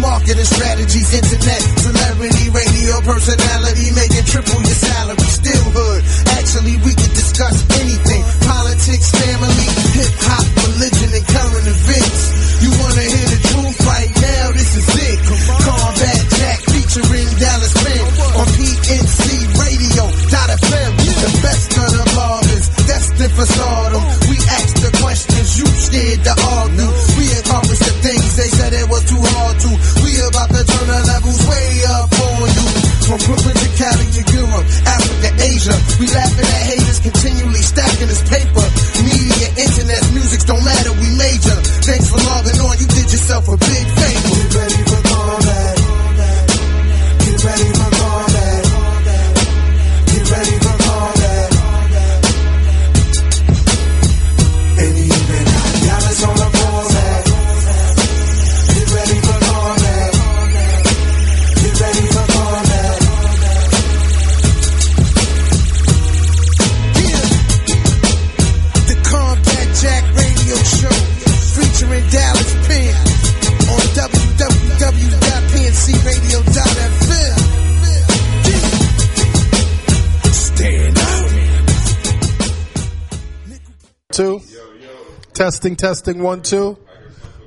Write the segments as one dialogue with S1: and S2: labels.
S1: marketing strategies, internet, celebrity, radio personality, making triple your salary. Still hood. Actually, we could discuss anything politics, family, hip hop, religion, and current events. You wanna hear the truth right now? This is it. Combat Jack featuring Dallas Ben on PNC Radio. Dot FM. The best of the marvels, destined for stardom. We ask the questions, you scared to argue. We accomplish the things they said it was too hard to. We about to turn the levels way up on you. From Brooklyn to Cali to Europe, Africa, Asia, we laughing at haters continually stacking this paper. Media, internet, music don't matter. We major. Thanks for logging on. You did yourself a big favor. Get ready for combat. Get ready for combat. Get ready for combat. And even Dallas on the format. Get ready for combat. Get ready for combat. Yeah. The Combat Jack Radio Show featuring Dallas Penn on www.pncradio.fm. Stand out.
S2: Two. Testing, testing, one, two.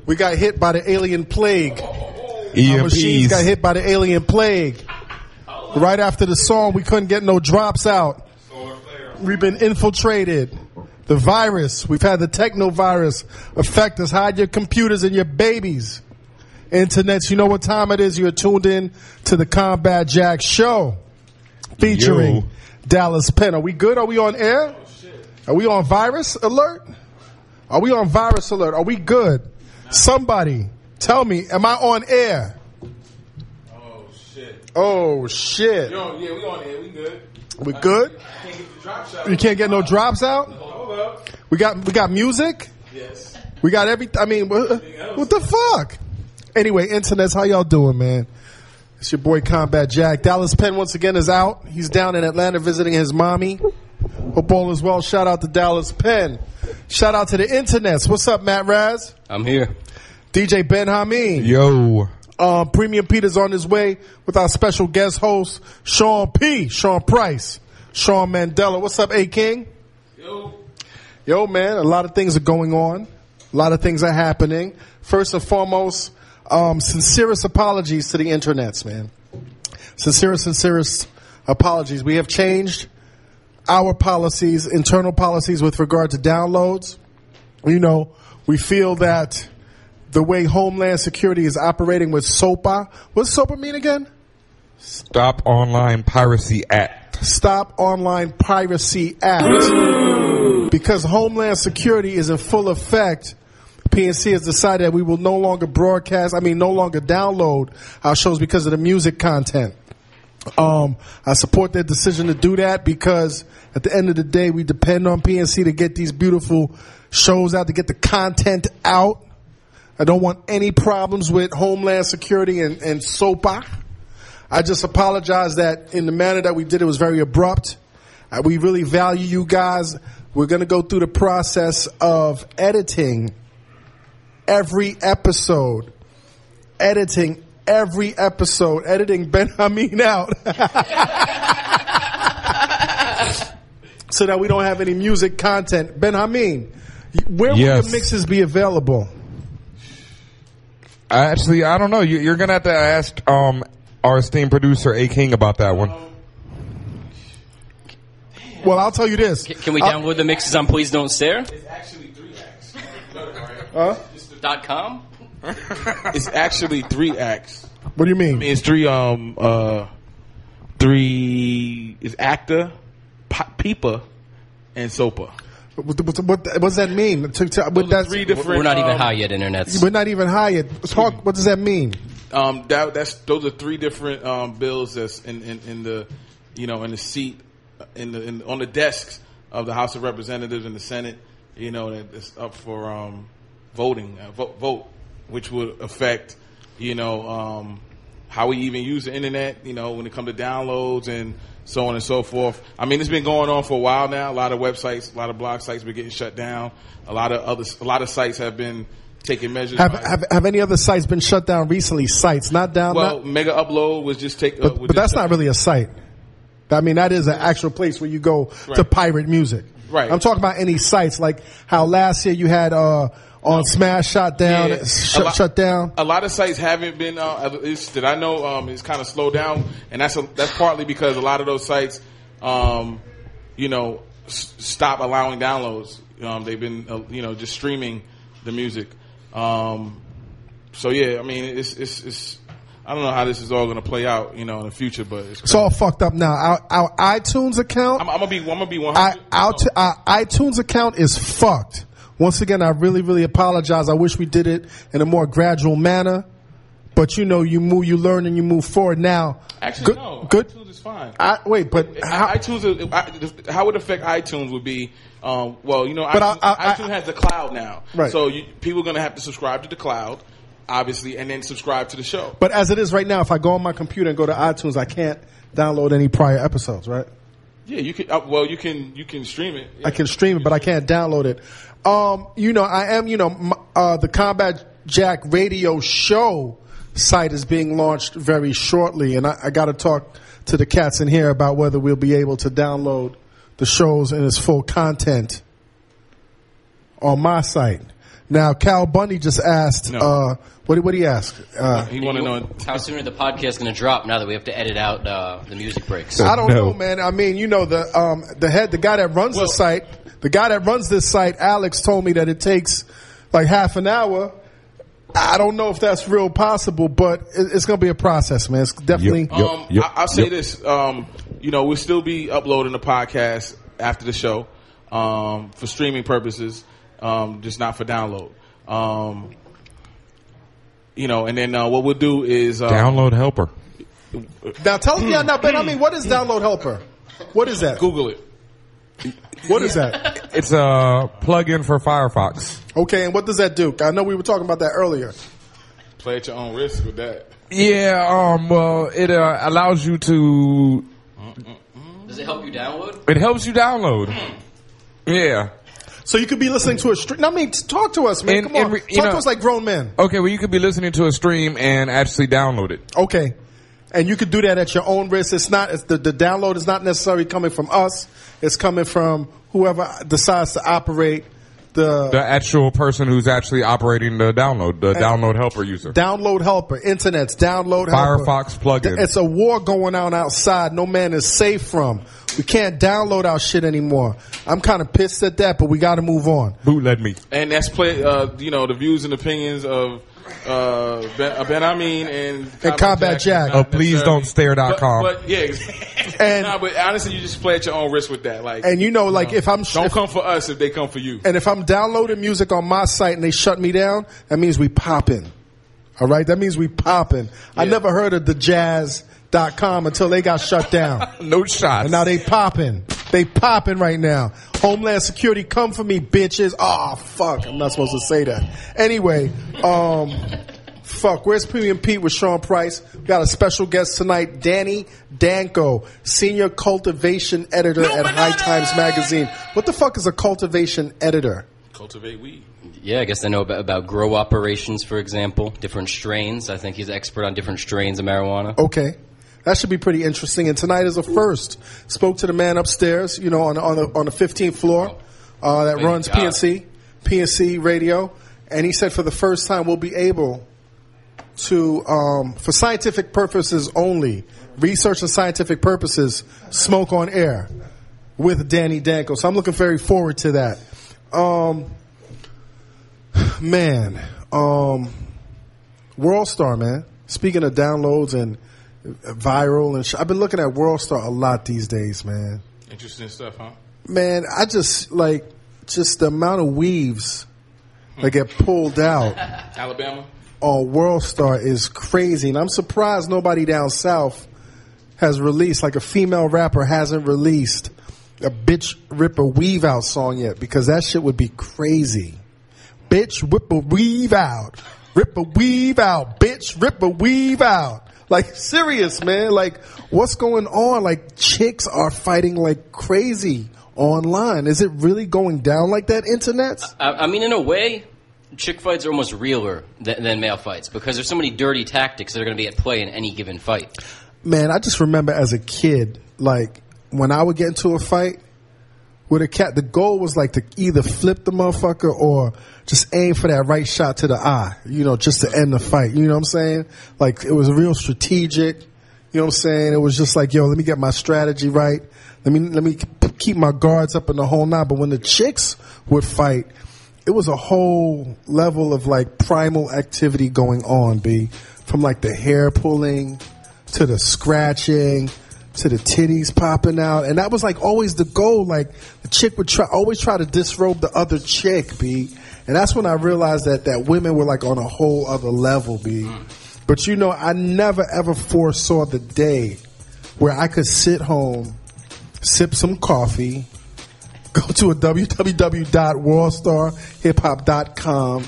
S2: We got hit by the alien plague.
S3: E
S2: Our machines got hit by the alien plague. Right after the song, we couldn't get no drops out. We've been infiltrated. The virus, we've had the techno virus affect us. Hide your computers and your babies. Internets, you know what time it is. You're tuned in to the Combat Jack Show featuring
S3: Yo.
S2: Dallas Penn. Are we good? Are we on
S4: Oh,
S2: air? Are we on virus alert? Are we on virus alert? Are we good? Somebody tell me, am I on air?
S4: Oh shit.
S2: Oh shit.
S4: Yo, yeah, we on here. We good.
S2: We good?
S4: Can't get the drop shot.
S2: You can't get no drops out?
S4: Hold up.
S2: We got we got music?
S4: Yes.
S2: We got every I mean what, what the fuck? Anyway, internets, how y'all doing, man? It's your boy Combat Jack. Dallas Penn once again is out. He's down in Atlanta visiting his mommy. Hope all is well. Shout out to Dallas Penn. Shout out to the internets. What's up, Matt Raz?
S3: I'm here.
S2: DJ Ben Hameen.
S3: Yo.
S2: Uh, Premium Peter's on his way with our special guest host, Sean P. Sean Price. Sean Mandela. What's up, A King?
S4: Yo.
S2: Yo, man, a lot of things are going on. A lot of things are happening. First and foremost, um, sincerest apologies to the internets, man. Sincerest, sincerest apologies. We have changed our policies, internal policies with regard to downloads. You know, we feel that the way Homeland Security is operating with SOPA. What's SOPA mean again?
S3: Stop Online Piracy Act.
S2: Stop Online Piracy Act. Because Homeland Security is in full effect, PNC has decided that we will no longer broadcast, I mean, no longer download our shows because of the music content. Um, I support their decision to do that because at the end of the day, we depend on PNC to get these beautiful shows out, to get the content out. I don't want any problems with Homeland Security and, and SOPA. I just apologize that in the manner that we did it was very abrupt. Uh, We really value you guys. We're going to go through the process of editing every episode. Editing every episode. Editing Ben Hameen out. so that we don't have any music content. Ben Hameen, where will
S3: Yes.
S2: the mixes be available?
S3: I actually, I don't know. You, you're gonna have to ask um our esteemed producer A King about that one.
S2: Well, I'll tell you this.
S5: Can we
S2: I'll-
S5: download the mixes on Please Don't Stare?
S4: It's actually three acts.
S2: Huh?
S5: dot com?
S4: It's actually three acts.
S2: What do you mean?
S4: I mean, it's three. Um. Uh. Three is actor, pa- peepa, E and sopa.
S2: What, what, what, what does that mean? To, to, but that's,
S4: Three different.
S5: We're not even
S4: um,
S5: high yet, internets.
S2: we're not even hired. Talk. What does that mean?
S4: Um, that that's those are three different um, bills that's in, in, in the you know in the seat in the in, on the desks of the House of Representatives and the Senate. You know that it's up for um, voting uh, vote, vote, which would affect you know um, how we even use the internet. You know when it comes to downloads and so on and so forth. I mean it's been going on for a while now. A lot of websites, a lot of blog sites, been getting shut down. A lot of other a lot of sites have been taking measures.
S2: Have,
S4: by-
S2: have have any other sites been shut down recently? Sites not down.
S4: well,
S2: not-
S4: Mega Upload was just take, uh,
S2: but,
S4: was
S2: but that's
S4: just-
S2: not really a site. I mean, that is an actual place where you go to
S4: Right.
S2: pirate music.
S4: Right.
S2: I'm talking about any sites like how last year you had uh, on Smash shut down,
S4: Yeah.
S2: shut,
S4: A lot-
S2: shut down.
S4: A lot of sites haven't been, uh, at least that I know, um, it's kind of slowed down, and that's a, that's partly because a lot of those sites, um, you know, s- stop allowing downloads. Um, they've been, uh, you know, just streaming the music. Um, so yeah, I mean, it's it's, it's I don't know how this is all going to play out, you know, in the future, but it's
S2: It's all fucked up now. Our, our iTunes account,
S4: I'm, I'm gonna be, I'm gonna be one
S2: I,
S4: hundred.
S2: our, t- our iTunes account is fucked. Once again, I really, really apologize. I wish we did it in a more gradual manner, but you know, you move, you learn, and you move forward. Now,
S4: Actually,
S2: good,
S4: no,
S2: good.
S4: iTunes is fine.
S2: I, wait, but how,
S4: I, iTunes, I- I, how it affect iTunes would be, um, well, you know,
S2: But I-
S4: iTunes,
S2: I-
S4: iTunes has the cloud now,
S2: Right.
S4: so you, people are going to have to subscribe to the cloud, obviously, and then subscribe to the show.
S2: But as it is right now, if I go on my computer and go to iTunes, I can't download any prior episodes, right?
S4: yeah, you can. Uh, well, you can you can stream it.
S2: I can stream it, but I can't download it. Um, you know, I am, you know, m- uh, the Combat Jack radio show site is being launched very shortly, and I, I got to talk to the cats in here about whether we'll be able to download the shows and its full content on my site. Now, Cal Bundy just asked,
S4: No.
S2: uh, what, did- what did he ask? Uh,
S4: You want to know?
S5: How soon are the podcast going to drop? Now that we have to edit out uh, the music breaks.
S2: I don't
S3: No.
S2: know, man. I mean, you know, the um, the head, the guy that runs the site, the guy that runs this site, Alex told me that it takes like half an hour. I don't know if that's real possible, but it, it's going to be a process, man. It's definitely.
S3: Yep.
S4: Um,
S3: Yep.
S4: I, I'll say
S3: Yep.
S4: this. Um, you know, we'll still be uploading the podcast after the show um, for streaming purposes, um, just not for download. Um, you know, and then uh, what we'll do
S2: Oh.
S4: is uh,
S3: Download helper.
S2: Now tell me, yeah, now Ben. I mean, what is Download Helper? What is that?
S4: Hmm. Google it.
S2: What is that?
S3: It's a plug-in for Firefox.
S2: Okay, and what does that do? I know we were talking about that earlier.
S4: Play at your own risk with that.
S3: Yeah. Um. Well, it uh, allows you to.
S5: Does it help you download?
S3: It helps you download.
S2: Hmm.
S3: Yeah.
S2: So you could be listening to a stream. I mean, t- talk to us, man.
S3: And-
S2: Come on,
S3: and re- you
S2: talk
S3: know-
S2: to us like grown men.
S3: Okay. Well, you could be listening to a stream and actually download it.
S2: Okay. And you could do that at your own risk. It's not it's the, the download is not necessarily coming from us. It's coming from whoever decides to operate the,
S3: The actual person who's actually operating the download, the download helper user.
S2: download helper, internet's download helper.
S3: Firefox plugin.
S2: It's a war going on outside. No man is safe from. We can't download our shit anymore. I'm kind of pissed at that, but we got to move on.
S3: Bootleg me.
S4: And that's play, uh, you know, the views and opinions of uh, Ben, uh, ben Amin and
S2: And Combat Jack.
S4: is not
S3: Oh, please
S4: necessarily-
S3: don't stare dot
S4: But-
S3: com.
S4: But, yeah,
S2: And-
S4: and nah, but honestly, you just play at your own risk with that. Like,
S2: And you know, like if I'm
S4: don't
S2: if-
S4: come for us if they come for you.
S2: And if I'm downloading music on my site and they shut me down, that means we popping. All right, that means we popping. I never heard of the jazz.com until they got shut down.
S3: No shots.
S2: and now they popping. They popping right now. Homeland Security, come for me, bitches. Oh fuck, I'm not supposed to say that. Anyway, um, fuck. Where's Premium Pete with Sean Price? We got a special guest tonight, Danny Danko, senior cultivation editor at High Times Magazine. What the fuck is a cultivation editor?
S4: Cultivate weed.
S5: Yeah, I guess I know about, about grow operations, for example, different strains. I think he's an expert on different strains of marijuana.
S2: Okay. That should be pretty interesting. And tonight is a first. Spoke to the man upstairs, you know, on on the on the fifteenth floor, uh, that
S5: Thank
S2: runs
S5: God.
S2: PNC, PNC radio, and he said for the first time we'll be able to, um, for scientific purposes only, research and scientific purposes, smoke on air with Danny Danko. So I'm looking very forward to that. Um, man, um, World Star, man. Speaking of downloads and viral and sh- I've been looking at World Star a lot these days, man.
S4: Interesting stuff, huh?
S2: Man, I just like just the amount of weaves that get pulled out
S4: Alabama.
S2: on Oh, World Star is crazy, and I'm surprised nobody down south has released like a female rapper hasn't released a bitch rip a weave out song yet because that shit would be crazy. Bitch whip a weave out, rip a weave out, bitch rip a weave out. Like serious man, like what's going on? Like chicks are fighting like crazy online. Is it really going down like that, internet?
S5: I, I mean, in a way, chick fights are almost realer than, than male fights because there's so many dirty tactics that are going to be at play in any given fight.
S2: Man, I just remember as a kid, like when I would get into a fight with a cat, the goal was like to either flip the motherfucker or just aim for that right shot to the eye, you know, just to end the fight. You know what I'm saying? Like it was real strategic. You know what I'm saying? It was just like, yo, let me get my strategy right. Let me let me keep my guards up in the whole nine. But when the chicks would fight, it was a whole level of like primal activity going on, B. From like the hair pulling to the scratching to the titties popping out. And that was like always the goal. Like the chick would try always try to disrobe the other chick, B. And that's when I realized that that women were like on a whole other level, B. But you know, I never ever foresaw the day where I could sit home, sip some coffee, go to a www.worldstarhiphop.com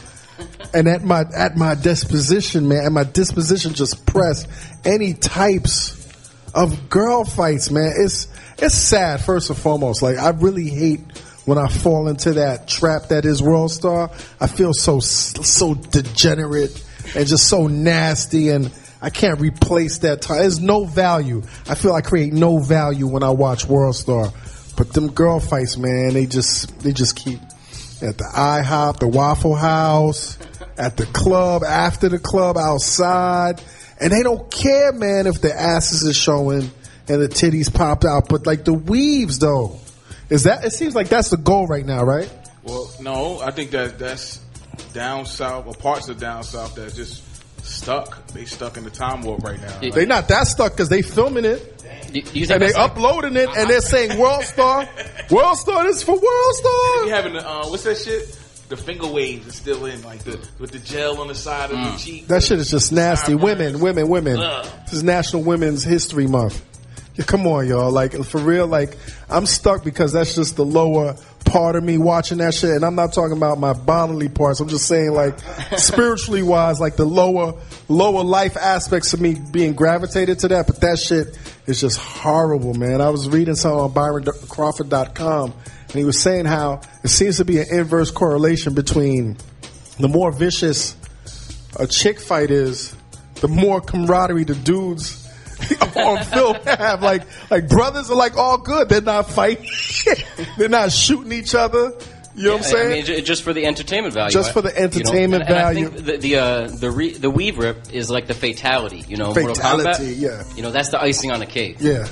S2: and at my at my disposition, man, at my disposition, just press any types of girl fights, man. It's it's sad first and foremost. Like I really hate when I fall into that trap that is World Star. I feel so so degenerate and just so nasty and. I can't replace that time. There's no value. I feel I create no value when I watch World Star. But them girl fights, man, they just they just keep at the IHOP, the Waffle House, at the club, after the club, outside. And they don't care, man, if the asses are showing and the titties popped out. But like the weaves though. Is that it seems like that's the goal right now, right?
S4: Well, no, I think that that's down south or parts of down south that's just stuck. They stuck in the time warp right now.
S2: They're not that stuck because they filming it
S5: Do, do you think
S2: and they
S5: that's like-
S2: uploading it and they're saying World Star, World Star, this is for World Star.
S4: You having the, uh, what's that shit? The finger waves is still in, like the with the gel on the side of the cheek.
S2: Mm. That shit is just nasty. Women, women, women.
S4: Ugh.
S2: This is National Women's History Month. Yeah, come on, y'all. Like for real, like I'm stuck because that's just the lower part of me watching that shit. And I'm not talking about my bodily parts. I'm just saying like spiritually wise, like the lower lower life aspects of me being gravitated to that. But that shit is just horrible, man. I was reading something on ByronCrawford.com and he was saying how it seems to be an inverse correlation between the more vicious a chick fight is, the more camaraderie the dudes on film have. Like, like brothers are like all good. They're not fighting. They're not shooting each other. You know what I'm
S5: I-
S2: saying?
S5: I mean, ju- just for the entertainment value.
S2: Just for the
S5: I- you know,
S2: entertainment
S5: and- and I
S2: value.
S5: think the the, uh, the, re, the weave rip is like the fatality, you know. of Mortal
S2: Fatality,
S5: Kombat.
S2: yeah.
S5: You know, that's the icing on the cake.
S2: yeah.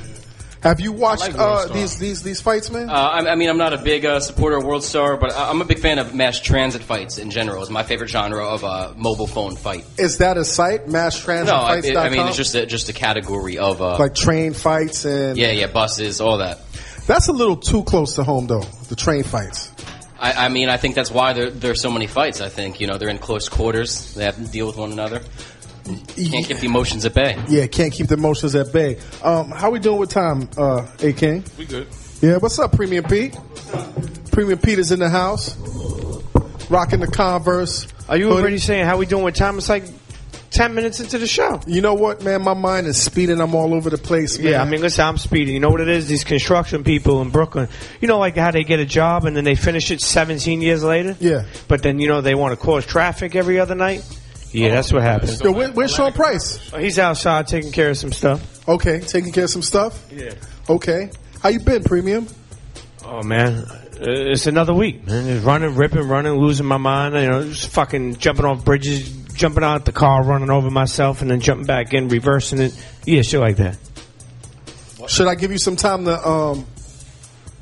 S2: Have you watched
S5: like World
S2: uh,
S5: Star.
S2: these these these fights, man?
S5: Uh, I, I mean, I'm not a big uh, supporter of World Star, but I, I'm a big fan of mass transit fights in general. It's my favorite genre of uh, mobile phone fight.
S2: Is that a site? Mass
S5: No,
S2: Transit
S5: I,
S2: Fights.
S5: it, I mean it's just a, just a category of uh,
S2: like train fights and
S5: yeah, yeah, buses, all that.
S2: that's a little too close to home though. The train fights.
S5: I, I mean, I think that's why there there are so many fights. I think you know they're in close quarters. They have to deal with one another. Can't keep the emotions at bay.
S2: Yeah, can't keep the emotions at bay. Um, how we doing with time, uh, AK?
S4: We good.
S2: Yeah, what's up, Premium Pete? Premium Pete is in the house, rocking the Converse.
S6: Are you
S2: hoodie.
S6: already saying how we doing with time? It's like ten minutes into the show.
S2: You know what, man? My mind is speeding. I'm all over the place. Man.
S6: Yeah, I mean, listen, I'm speeding. You know what it is? These construction people in Brooklyn. You know, like how they get a job and then they finish it 17 years later.
S2: Yeah.
S6: But then you know they want to cause traffic every other night. Yeah, that's what happens.
S2: Yo, where, where's Sean Price?
S6: He's outside taking care of some stuff.
S2: Okay, taking care of some stuff. Yeah. Okay, how you been, Premium?
S6: Oh man, Uh, it's another week, man. Just running, ripping, running, losing my mind. You know, just fucking jumping off bridges, jumping out the car, running over myself, and then jumping back in, reversing it. Yeah, shit like that.
S2: Should I give you some time to um,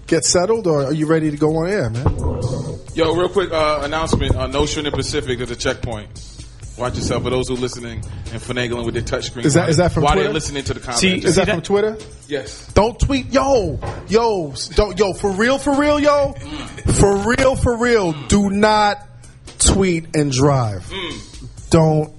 S2: get settled, or are you ready to go on air, man?
S4: Yo, real quick uh, announcement: uh, No Shrimp in Pacific is a checkpoint. Watch yourself for those who listening and finagling with their touchscreen.
S2: Is that-
S4: while-
S2: is that from
S4: while
S2: Twitter?
S4: they're listening to the comment?
S6: See,
S2: Is
S6: See
S2: that,
S6: that-
S2: from Twitter?
S4: yes.
S2: Don't tweet, yo, yo, don't, yo, for real, for real, yo, for real, for real. Do not tweet and drive.
S4: Mm.
S2: Don't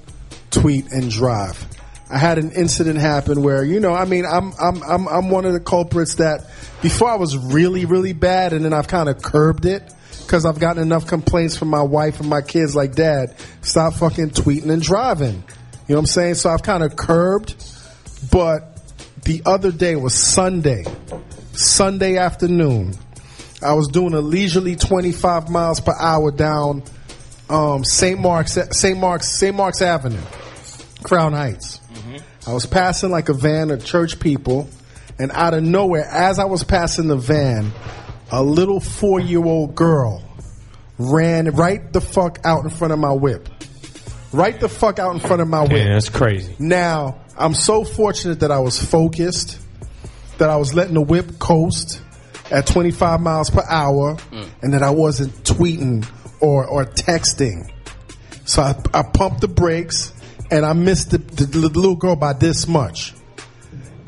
S2: tweet and drive. I had an incident happen where, you know, I mean, I'm, I'm, I'm, I'm one of the culprits that before I was really, really bad, and then I've kind of curbed it because I've gotten enough complaints from my wife and my kids, like, Dad, stop fucking tweeting and driving. You know what I'm saying? So I've kind of curbed but the other day was Sunday, Sunday afternoon. I was doing a leisurely 25 miles per hour down um, St. Mark's, St. Mark's, St. Mark's Avenue, Crown Heights. I was passing like a van of church people, and out of nowhere, as I was passing the van, a little four-year-old girl ran right the fuck out in front of my whip, right the fuck out in front of my whip.
S6: Man, that's crazy.
S2: Now, I'm so fortunate that I was focused, that I was letting the whip coast at 25 miles per hour, and that I wasn't tweeting or, or texting. So I, I pumped the brakes, and I missed the, the, the little girl by this much.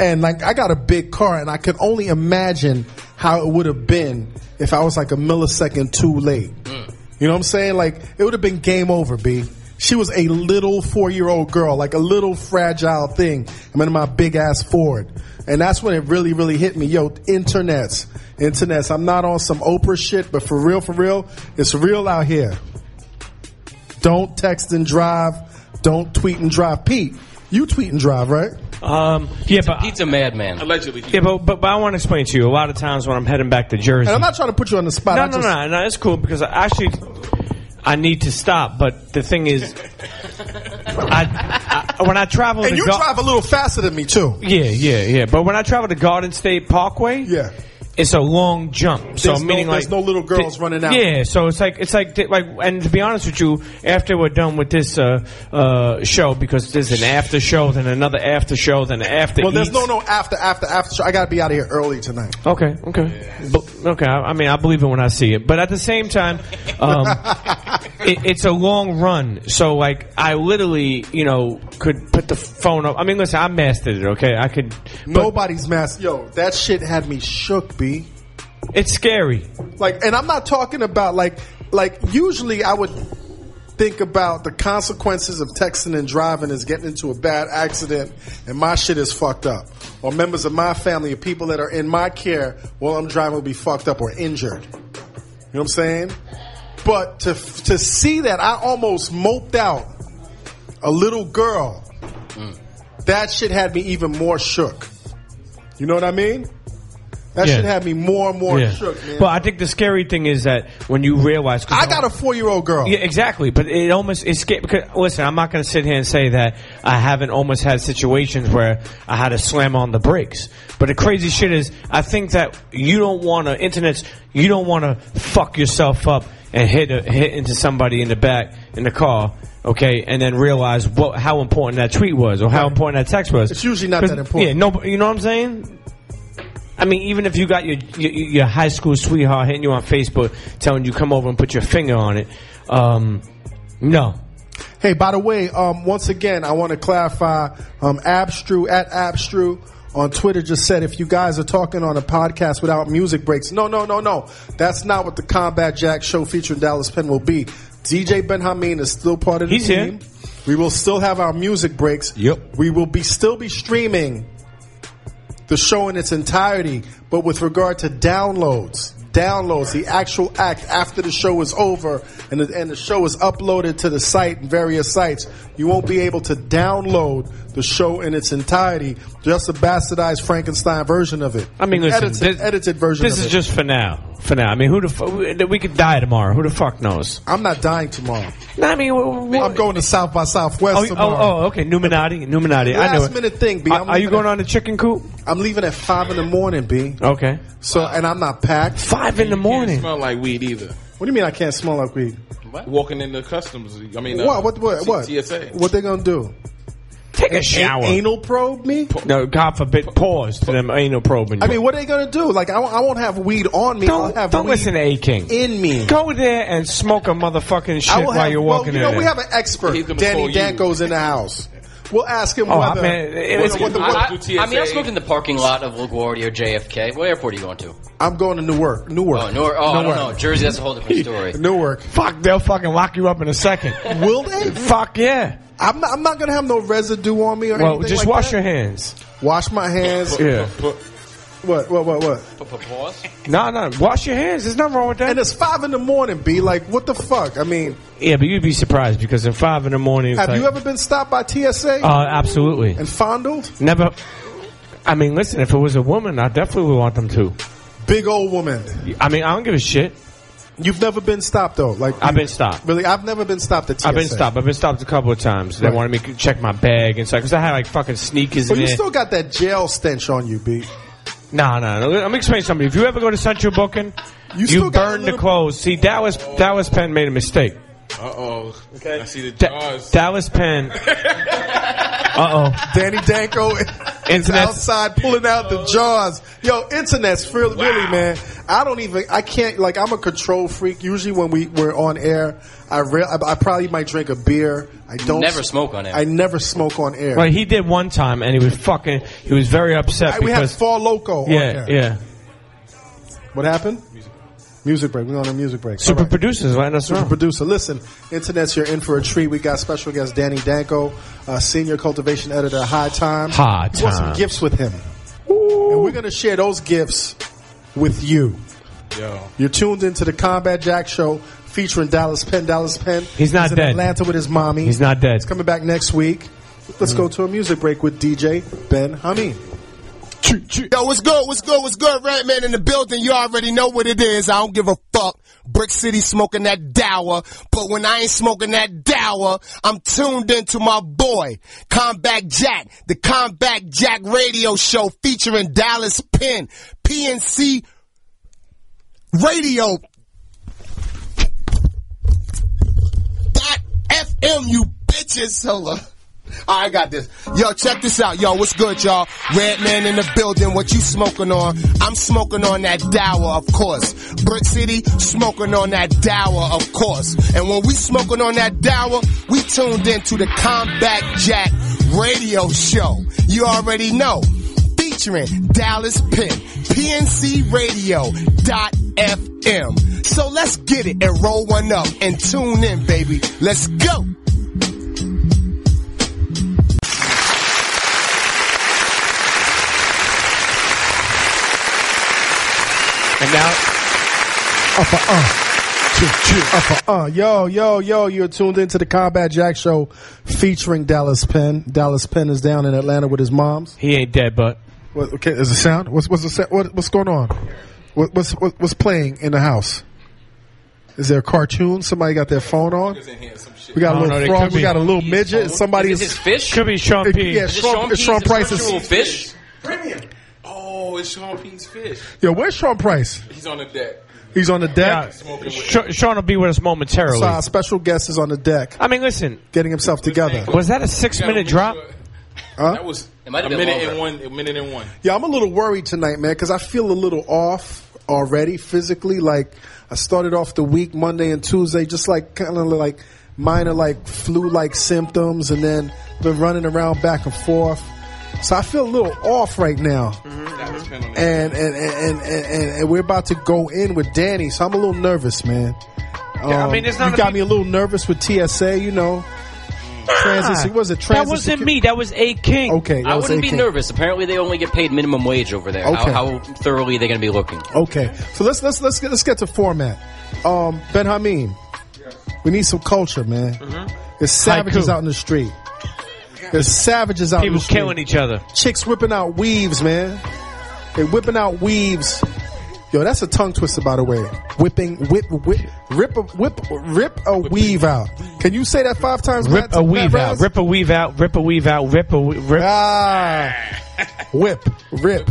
S2: And like, I got a big car, and I could only imagine how it would have been if I was like a millisecond too late. You know what I'm saying? Like, it would have been game over, B. She was a little four year old girl, like a little fragile thing. I'm in my big ass Ford. And that's when it really, really hit me. Yo, internets, internets. I'm not on some Oprah shit, but for real, for real, it's real out here. Don't text and drive. Don't tweet and drive. Pete, you tweet and drive, right?
S6: Um, yeah, but
S5: Pete's a madman.
S4: Allegedly, he
S6: yeah, but, but but I want to explain to you. A lot of times when I'm heading back to Jersey,
S2: And I'm not trying to put you on the spot.
S6: no,
S2: I
S6: no,
S2: just-
S6: no, no, it's cool because I actually I need to stop. But the thing is, I, I when I travel,
S2: And
S6: to
S2: you
S6: Gar-
S2: drive a little faster than me too.
S6: yeah, yeah, yeah. But when I travel to Garden State Parkway,
S2: Yeah.
S6: it's a long jump. So
S2: There's no-
S6: meaning like
S2: there's no little girls running out.
S6: Yeah, so it's like it's like like and to be honest with you, after we're done with this uh, uh, show, because there's an after show, then another after show, then an after.
S2: Well, there's
S6: eats.
S2: no no after after after. show. I gotta be out of here early tonight.
S6: Okay, okay, But- okay. I, I mean, I believe it when I see it, but at the same time, um, it, it's a long run. So, like, I literally, you know, could put the phone up. I mean, listen, I mastered it. Okay, I could. But
S2: Nobody's mask. Yo, that shit had me shook, b.
S6: it's scary.
S2: Like, and I'm not talking about like like usually I would think about the consequences of texting and driving is getting into a bad accident and my shit is fucked up, or members of my family or people that are in my care while I'm driving will be fucked up or injured. You know what I'm saying? But to to see that, I almost moped out. A little girl. That shit had me even more shook. You know what I mean? That
S6: Yeah.
S2: shit had me more and more
S6: Yeah.
S2: shook, man.
S6: But I think the scary thing is that when you realize,
S2: I got a four year old girl.
S6: Yeah, exactly. But it almost it's sca- because listen, I'm not going to sit here and say that I haven't almost had situations where I had to slam on the brakes. But the crazy shit is, I think that you don't want to internet's you don't want to fuck yourself up and hit a, hit into somebody in the back in the car. Okay, and then realize what how important that tweet was or how important that text was.
S2: It's usually not that
S6: 'Cause-
S2: important.
S6: Yeah, no, you know what I'm saying? I mean, even if you got your, your your high school sweetheart hitting you on Facebook, telling you come over and put your finger on it, um, no.
S2: Hey, by the way, um, once again, I want to clarify um, Abstru at Abstru on Twitter just said if you guys are talking on a podcast without music breaks, no, no, no, no. That's not what the Combat Jack show featuring Dallas Penn will be. DJ Ben Hameen is still part of the
S6: He's here.
S2: team. We will still have our music breaks.
S3: Yep.
S2: We will be still be streaming the show in its entirety, but with regard to downloads, downloads, the actual act after the show is over and the, and the show is uploaded to the site and various sites, you won't be able to download the show in its entirety, just a bastardized Frankenstein version of it.
S6: I mean,
S2: An
S6: listen,
S2: edited,
S6: this,
S2: edited version.
S6: This is
S2: of it.
S6: just for now. For now, I mean, who the fuck? We could die tomorrow. Who the fuck knows?
S2: I'm not dying tomorrow.
S6: No, I mean, wh- wh-
S2: I'm going to South by Southwest
S6: Oh,
S2: tomorrow.
S6: oh, oh, okay. Numinati, Numinati. I know.
S2: Last
S6: it.
S2: minute thing, B.
S6: Are,
S2: I'm
S6: are you
S2: leaving
S6: going
S2: at-
S6: on the chicken coop?
S2: I'm leaving at five in the morning, B.
S6: Okay.
S2: So and I'm not packed.
S6: Five in the
S4: didn't
S6: morning.
S4: smell like weed either.
S2: What do you mean I can't smell like weed?
S4: Walking in the customs, I mean, uh,
S2: What? What? What? What?
S4: TSA.
S2: What they gonna do?
S6: Take a shower.
S2: Anal probe me?
S6: No, God forbid, pause to them anal probing.
S2: I mean, what they gonna do? Like, I, won't- I won't have weed on me. I'll
S6: don't
S2: have
S6: don't
S2: weed
S6: listen to A King.
S2: in me.
S6: Go there and smoke a motherfucking
S2: I
S6: shit
S2: will
S6: while
S2: have,
S6: you're
S2: well,
S6: walking
S2: you know,
S6: in
S2: we
S6: there.
S2: have an expert,
S4: He's gonna call
S2: Danny
S4: you.
S2: Danko's in the house. We'll ask him
S6: Oh, I
S2: whether.
S6: mean, it-
S2: whether-
S6: it's-
S2: whether-
S5: I,
S2: whether-
S5: I-
S4: do
S5: I mean, I
S4: TSA.
S5: smoked in the parking lot of LaGuardia or JFK. What airport are you going to?
S2: I'm going to Newark. Newark.
S5: Oh, Newark. Oh, I don't know.
S2: Newark.
S5: Jersey, that's a whole different story.
S2: Newark.
S6: Fuck, they'll fucking lock you up in a second.
S2: Will they?
S6: Fuck yeah.
S2: I'm not, I'm not gonna have no residue on me or
S6: Well,
S2: anything.
S6: just
S2: like
S6: wash your
S2: that.
S6: hands.
S2: Wash my hands.
S6: Yeah.
S2: What? What? What? What?
S5: Pause.
S6: No, no, wash your hands. There's nothing wrong with
S2: And
S6: that.
S2: it's five in the morning, B. Like, what the fuck? I mean,
S6: Yeah, but you'd be surprised because at five in the morning. it's
S2: have
S6: like-
S2: you ever been stopped by TSA
S6: Uh, absolutely.
S2: and fondled?
S6: Never. I mean, listen, if it was a woman, I definitely would want them to.
S2: Big old woman.
S6: I mean, I don't give a shit.
S2: You've never been stopped though. Like
S6: I've been stopped.
S2: Really, I've never been stopped at TSA.
S6: I've been stopped. I've been stopped a couple of times. They
S2: Right.
S6: wanted me to check my bag and stuff because I had like fucking sneakers
S2: But
S6: in
S2: you
S6: there.
S2: still got that jail stench on you, B.
S6: No, no, no. Let me explain something. If you ever go to Central Booking, you,
S2: still got
S6: burn
S2: a
S6: the
S2: little-
S6: clothes. See, Dallas, Dallas Penn made a mistake.
S4: Uh oh. I see the
S6: Da-
S4: jaws.
S6: Dallas Penn. uh oh.
S2: Danny Danko is
S6: Internet-
S2: outside pulling out the jaws. Yo, internet's really, really, man. I don't even. I can't. Like, I'm a control freak. Usually, when we we're on air, I re- I, I probably might drink a beer. I don't
S5: Never smoke on air.
S2: I never smoke on air.
S6: Right, he did one time, and he was fucking. He was very upset
S2: I- we had
S6: because.
S2: Fall Loco.
S6: yeah,
S2: on air.
S6: yeah.
S2: What happened? Music, break. We're on a music break.
S6: Super
S2: All right.
S6: producers letting us
S2: Super
S6: know.
S2: producer. Listen, internet's you're in for a treat. We got special guest Danny Danko, uh, senior cultivation editor, at High Time.
S6: High
S2: We want some
S6: Times.
S2: gifts with him, and we're gonna share those gifts with you.
S4: Yo.
S2: You're tuned into the Combat Jack Show featuring Dallas Penn. Dallas Penn.
S6: He's not
S2: in
S6: dead.
S2: Atlanta with his mommy.
S6: He's not dead. Mm-hmm.
S2: He's coming back next week. Let's go to a music break with DJ Ben Hameen.
S7: Yo, what's good? What's good? What's good? Red man in the building. You already know what it is. I don't give a fuck. Brick City smoking that dower. But when I ain't smoking that dower, I'm tuned into my boy, Combat Jack, the Combat Jack radio show featuring Dallas Penn, PNC radio. Dot FM, you bitches. Hold on. I got this. Yo, check this out. Yo, what's good, y'all? Red man in the building. What you smoking on? I'm smoking on that dower, of course. Brick City smoking on that dower, of course. And when we smoking on that dower, we tuned into the Combat Jack radio show. You already know. Featuring Dallas Penn, PNCRadio.fm. So let's get it and roll one up and tune in, baby. Let's go.
S6: And now,
S2: Uh, yo, yo, yo, you're tuned into the Combat Jack Show featuring Dallas Penn. Dallas Penn is down in Atlanta with his moms.
S6: he ain't dead, but.
S2: What, okay, is the sound? What's what's the sa- what, what's going on? What, what's what, what's playing in the house? Is there a cartoon? Somebody got their phone on?
S4: Niggas in here, some shit.
S2: We got a
S6: I don't
S2: little
S6: know, they
S2: frog.
S6: could
S2: We
S6: be.
S2: got a little midget. Somebody
S5: Is this his fish?
S6: Could be Sean
S2: It-
S6: P.
S2: yeah,
S5: Is it
S2: Sean- it's Sean
S5: Pea's
S2: Price's
S5: virtual fish?
S4: Oh, it's Sean P's fish.
S2: Yo, where's Sean Price?
S4: He's on the deck.
S2: He's on the
S6: Yeah,
S2: deck.
S6: Sh- Sean will be with us momentarily.
S2: So our special guest is on the deck,
S6: I mean, listen,
S2: getting himself together.
S6: was that a six
S4: You gotta
S6: minute
S4: make
S6: drop?
S4: sure-
S2: Huh?
S4: That was
S5: It might
S4: a
S5: have been
S4: minute and
S5: longer.
S4: one. A minute and one.
S2: Yeah, I'm a little worried tonight, man, because I feel a little off already physically. Like I started off the week Monday and Tuesday, just like kind of like minor like flu-like symptoms, and then been running around back and forth. So I feel a little off right now,
S4: That was
S6: Mm-hmm.
S4: pen on the-
S2: and and and, and and and we're about to go in with Danny, so I'm a little nervous, man.
S6: I
S2: Um,
S6: mean, it's not
S2: you
S6: a big-
S2: got
S6: Ah,
S2: me a little nervous with TSA, you know. Transit, was it transit?
S6: That wasn't
S2: secu-
S6: me. That was A King.
S2: Okay, that
S5: I
S2: was
S5: wouldn't be
S2: 18.
S5: nervous. Apparently, they only get paid minimum wage over there.
S2: Okay.
S5: How, how thoroughly are they going to be looking?
S2: Okay, so let's let's let's get let's get to format. Um, ben Hameen, we need some culture, man. There's savages
S6: Haiku.
S2: out in the street. There's savages out in
S6: People
S2: the street.
S6: killing each other.
S2: Chicks whipping out weaves, man. They whipping out weaves. Yo, that's a tongue twister, by the way. Whipping, whip, whip, rip, a, whip, rip a weave out. Can you say that five times?
S6: Rip
S2: Matt-
S6: a
S2: Matt
S6: weave out.
S2: Raz?
S6: Rip a weave out. Rip a weave out. Rip a we- rip.
S2: Ah, whip, rip,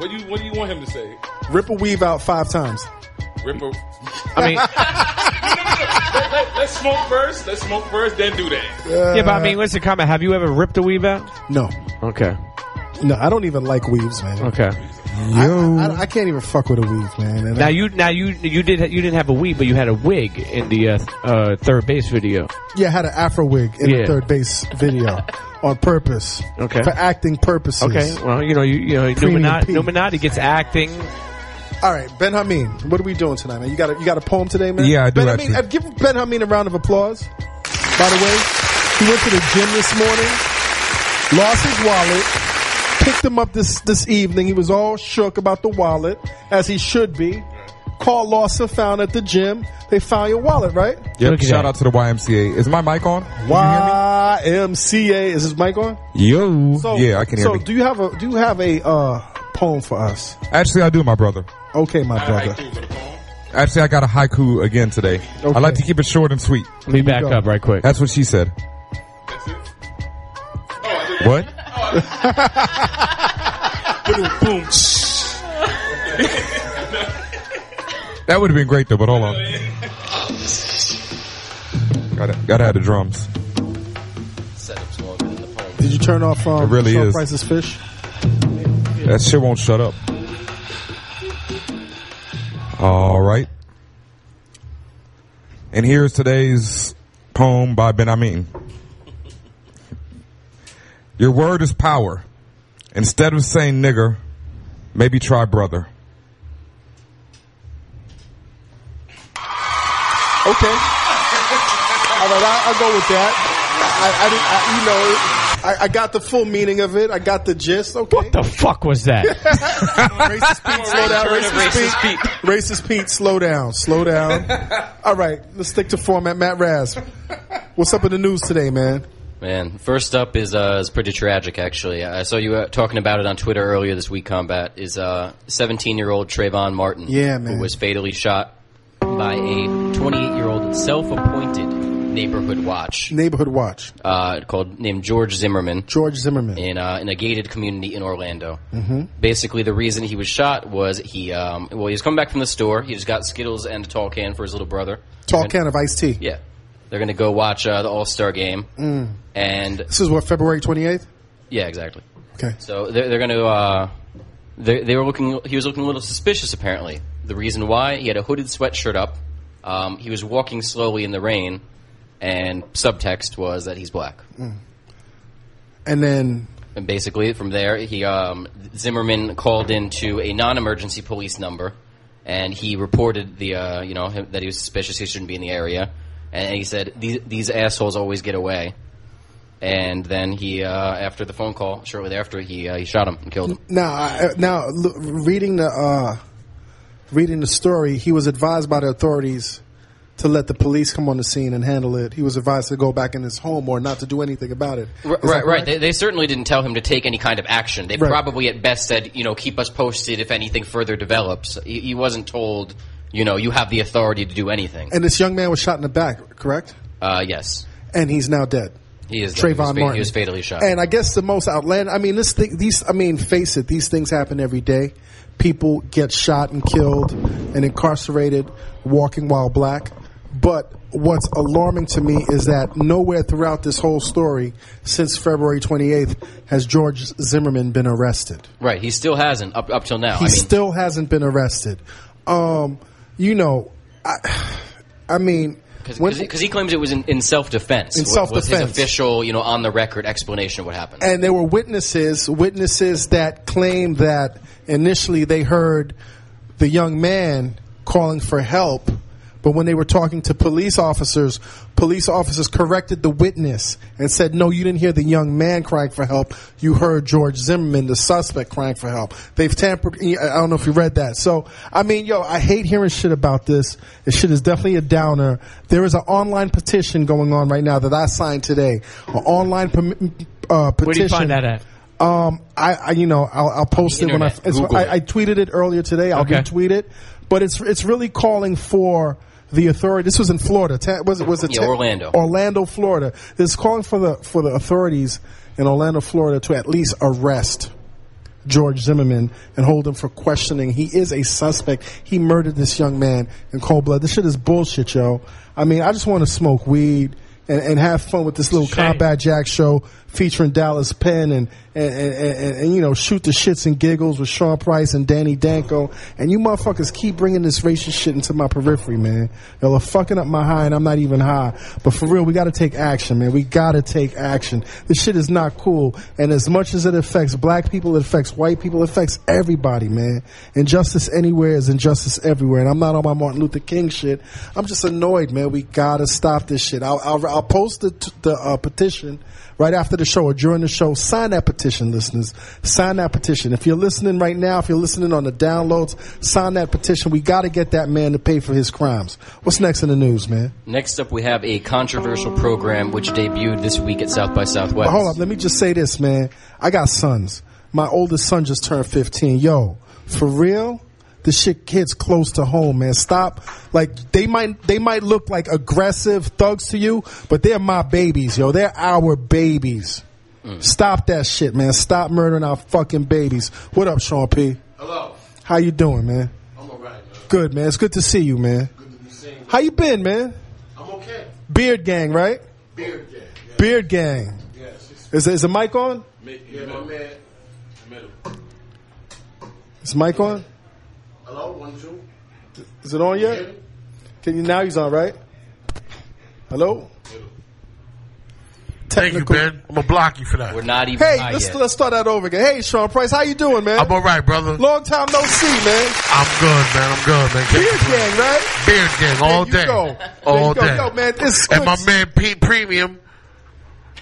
S4: What do you What do you want him to say?
S2: rip a weave out five times.
S4: Ripper.
S6: I mean,
S4: Let's smoke first. Let's smoke first, then do that.
S6: yeah, but I mean, listen, comment. Have you ever ripped a weave out?
S2: No,
S6: Okay.
S2: no, I don't even like weaves, man.
S6: Okay.
S2: I- I, I, I can't even fuck with a weave, man. And
S6: Now
S2: I-
S6: you, now you, you did, you didn't have a weave, but you had a wig in the uh, uh, third base video.
S2: yeah, I had an Afro wig in the
S6: Yeah.
S2: third base video on purpose.
S6: Okay.
S2: For acting purposes.
S6: Okay. Well, you know, you, you know,
S2: Premium
S6: Numinati,
S2: P.
S6: Numinati gets acting.
S2: All right, Ben Hameen, what are we doing tonight, man? You got a, you got a poem today, man?
S3: Yeah, I do,
S2: Ben
S3: actually.
S2: Hameen, uh, give Ben Hameen a round of applause. By the way, he went to the gym this morning, lost his wallet, picked him up this, this evening. He was all shook about the wallet, as he should be. Called Lawson, found at the gym. They found your wallet, right?
S3: Yep.
S6: Look at
S3: Shout
S6: that.
S3: out to the YMCA. Is my mic on? Can
S2: YMCA. Is this mic on?
S3: you hear me? Yo.
S2: So,
S3: yeah, I can hear
S2: so
S3: you.
S2: do you have a do you have a uh, poem for us?
S3: Actually, I do, my brother.
S2: Okay, my brother.
S4: Haiku for the poem.
S3: Actually, I got a haiku again today. I like to keep it short and sweet.
S6: Let me back up right quick.
S3: That's what she said. What? that would have been great though, but hold on. Gotta, gotta have the drums.
S5: Setup's longer than the poem.
S2: Did you turn off um,
S3: It really
S2: Sean
S3: is.
S2: Price's Fish?
S3: That shit won't shut up. All right. And here's today's poem by Ben Amin. Your word is power. Instead of saying nigger, maybe try brother.
S2: Okay. All right, I, I'll go with that. I, I, didn't- I you know, I, I got the full meaning of it. I got the gist. Okay.
S6: What the fuck was that?
S2: Racist Pete, slow down. Racist Pete. Racist Pete, slow down. Slow down. All right, let's stick to format. Matt Raz, what's up in the news today, man?
S5: Man, first up is uh, is pretty tragic. Actually, I saw you uh, talking about it on Twitter earlier this week. Combat is uh, seventeen-year-old Trayvon Martin,
S2: Yeah, man.
S5: who was fatally shot by a twenty-eight-year-old self-appointed neighborhood watch
S2: Neighborhood Watch.
S5: uh, called named George Zimmerman
S2: George Zimmerman.
S5: in uh, in a gated community in Orlando. Mm-hmm. Basically, the reason he was shot was he um, well he was coming back from the store. He just got Skittles and a tall can for his little brother.
S2: Tall can of iced tea. Mm.
S5: Yeah, they're gonna go watch uh, the All Star game, and
S2: This is what February twenty eighth.
S5: yeah, exactly.
S2: Okay.
S5: So they're, they're going to. Uh, they, they were looking. He was looking a little suspicious. Apparently, the reason why he had a hooded sweatshirt up. Um, he was walking slowly in the rain, and subtext was that he's black.
S2: Mm. And then
S5: And basically, from there, he um, Zimmerman called into a non-emergency police number, and he reported the uh, you know him, that he was suspicious. He shouldn't be in the area, and he said these these assholes always get away. And then he, uh, after the phone call, shortly thereafter, he uh, he shot him and killed him.
S2: now, I, now look, reading the uh, reading the story, he was advised by the authorities to let the police come on the scene and handle it. He was advised to go back in his home or not to do anything about it.
S5: R- Right, right. They, they certainly didn't tell him to take any kind of action. They
S2: Right.
S5: probably at best said, you know, keep us posted if anything further develops. He, he wasn't told, you know, you have the authority to do anything.
S2: And this young man was shot in the back, correct?
S5: Uh, yes,
S2: And he's now dead.
S5: he is. he was,
S2: Trayvon
S5: fa-
S2: Martin.
S5: He was fatally shot.
S2: And I guess the most outland. I mean, this thing, these. I mean, face it, these things happen every day. People get shot and killed and incarcerated walking while black. But what's alarming to me is that nowhere throughout this whole story, since February 28th, has George Zimmerman been arrested.
S5: right, he still hasn't up up till now. I
S2: He
S5: mean,
S2: still hasn't been arrested. Um, you know, I, I mean, when-
S5: because he claims it was in, in self defense.
S2: In
S5: was his
S2: self-defense.
S5: official, you know, on the record explanation of what happened.
S2: and there were witnesses witnesses that claimed that initially they heard the young man calling for help but when they were talking to police officers police officers corrected the witness and said no you didn't hear the young man crying for help you heard george zimmerman the suspect crying for help they've tampered i don't know if you read that so i mean yo i hate hearing shit about this this shit is definitely a downer there is an online petition going on right now that i signed today an online perm- uh, petition
S6: Where do you find that at?
S2: um, I, I you know, I'll, I'll post it when I,
S5: internet.
S2: it's-
S5: Google
S2: I. I tweeted it earlier today. I'll
S6: Okay.
S2: retweet it, but it's it's really calling for the authority. This was in Florida. Ta- was it was it
S5: Yeah,
S2: Ta-
S5: Orlando.
S2: Orlando, Florida. It's calling for the for the authorities in Orlando, Florida, to at least arrest George Zimmerman and hold him for questioning. He is a suspect. He murdered this young man in cold blood. This shit is bullshit, yo. I mean, I just want to smoke weed and, and have fun with this little
S6: Shame.
S2: combat jack show featuring Dallas Penn and and, and, and, and and you know shoot the shits and giggles with Sean Price and Danny Danko. And you motherfuckers keep bringing this racist shit into my periphery, man. Y'all are fucking up my high, and I'm not even high. But for real, we got to take action, man. We got to take action. This shit is not cool. And as much as it affects black people, it affects white people, it affects everybody, man. Injustice anywhere is injustice everywhere. And I'm not on my Martin Luther King shit. I'm just annoyed, man. We got to stop this shit. I'll, I'll, I'll post the, the uh, petition right after the show or during the show. Sign that petition, listeners. Sign that petition. If you're listening right now, if you're listening on the downloads, sign that petition. We got to get that man to pay for his crimes. What's next in the news, man?
S5: Next up, we have a controversial program which debuted this week at South by Southwest.
S2: But hold up, let me just say this, man. I got sons. My oldest son just turned 15. Yo, for real, this shit hits close to home, man. Stop. Like they might they might look like aggressive thugs to you, but they're my babies, yo. They're our babies.
S4: Mm.
S2: Stop that shit, man. Stop murdering our fucking babies. What up, Sean P?
S4: Hello.
S2: How you doing, man?
S4: I'm alright,
S2: Good, man. It's good to see you, man. How you been, man?
S4: I'm okay.
S2: Beard gang, right?
S4: Beard, yeah.
S2: Beard gang. Is is the mic on?
S4: Yeah, my man. Middle.
S2: Is the mic on?
S4: Hello, one, two.
S2: Is it on yet? Can you now? He's on, right? Hello.
S8: Thank you, Ben. I'm gonna block you for that.
S5: We're not even
S2: Hey,
S5: high
S2: let's
S5: yet.
S2: let's start that over again. Hey, Sean Price, how you doing, man?
S8: I'm all right, brother.
S2: Long time no see, man.
S8: I'm good, man. I'm good, man. Can't
S2: Beard
S8: complain.
S2: gang, right?
S8: Beard gang, all
S2: There you
S8: day,
S2: go. There
S8: all
S2: you go.
S8: day.
S2: Yo, man, it's
S8: and my
S2: good.
S8: man Pete Premium.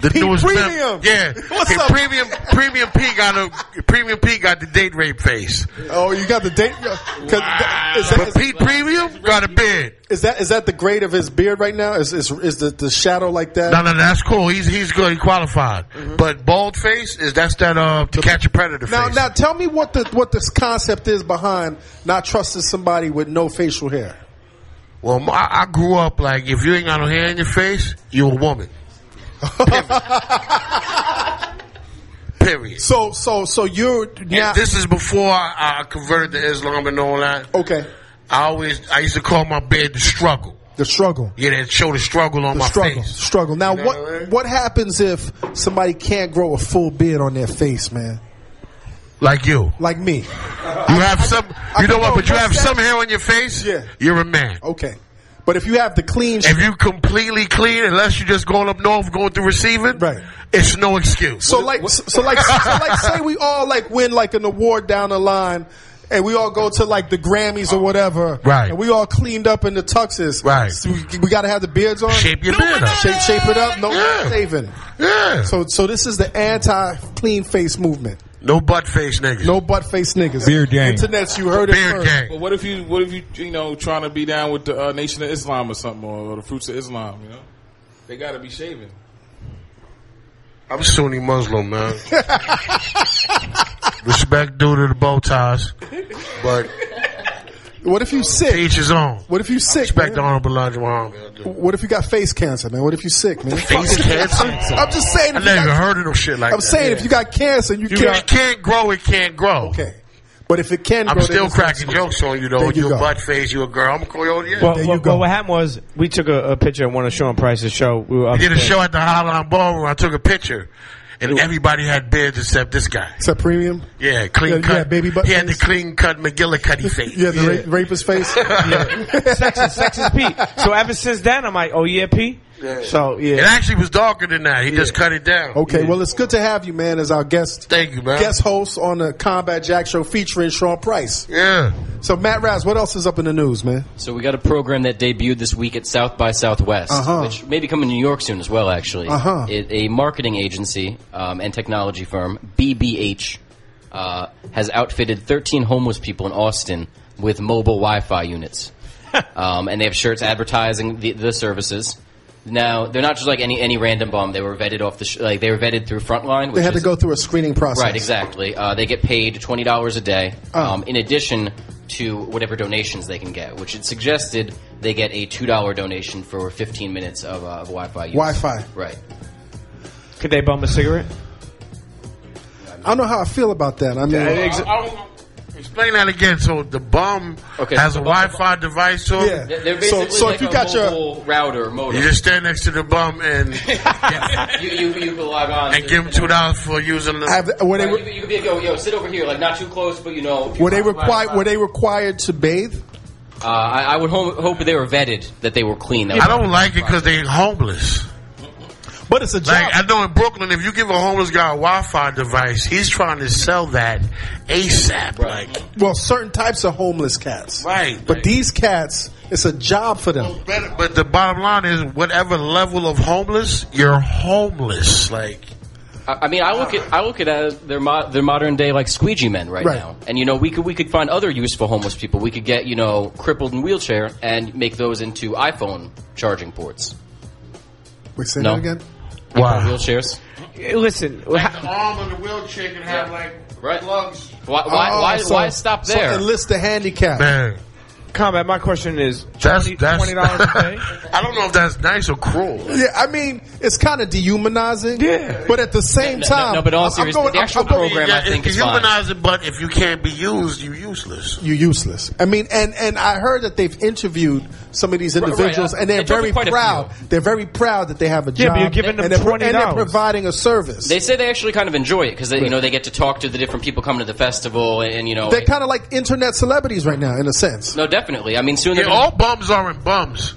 S8: The
S2: Pete
S8: newest
S2: Premium?
S8: member. yeah.
S2: What's
S8: Hey,
S2: up?
S8: Premium Premium P got a Premium P got the date rape face,
S2: Oh, you got the date. yo, 'cause that- Is, that,
S8: but
S2: is,
S8: Pete Premium got a beard.
S2: is that is that the grade of his beard right now? Is is, is the, the shadow like that?
S8: No, no, that's cool. He's he's good. He qualified.
S2: Mm-hmm.
S8: But bald face is that's that uh to catch a predator
S2: Now,
S8: face.
S2: now, tell me what the what this concept is behind not trusting somebody with no facial hair.
S8: well, my, I grew up like if you ain't got no hair in your face, you a woman. Period. Period.
S2: So, so, so you're now
S8: This is before I, I converted to Islam and all that.
S2: okay.
S8: I always I used to call my bed the struggle.
S2: The struggle,
S8: Yeah, that show the struggle on
S2: the
S8: my
S2: struggle,
S8: face.
S2: struggle. Now,
S8: know what I
S2: what
S8: mean?
S2: what happens if somebody can't grow a full beard on their face, man?
S8: Like you.
S2: Like me.
S8: You have some you know
S2: can
S8: what,
S2: grow
S8: but you
S2: a
S8: have some
S2: mustache.
S8: hair on your face,
S2: Yeah.
S8: you're a man.
S2: Okay, but if you have the clean,
S8: If you completely clean, unless you're just going up north, going through receiving,
S2: Right.
S8: it's no excuse.
S2: So like, so, so like, so like, say we all like win like an award down the line, and we all go to like the Grammys or whatever,
S8: Right.
S2: And we all cleaned up in the tuxes,
S8: Right.
S2: So we, we got to have the beards on,
S8: shape your beard up.
S2: shape, shape it up, no
S8: Yeah.
S2: shaving.
S8: Yeah.
S2: So, so this is the anti-clean face movement.
S8: no butt face niggas.
S2: No butt face niggas.
S3: Beard gang.
S2: Internets, you heard it
S8: beard
S2: first.
S8: gang.
S4: But what if you, what if you, you know, trying to be down with the uh, Nation of Islam or something, or, or the Fruits of Islam? You know, they got to be shaving.
S8: I'm Sunni Muslim, man. Respect due to the bow ties, but
S2: What if you sick?
S8: each his own.
S2: What if you sick?
S8: Respect the
S2: Man?
S8: honorable Elijah Muhammad.
S2: What if you got face cancer, man? What if you sick, man?
S8: Face cancer.
S2: I'm just saying.
S8: I
S2: If you
S8: never even
S2: got,
S8: heard of no shit like
S2: I'm
S8: that.
S2: saying if you got cancer, and you
S8: You
S2: can't.
S8: can't, grow, it can't grow.
S2: Okay. But if it can
S8: I'm
S2: grow, then
S8: still
S2: it's-
S8: cracking jokes on you though.
S2: There you
S8: You a
S2: go.
S8: butt face, you a girl. I'm a coyote. Yeah.
S6: Well,
S2: There you
S6: well,
S2: go.
S6: well, what happened was we took a, a picture of one of Sean Price's show. We were up
S8: did a
S6: there.
S8: show at the Highline Ballroom. I took a picture, and everybody had beards except this guy.
S2: It's a premium.
S8: Yeah, clean
S2: Yeah,
S8: cut.
S2: yeah, baby butt
S8: He had the
S2: face.
S8: clean cut McGillicuddy face.
S2: Yeah, the ra- rapist face.
S6: Sexist, sexist Pete. So ever since then, I'm like, oh yeah, Pete. So
S8: It
S6: yeah,
S8: actually was darker than that. He just cut it down.
S2: Okay, well, it's good to have you, man, as our guest
S8: Thank you, man.
S2: guest host on the Combat Jack Show featuring Sean Price.
S8: yeah.
S2: So, Matt Raz, what else is up in the news, man?
S5: So we got a program that debuted this week at South by Southwest,
S2: Uh-huh.
S5: which may be coming to New York soon as well. Actually,
S2: Uh-huh.
S5: It- a marketing agency um, and technology firm BBH uh, has outfitted 13 homeless people in Austin with mobile Wi-Fi units, um, and they have shirts advertising the, the services. Now they're not just like any any random bomb. They were vetted off the sh- like they were vetted through Frontline. Which
S2: They had to
S5: is,
S2: go through a screening process. Oh.
S5: Right, exactly. Uh, they get paid twenty dollars a day, um, in addition to whatever donations they can get. Which it suggested they get a two dollar donation for fifteen minutes of, uh, of Wi-Fi. Use.
S2: Wi-Fi.
S5: Right.
S6: could they bum a cigarette?
S2: I don't know how I feel about that. I mean,
S8: Explain that again. So the bum
S5: Okay,
S8: has
S5: so
S8: a
S5: the bum-
S8: Wi-Fi device to
S2: yeah.
S8: him.
S5: They're
S2: So,
S5: basically
S2: so
S5: like
S2: if you
S5: a
S2: got your
S5: mobile router modem.
S8: You just stand next to the bum and
S5: you, you, you can log on
S8: and
S5: to-
S8: give him two dollars for using the.
S2: I have, were they
S5: Right, you, you can be like, yo, yo, sit over here, like not too close, but you know.
S2: were they required were they required to bathe?
S5: Uh, I, I would ho- hope they were vetted that they were clean. That
S8: I don't like it because they homeless.
S2: But it's a job.
S8: Like I know in Brooklyn, if you give a homeless guy a Wi-Fi device, he's trying to sell that ASAP. Like
S2: well, certain types of homeless cats.
S8: right,
S2: But these cats, it's a job for them.
S8: But, but the bottom line is, whatever level of homeless, you're homeless. Like,
S5: I I mean, I look at I look at it as their mo- their modern day like squeegee men right,
S2: Right.
S5: now, and you know we could we could find other use for homeless people. We could get you know crippled in wheelchair and make those into iPhone charging ports.
S2: Wait, say
S5: No.
S2: that again.
S5: Wheelchairs.
S6: Listen,
S8: The arm on the wheelchair can have
S5: Yeah.
S8: like
S5: Right.
S8: plugs.
S5: Why? Why?
S2: Oh,
S5: why,
S2: so-
S5: why stop
S2: so
S5: there?
S2: enlist the handicap.
S8: Man,
S6: combat. My question is
S8: that's that's
S6: twenty dollars a day.
S8: I don't know if that's nice or cruel.
S2: Yeah, I mean, it's kind of dehumanizing. Yeah. But at the same
S5: No, no,
S2: time,
S5: no, but in all
S2: I'm- I'm
S5: seriousness,
S2: going-
S5: the
S2: I'm-
S5: actual
S2: I'm going-
S5: program- I think
S8: it's
S5: is fine.
S8: humanizing, but if you can't be used, you're useless.
S2: you're useless. I mean, and and I heard that they've interviewed some of these individuals,
S5: right.
S2: and they're
S5: They took
S2: very
S5: quite a
S2: proud. They're very proud that they have a job.
S6: Yeah, but you're giving them
S2: and they're, pro- and they're
S6: $20.
S2: providing a service.
S5: They say they actually kind of enjoy it because you know they get to talk to the different people coming to the festival and, and, you know.
S2: They're kind of like internet celebrities right now, in a sense.
S5: no, definitely. I mean, soon they're
S8: Yeah,
S5: gonna-
S8: all bums aren't bums.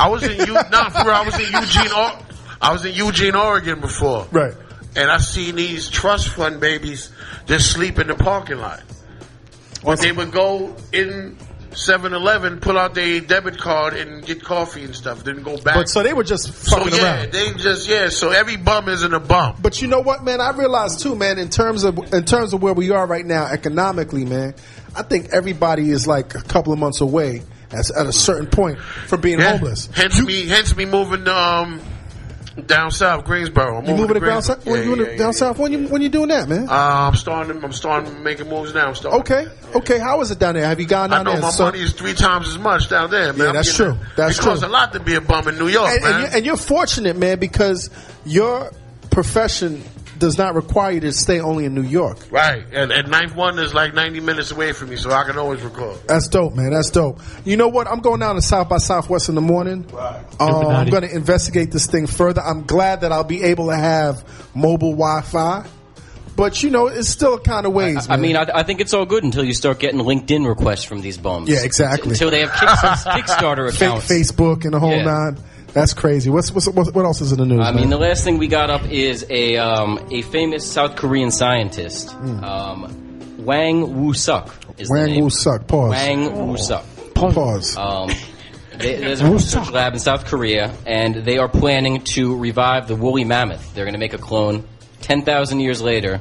S8: I was in U- nah, for real, I was in Eugene. O- I was in Eugene, Oregon before.
S2: Right.
S8: And I seen these trust fund babies just sleep in the parking lot. Or they would go in 7-Eleven, pull out their debit card and get coffee and stuff. Then go back.
S2: But so they were just
S8: So,
S2: fucking
S8: yeah,
S2: around.
S8: they just yeah. So every bum isn't a bum.
S2: But you know what, man? I realize too, man. In terms of in terms of where we are right now economically, man, I think everybody is like a couple of months away at, at a certain point from being
S8: Yeah.
S2: homeless.
S8: Hence me, hence me moving um down south Greensboro. I'm
S2: You moving to down
S8: Greensboro.
S2: south? When
S8: Yeah,
S2: you in the-
S8: yeah, yeah,
S2: down
S8: yeah.
S2: south? When you when you doing that, man?
S8: Uh, I'm starting. I'm starting making moves now. I'm starting.
S2: okay, okay. How is it down there? Have you gone
S8: I
S2: down
S8: know
S2: there?
S8: my
S2: son?
S8: money is three times as much down there, man.
S2: Yeah,
S8: I'm
S2: that's
S8: getting-
S2: true. That's
S8: it costs
S2: true.
S8: a lot to be a bum in New York,
S2: and, and
S8: man.
S2: you're, and you're fortunate, man, because your profession does not require you to stay only in New York.
S8: right. And, and ninth one is like 90 minutes away from me, so I can always record.
S2: That's dope, man. That's dope. You know what? I'm going down to South by Southwest in the morning. Right. I'm going to investigate this thing further. I'm glad that I'll be able to have mobile Wi-Fi, but you know, it's still kind of ways.
S5: I
S2: man.
S5: mean, I, I think it's all good until you start getting LinkedIn requests from these bums.
S2: Yeah, exactly.
S5: Until they have Kicks- Kickstarter
S2: Fake
S5: accounts.
S2: Facebook and the whole
S5: Yeah.
S2: nine. That's crazy. What's, what's what what else is in the news?
S5: I mean,
S2: man?
S5: the last thing we got up is a um, a famous South Korean scientist, um, Wang Woo Suk. Is the
S2: Hmm. Wang
S5: name.
S2: Wu Suk. Pause.
S5: Wang Woo Suk.
S2: Pause.
S5: Um, they, there's a research lab in South Korea, and they are planning to revive the woolly mammoth. They're going to make a clone 10,000 years later.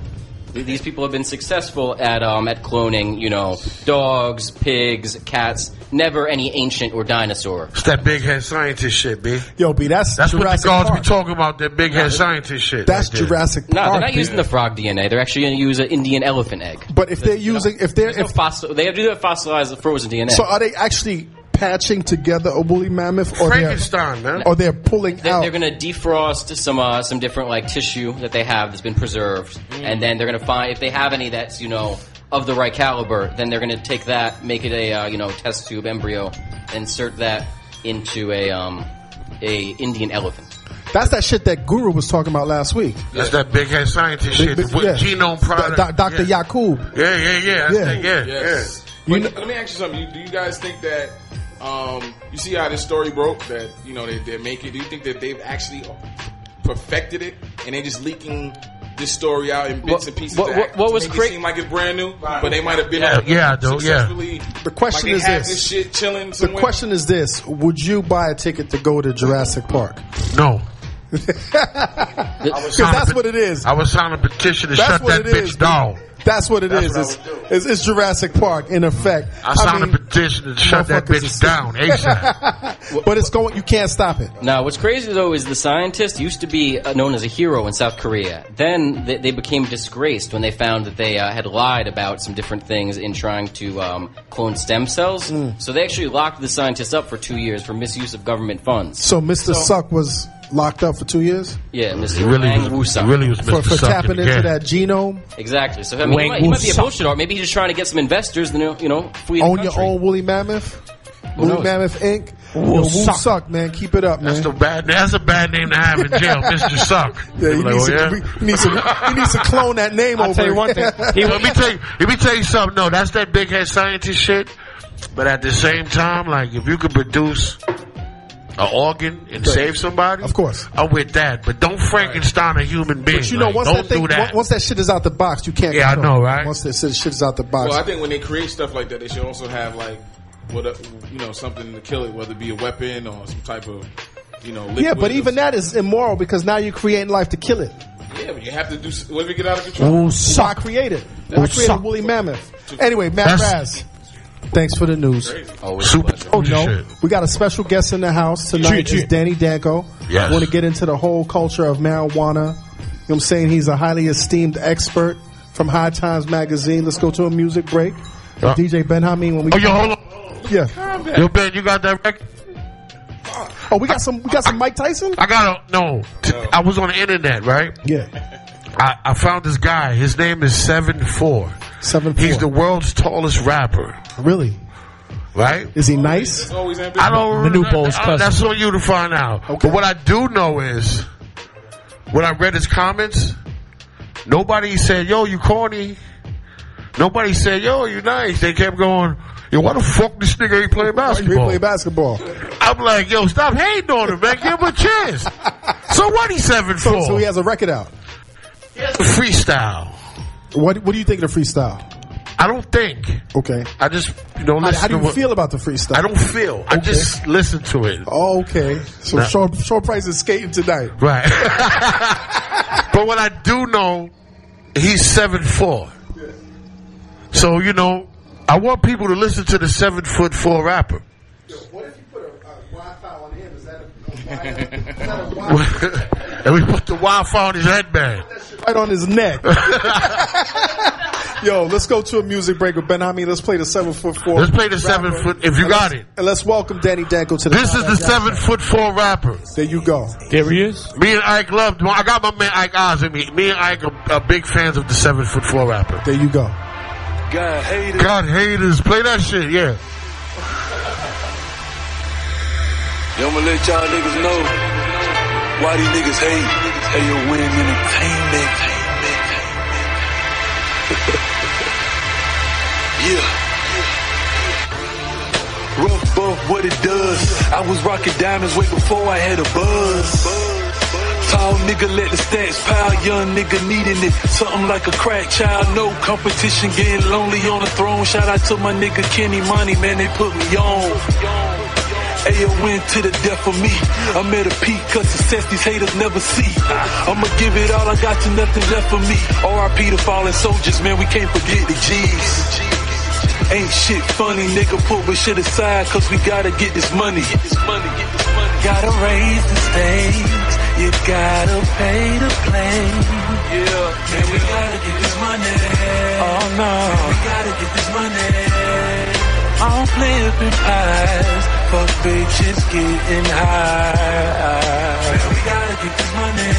S5: Th- These people have been successful at um, at cloning, you know, dogs, pigs, cats, never any ancient or dinosaur.
S8: It's that big head scientist shit, B.
S2: Yo, B, that's
S8: That's what
S2: Jurassic
S8: the guards
S2: Park.
S8: be talking about, that big head scientist shit.
S2: That's
S8: right there.
S2: Jurassic
S5: No,
S2: Park.
S5: they're not
S2: B.
S5: using the frog DNA. They're actually going to use an Indian elephant egg.
S2: But if they're using, if they're,
S5: There's no
S2: if,
S5: fossil, they have to do that fossilized frozen DNA.
S2: so uh, are they actually patching together a woolly mammoth, or they're,
S8: Frankenstein, man.
S2: or they're pulling
S5: They-
S2: out?
S5: They're going to defrost some uh, some different like tissue that they have that's been preserved,
S2: Mm.
S5: and then they're going to find if they have any that's you know of the right caliber. Then they're going to take that, make it a uh, you know test tube embryo, insert that into a um, a Indian elephant.
S2: That's that shit that Guru was talking about last week.
S8: That's that big head scientist shit.
S2: Big- big-
S8: with
S2: yeah.
S8: genome product.
S2: Do- Dr.
S8: Yeah.
S2: Yakub.
S8: Yeah, yeah, yeah.
S2: Yeah.
S8: Yeah, yeah,
S4: Yes.
S2: You
S4: But
S2: kn-
S4: let me ask you something. You, do you guys think that um, you see how this story broke? That you know they, they make it. Do you think that they've actually perfected it and they just leaking this story out in bits
S5: What-
S4: and pieces?
S5: what-
S4: to
S5: what-
S4: act-
S5: what
S4: to
S5: was
S4: make
S5: cra-
S4: it seem like it's brand new, but they might have been
S8: Yeah,
S4: on-
S8: yeah, I do, yeah.
S4: successfully-
S2: The question is
S4: like they have
S2: this.
S4: this shit chilling
S2: The
S4: somewhere.
S2: question is this: Would you buy a ticket to go to Jurassic Park?
S8: No.
S2: Because that's what it is.
S8: I was signing a petition to
S2: That's
S8: shut
S2: what
S8: that
S2: it
S8: bitch
S2: is.
S8: down.
S2: That's what it
S8: That's
S2: is.
S8: what I
S2: It's,
S8: would do.
S2: it's, it's Jurassic Park in effect.
S8: I signed
S2: mean,
S8: a petition to shut that
S2: motherfuckers is-
S8: bitch down ASAP.
S2: but it's going. You can't stop it.
S5: Now, what's crazy though is the scientist used to be uh, known as a hero in South Korea. Then they, they became disgraced when they found that they uh, had lied about some different things in trying to um, clone stem cells.
S2: Hmm.
S5: So they actually locked the scientist up for two years for misuse of government funds.
S2: So Mr. Suck was locked up for two years
S5: Yeah,
S8: He
S5: Mr.
S8: really
S5: Wang
S8: was, he
S5: Wusa.
S8: really was
S2: for,
S8: Mr.
S2: for
S8: Suck
S2: tapping
S8: in the
S2: into
S8: game.
S2: that genome.
S5: Exactly. So I mean, he
S6: Wang
S5: might, he might be a
S6: Wusa.
S5: bullshit art. Maybe he's just trying to get some investors. You know, you know, free the
S2: Own
S5: country.
S2: your own woolly mammoth, woolly
S5: knows?
S2: mammoth Inc.
S6: Woo
S2: Yo, Woo
S6: Suck.
S2: suck, man. Keep it up, man.
S8: That's the bad. That's a bad name to have in jail, Mister Suck.
S2: Yeah, you
S8: Like,
S2: need,
S8: oh,
S2: to, you need to you need to clone that name
S6: I'll
S2: over.
S6: tell you one thing. He,
S8: Let me tell you. Let me tell you something. No, that's that big head scientist shit. But at the same time, like if you could produce an organ and save somebody,
S2: Of course.
S8: I'm with that. But don't Frankenstein a human being.
S2: But you know,
S8: Like,
S2: once
S8: don't
S2: that thing,
S8: do that.
S2: once that shit is out the box, you can't.
S8: Yeah, I
S2: control it.
S8: know, right?
S2: Once that shit shit is out the box,
S4: Well, I think when they create stuff like that, they should also have like what a, you know something to kill it, whether it be a weapon or some type of you know. Liquid
S2: yeah, but
S4: or
S2: even that is immoral because now you're creating life to kill it.
S4: Yeah, but you have to do. s- What if you get out of control?
S6: Woo
S2: So I
S6: suck.
S2: created. I created a
S6: suck.
S2: woolly mammoth. Anyway, Matt
S8: That's-
S2: Raz, thanks for the news.
S5: Always a
S8: super
S5: pleasure.
S8: oh,
S2: No, we got a special guest in the house tonight.
S6: Shoot,
S2: It's
S6: shoot.
S2: Danny Danko.
S8: Yes.
S2: want to get into the whole culture of marijuana know what I'm saying? He's a highly esteemed expert from High Times Magazine. Let's go to a music break.
S8: Yeah.
S2: DJ Benjamin, when we.
S8: Uh. Oh, yo, hold on.
S2: Yeah.
S8: Yo, Ben, you got that record?
S2: Oh, we got some. We got some Mike Tyson.
S8: I got a no. I was on the internet, right?
S2: Yeah.
S8: I, I found this guy. His name is Seven Four.
S2: Seven.
S8: He's the
S2: four.
S8: world's tallest rapper,
S2: really.
S8: right?
S2: Is he nice?
S4: Always ambitious.
S8: I don't.
S6: Manupo's
S8: that-
S6: cousin.
S8: That's on you to find out.
S2: Okay.
S8: But what I do know is, when I read his comments, nobody said, "Yo, you corny." Nobody said, "Yo, you nice." They kept going. Yo, why the fuck this nigga ain't playing
S2: We
S8: basketball?
S2: play basketball.
S8: I'm like, yo, stop hating on him, man. Give him a chance. so what? He's seven
S2: So,
S8: four.
S2: so he has a record out.
S8: freestyle.
S2: What What do you think of the freestyle?
S8: I don't think.
S2: Okay.
S8: I just you know
S2: How,
S8: listen.
S2: how do
S8: to
S2: you
S8: what-
S2: feel about the freestyle?
S8: I don't feel. I just listen to it.
S2: Oh, okay. So Shaw, Shaw Price is skating tonight.
S8: Right. but what I do know, he's seven four. So you know, I want people to listen to the seven foot four rapper.
S2: What if you put a, Wi-Fi on him? Is that a, Wi-Fi?
S8: and we put the Wi-Fi on his headband.
S2: right on his neck? Yo, let's go to a music break with Ben Hami. Let's play the seven foot four.
S8: Let's play the seven foot. If you got it,
S2: And let's welcome Danny Danko to the.
S8: this is the seven foot four rapper.
S2: There you go.
S6: There he is.
S8: Me and Ike loved. I got my man Ike Oz in me. Me and Ike are, are big fans of the seven foot four rapper.
S2: There you go.
S9: God hated.
S8: God haters, play that shit. Yeah.
S9: Yo, I'ma let y'all niggas know why these niggas hate. Hey, yo, winning entertainment. yeah. Rough up what it does. I was rocking diamonds way before I had a buzz. Tall nigga let the stats pile, young nigga needing it. Something like a crack child, no competition, getting lonely on the throne. Shout out to my nigga Kenny Money, man, they put me on. Ayo win to the death for me. I'm at a peak, cause success these haters never see. I'ma give it all I got to nothing left for me. RIP to fallen soldiers, man, we can't forget the G's. Ain't shit funny, nigga. Put this shit aside, cause we gotta get this money. Get this money, get this money. Gotta raise the stakes. You gotta pay to play. Yeah, man, we gotta get this money. Oh no, we gotta get this money. I'm flipping pies, fuck bitches getting high. Man, we gotta get this money.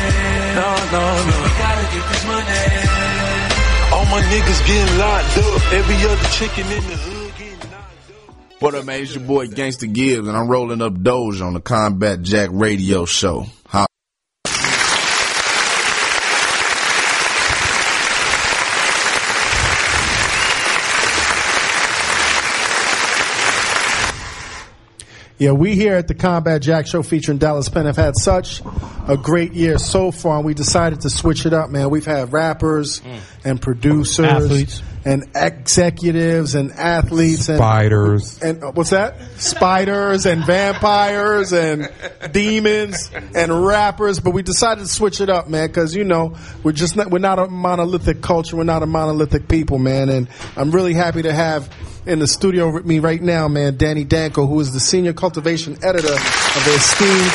S9: No, no, no, we gotta get this money. All my niggas getting locked up. Every other chicken in the hood getting knocked up.
S10: What up, man? It's your boy Gangsta Gibbs, and I'm rolling up Doge on the Combat Jack Radio Show. How-
S2: Yeah, we here at the Combat Jack Show featuring Dallas Penn have had such a great year so far, and we decided to switch it up, man. We've had rappers and producers
S6: Athletes.
S2: and executives and athletes and
S3: Spiders.
S2: and uh, what's that? Spiders and vampires and demons and rappers. But we decided to switch it up, man, because you know we're just not, we're not a monolithic culture. We're not a monolithic people, man. And I'm really happy to have in the studio with me right now, man, Danny Danko, who is the senior cultivation editor of the esteemed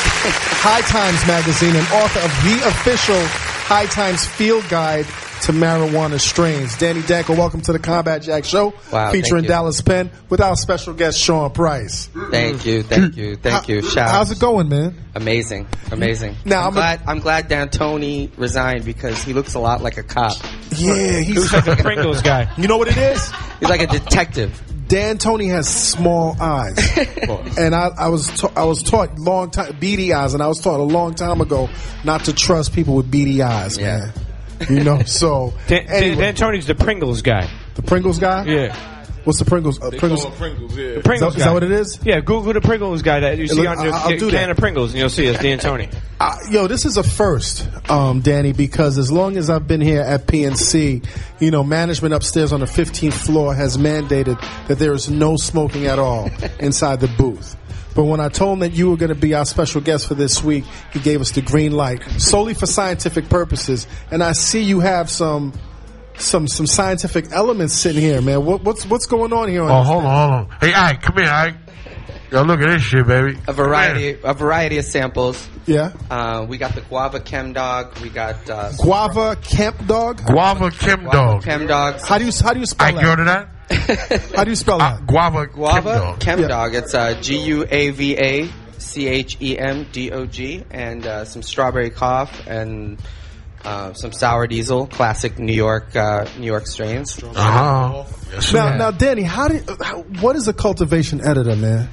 S2: High Times magazine and author of the official High Times Field Guide. To marijuana strains. Danny Danko, welcome to the Combat Jack Show,
S11: Wow, thank
S2: featuring
S11: you.
S2: Dallas. Dallas Penn with our special guest Sean Price.
S11: Thank you, thank you, thank you. Shout
S2: How's it going, man?
S11: Amazing, amazing.
S2: Now,
S11: I'm,
S2: I'm a-
S11: glad. i I'm glad D'Antoni resigned because he looks a lot like a cop.
S2: Yeah, he's.
S6: The Pringles guy.
S2: you know what it is?
S11: He's like a detective.
S2: Dan Tony has small eyes, and I, I was ta- I was taught long time beady eyes, and I was taught a long time ago not to trust people with beady eyes,
S11: Yeah.
S2: man. You know, so
S6: Dan, Dan,
S2: anyway,
S6: Dan Tony's the Pringles guy.
S2: the Pringles guy.
S6: Yeah.
S2: what's the Pringles? Uh,
S4: They
S2: Pringles.
S4: call them Pringles, yeah.
S2: Is that,
S6: Pringles
S2: is
S6: guy.
S2: that what it is?
S6: Yeah, Google the Pringles guy that you see
S2: look,
S6: on your
S2: I'll- I'll do
S6: can
S2: that.
S6: of Pringles, and you'll see it's Dan Tony.
S2: Uh, yo, this is a first, um, Danny, because as long as I've been here at PNC, you know, management upstairs on the 15th floor has mandated that there is no smoking at all inside the booth. But when I told him that you were going to be our special guest for this week, he gave us the green light solely for scientific purposes. And I see you have some some some scientific elements sitting here, man. What, what's what's going on here?
S8: Oh, hold on, hold on. Hey, Ike, come here, Ike. Yo, look at this shit, baby.
S11: A variety, a variety of samples.
S2: Yeah.
S11: Uh, we got the guava chem dog. We got uh,
S2: Guava Camp Dog.
S8: Guava Kim
S11: guava chem dogs.
S2: How do you how do you spell
S8: I
S2: that?
S8: go to that.
S2: How do you spell that?
S8: Guava, Kim
S11: Guava
S8: dog.
S11: chem dog. It's uh, G U A V A C H E M D O G, and uh, some strawberry cough and. Uh, some sour diesel, classic New York, uh, New York strains.
S8: Uh-huh. Yes,
S2: Now,
S8: ma'am.
S2: now, Danny, how did how, what is a cultivation editor, man?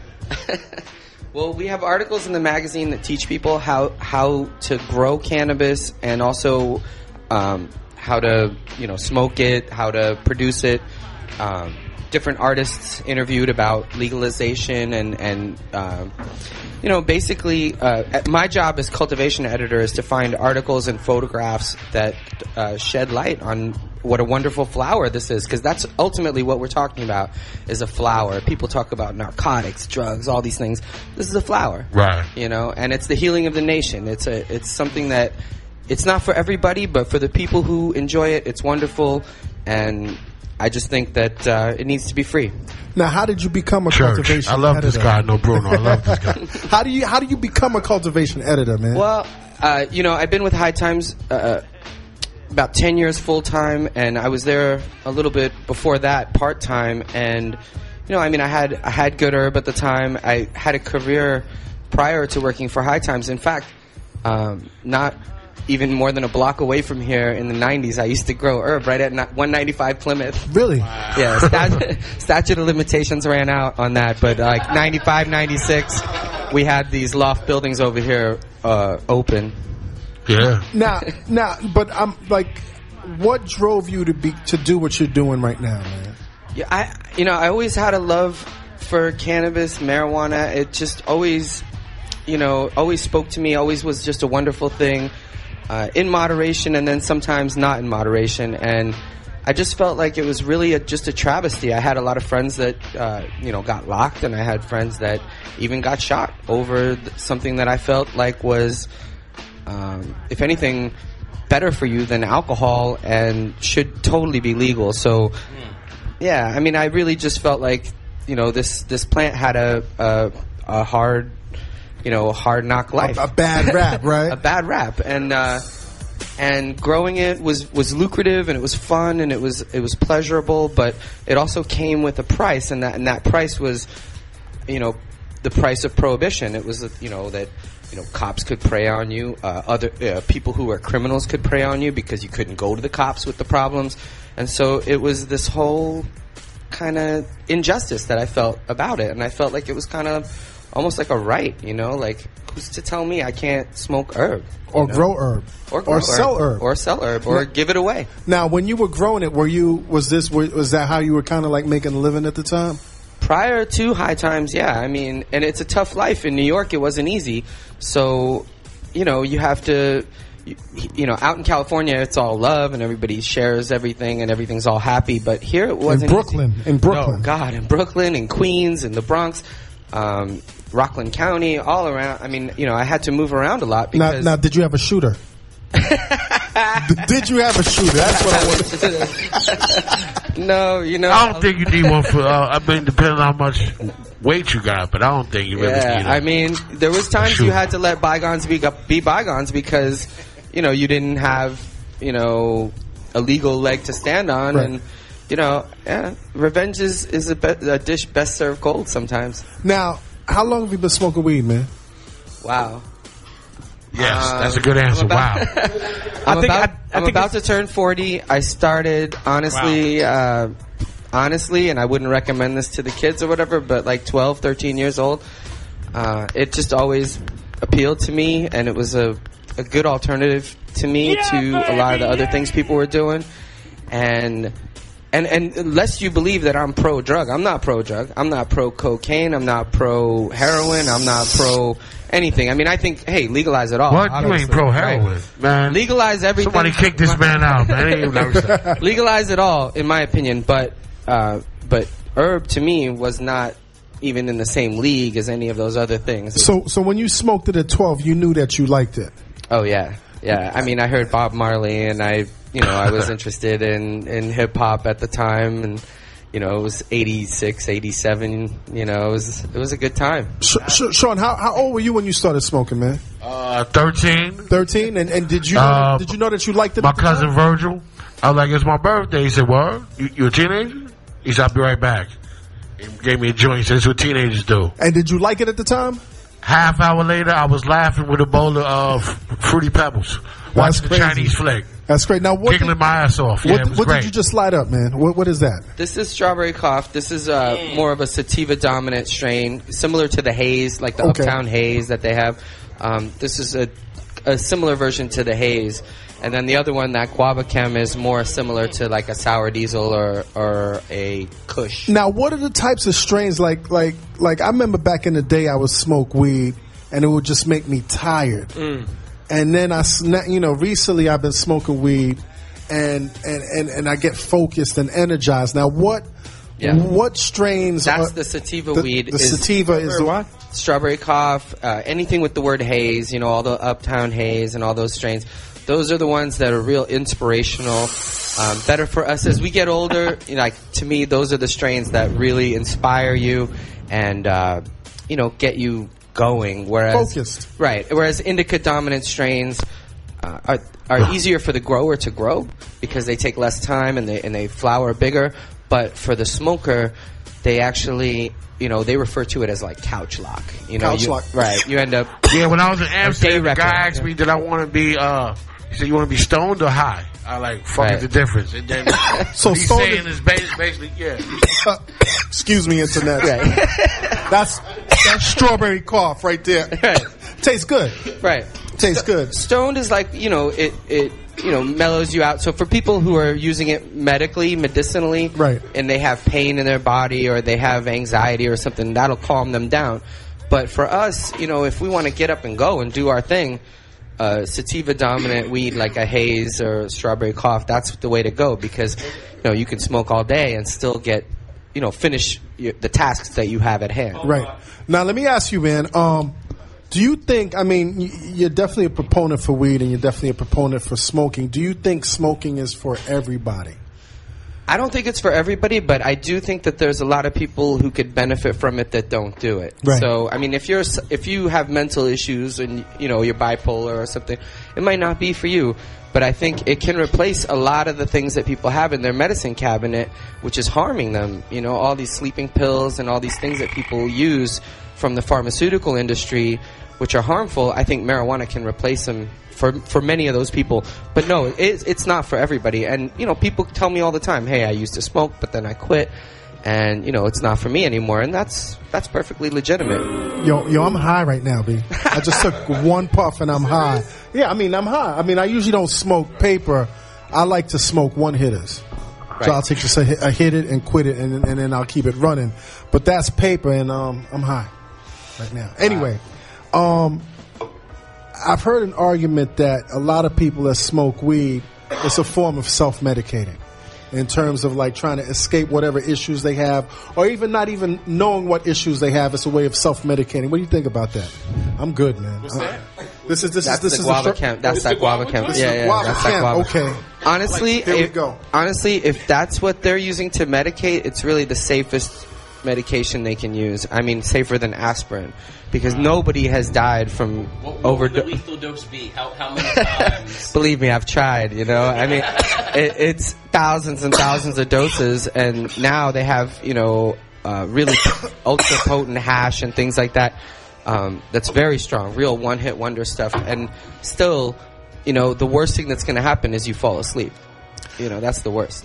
S11: Well, we have articles in the magazine that teach people how how to grow cannabis and also um, how to you know smoke it, how to produce it. Um, different artists interviewed about legalization and and um, you know basically uh, at- my job as cultivation editor is to find articles and photographs that uh, shed light on what a wonderful flower this is because that's ultimately what we're talking about is a flower people talk about narcotics drugs all these things this is a flower
S8: Right.
S11: you know and it's the healing of the nation it's a it's something that it's not for everybody but for the people who enjoy it it's wonderful and i just think that uh, it needs to be free
S2: Now, how did you become a
S8: Church.
S2: cultivation?
S8: I love
S2: editor?
S8: this guy. No, Bruno. I love this guy.
S2: How do you how do you become a cultivation editor, man?
S11: Well, uh, you know, I've been with High Times uh, about 10 years full time, and I was there a little bit before that part time. And, you know, I mean, I had, I had Good Herb at the time. I had a career prior to working for High Times. In fact, um, not even more than a block away from here in the 90s, I used to grow herb right at ni- 195 Plymouth.
S2: Really?
S11: Yeah, stat- statute of limitations ran out on that, but like 95, 96, we had these loft buildings over here uh, open.
S8: Yeah.
S2: Now, now, but I'm like, what drove you to be to do what you're doing right now, man?
S11: Yeah, I you know I always had a love for cannabis, marijuana. It just always, you know, always spoke to me. Always was just a wonderful thing, uh, in moderation, and then sometimes not in moderation. And I just felt like it was really a, just a travesty. I had a lot of friends that uh, you know got locked, and I had friends that even got shot over th- something that I felt like was um, if anything, better for you than alcohol and should totally be legal. So, yeah, I mean, I really just felt like, you know, this, this plant had a, a, a hard, you know, a hard knock life.
S2: A bad rap, right?
S11: a bad rap. And, uh, and growing it was, was lucrative and it was fun and it was, it was pleasurable, but it also came with a price and that, and that price was, you know, the price of prohibition. It was, you know, that you know cops could prey on you. Uh, other uh, people who were criminals could prey on you because you couldn't go to the cops with the problems, and so it was this whole kind of injustice that I felt about it, and I felt like it was kind of almost like a right, you know, like who's to tell me I can't smoke herb
S2: or grow herb,
S11: or, grow
S2: sell herb.
S11: or sell herb or give it away.
S2: now, when you were growing it, were you was this were, was that how you were kind of like making a living at the time?
S11: prior to high times yeah i mean and it's a tough life in new york it wasn't easy so you know you have to you, you know out in california it's all love and everybody shares everything and everything's all happy but here it wasn't
S2: In Brooklyn,
S11: easy.
S2: in Brooklyn.
S11: Oh God, in Brooklyn, in Queens, in the Bronx, um, Rockland County, all around. I mean, you know, I had to move around a lot
S2: Now,
S11: because
S2: now, did you have a shooter? D- did you have a shooter? That's what I want.
S11: no, you know,
S8: I don't think you need one for. Uh, I mean, depending on how much weight you got, but I don't think you really
S11: Yeah,
S8: need it.
S11: I mean, there was times
S8: Oh, Shoot.
S11: you had to let bygones be be bygones because, you know, you didn't have, you know, a legal leg to stand on,
S2: Right.
S11: and you know, yeah, revenge is is a, be- a dish best served cold sometimes.
S2: Now, how long have you been smoking weed, man?
S11: Wow, Um,
S8: yes, that's a good answer. Wow.
S11: I'm
S6: think-
S11: about,
S6: I- I
S11: I, am
S6: think
S11: about to turn 40. I started honestly. Uh, Honestly, and I wouldn't recommend this to the kids or whatever, but like 12, 13 years old, uh, it just always appealed to me, and it was a, a good alternative to me to a lot of the other things people were doing. And and and unless you believe that I'm pro drug, I'm not pro drug. I'm not pro cocaine. I'm not pro heroin. I'm not pro anything. I mean, I think hey, legalize it all.
S8: What? You ain't
S11: obviously,
S8: pro
S11: right?
S8: heroin, man.
S11: legalize everything.
S8: Somebody kick this man out, man. Ain't even never said.
S11: legalize it all, in my opinion. But uh, but herb to me was not even in the same league as any of those other things.
S2: So, so when you smoked it at twelve, you knew that you liked it.
S11: oh yeah, yeah. I mean, I heard Bob Marley, and I you know I was interested in in hip hop at the time, and you know, it was 86, 87, you know, it was it was a good time.
S2: Sh- Sh- Sean, how, how old were you when you started smoking, man?
S8: Uh, 13.
S2: 13? And, and did you
S8: Uh,
S2: did you know that you liked it?
S8: My cousin Virgil. I was like, it's my birthday. He said, what? You, you a teenager? He said, I'll be right back. He gave me a joint. He said, that's what teenagers do.
S2: And did you like it at the time?
S8: Half hour later, I was laughing with a bowl of uh, Fruity Pebbles. Watching the
S2: crazy.
S8: Chinese flick.
S2: That's great. Now, what,
S8: Giggling my ass off. Yeah,
S2: what,
S8: it was
S2: what
S8: great.
S2: did you just light up, man? What, what is that?
S11: This is strawberry cough. This is uh, more of a sativa dominant strain, similar to the haze, like the
S2: Okay.
S11: uptown haze that they have. Um, this is a, a similar version to the haze, and then the other one, that guava chem, is more similar to like a sour diesel or or a Kush.
S2: Now, what are the types of strains like like like I remember back in the day I would smoke weed and it would just make me tired. And then I sna- you know, recently I've been smoking weed and and and, and I get focused and energized. Now, what
S11: Yeah.
S2: what strains
S11: That's
S2: are-
S11: the sativa
S2: uh, the-
S11: weed.
S2: The sativa is the what?
S11: Strawberry cough, uh, anything with the word haze, you know, all the uptown haze and all those strains. Those are the ones that are real inspirational. Um, better for us as we get older. You know, like, to me, those are the strains that really inspire you and, uh, you know, get you going. Whereas,
S2: Focused.
S11: Right. Whereas indica dominant strains uh, are are easier for the grower to grow because they take less time and they and they flower bigger. But for the smoker, they actually you know they refer to it as like couch lock. You know,
S2: Couch
S11: you-
S2: lock.
S11: Right. You end up
S8: Yeah, when I was in Amsterdam, the
S11: record,
S8: guy asked
S11: yeah.
S8: me, did I want to be, uh, he said, you want to be stoned or high? I like, fuck
S11: Right.
S8: is the difference. And then
S2: So
S8: he's
S2: stoned
S8: saying
S2: is-
S8: is ba- basically, yeah.
S2: Excuse me, internet. That's that's strawberry cough right there. Tastes good.
S11: right.
S2: Tastes good.
S11: Stoned is like you know it it you know mellows you out. So for people who are using it medically, medicinally,
S2: Right.
S11: and they have pain in their body or they have anxiety or something, that'll calm them down. But for us, you know, if we want to get up and go and do our thing, uh, sativa dominant weed like a haze or strawberry cough, that's the way to go because you know you can smoke all day and still get you know finish your, the tasks that you have at hand.
S2: Right. Now, let me ask you, man. Um, do you think? I mean, y- you're definitely a proponent for weed, and you're definitely a proponent for smoking. Do you think smoking is for everybody?
S11: I don't think it's for everybody, but I do think that there's a lot of people who could benefit from it that don't do it.
S2: Right.
S11: So, I mean, if you're s- if you have mental issues and you know you're bipolar or something, it might not be for you. But I think it can replace a lot of the things that people have in their medicine cabinet, which is harming them. You know, all these sleeping pills and all these things that people use from the pharmaceutical industry, which are harmful. I think marijuana can replace them for for many of those people. But no, it, it's not for everybody. And you know, people tell me all the time, "Hey, I used to smoke, but then I quit." And you know it's not for me anymore, and that's that's perfectly legitimate.
S2: Yo, yo, I'm high right now, B. I just took one puff and I'm high. Yeah, I mean, I'm high. I mean, I usually don't smoke paper. I like to smoke one hitters. So I'll take just a hit, a hit it and quit it, and, then- and then I'll keep it running. But that's paper, and um, I'm high right now. Anyway, um, I've heard an argument that a lot of people that smoke weed, it's a form of self-medicating in terms of like trying to escape whatever issues they have, or even not even knowing what issues they have. It's a way of self-medicating. What do you think about that? I'm good, man. What's that? This is this
S11: That's
S2: is this
S11: the
S2: is
S11: guava
S2: stru-
S11: camp. That's that guava camp.
S2: This is
S11: Yeah,
S2: the
S11: yeah,
S2: guava
S11: that's that
S2: camp.
S11: guava.
S2: Okay.
S11: Honestly,
S2: Like, there we
S11: if,
S2: go.
S11: honestly, if that's what they're using to medicate, it's really the safest medication they can use. I mean, safer than aspirin, because nobody has died from
S5: Overdose.
S11: overdose.
S5: Lethal dose be how, how many times?
S11: Believe me, I've tried. You know, I mean, it, it's thousands and thousands of doses, and now they have you know uh, really ultra potent hash and things like that. Um, that's very strong, real one hit wonder stuff. And still, you know, the worst thing that's going to happen is you fall asleep. You know, that's the worst.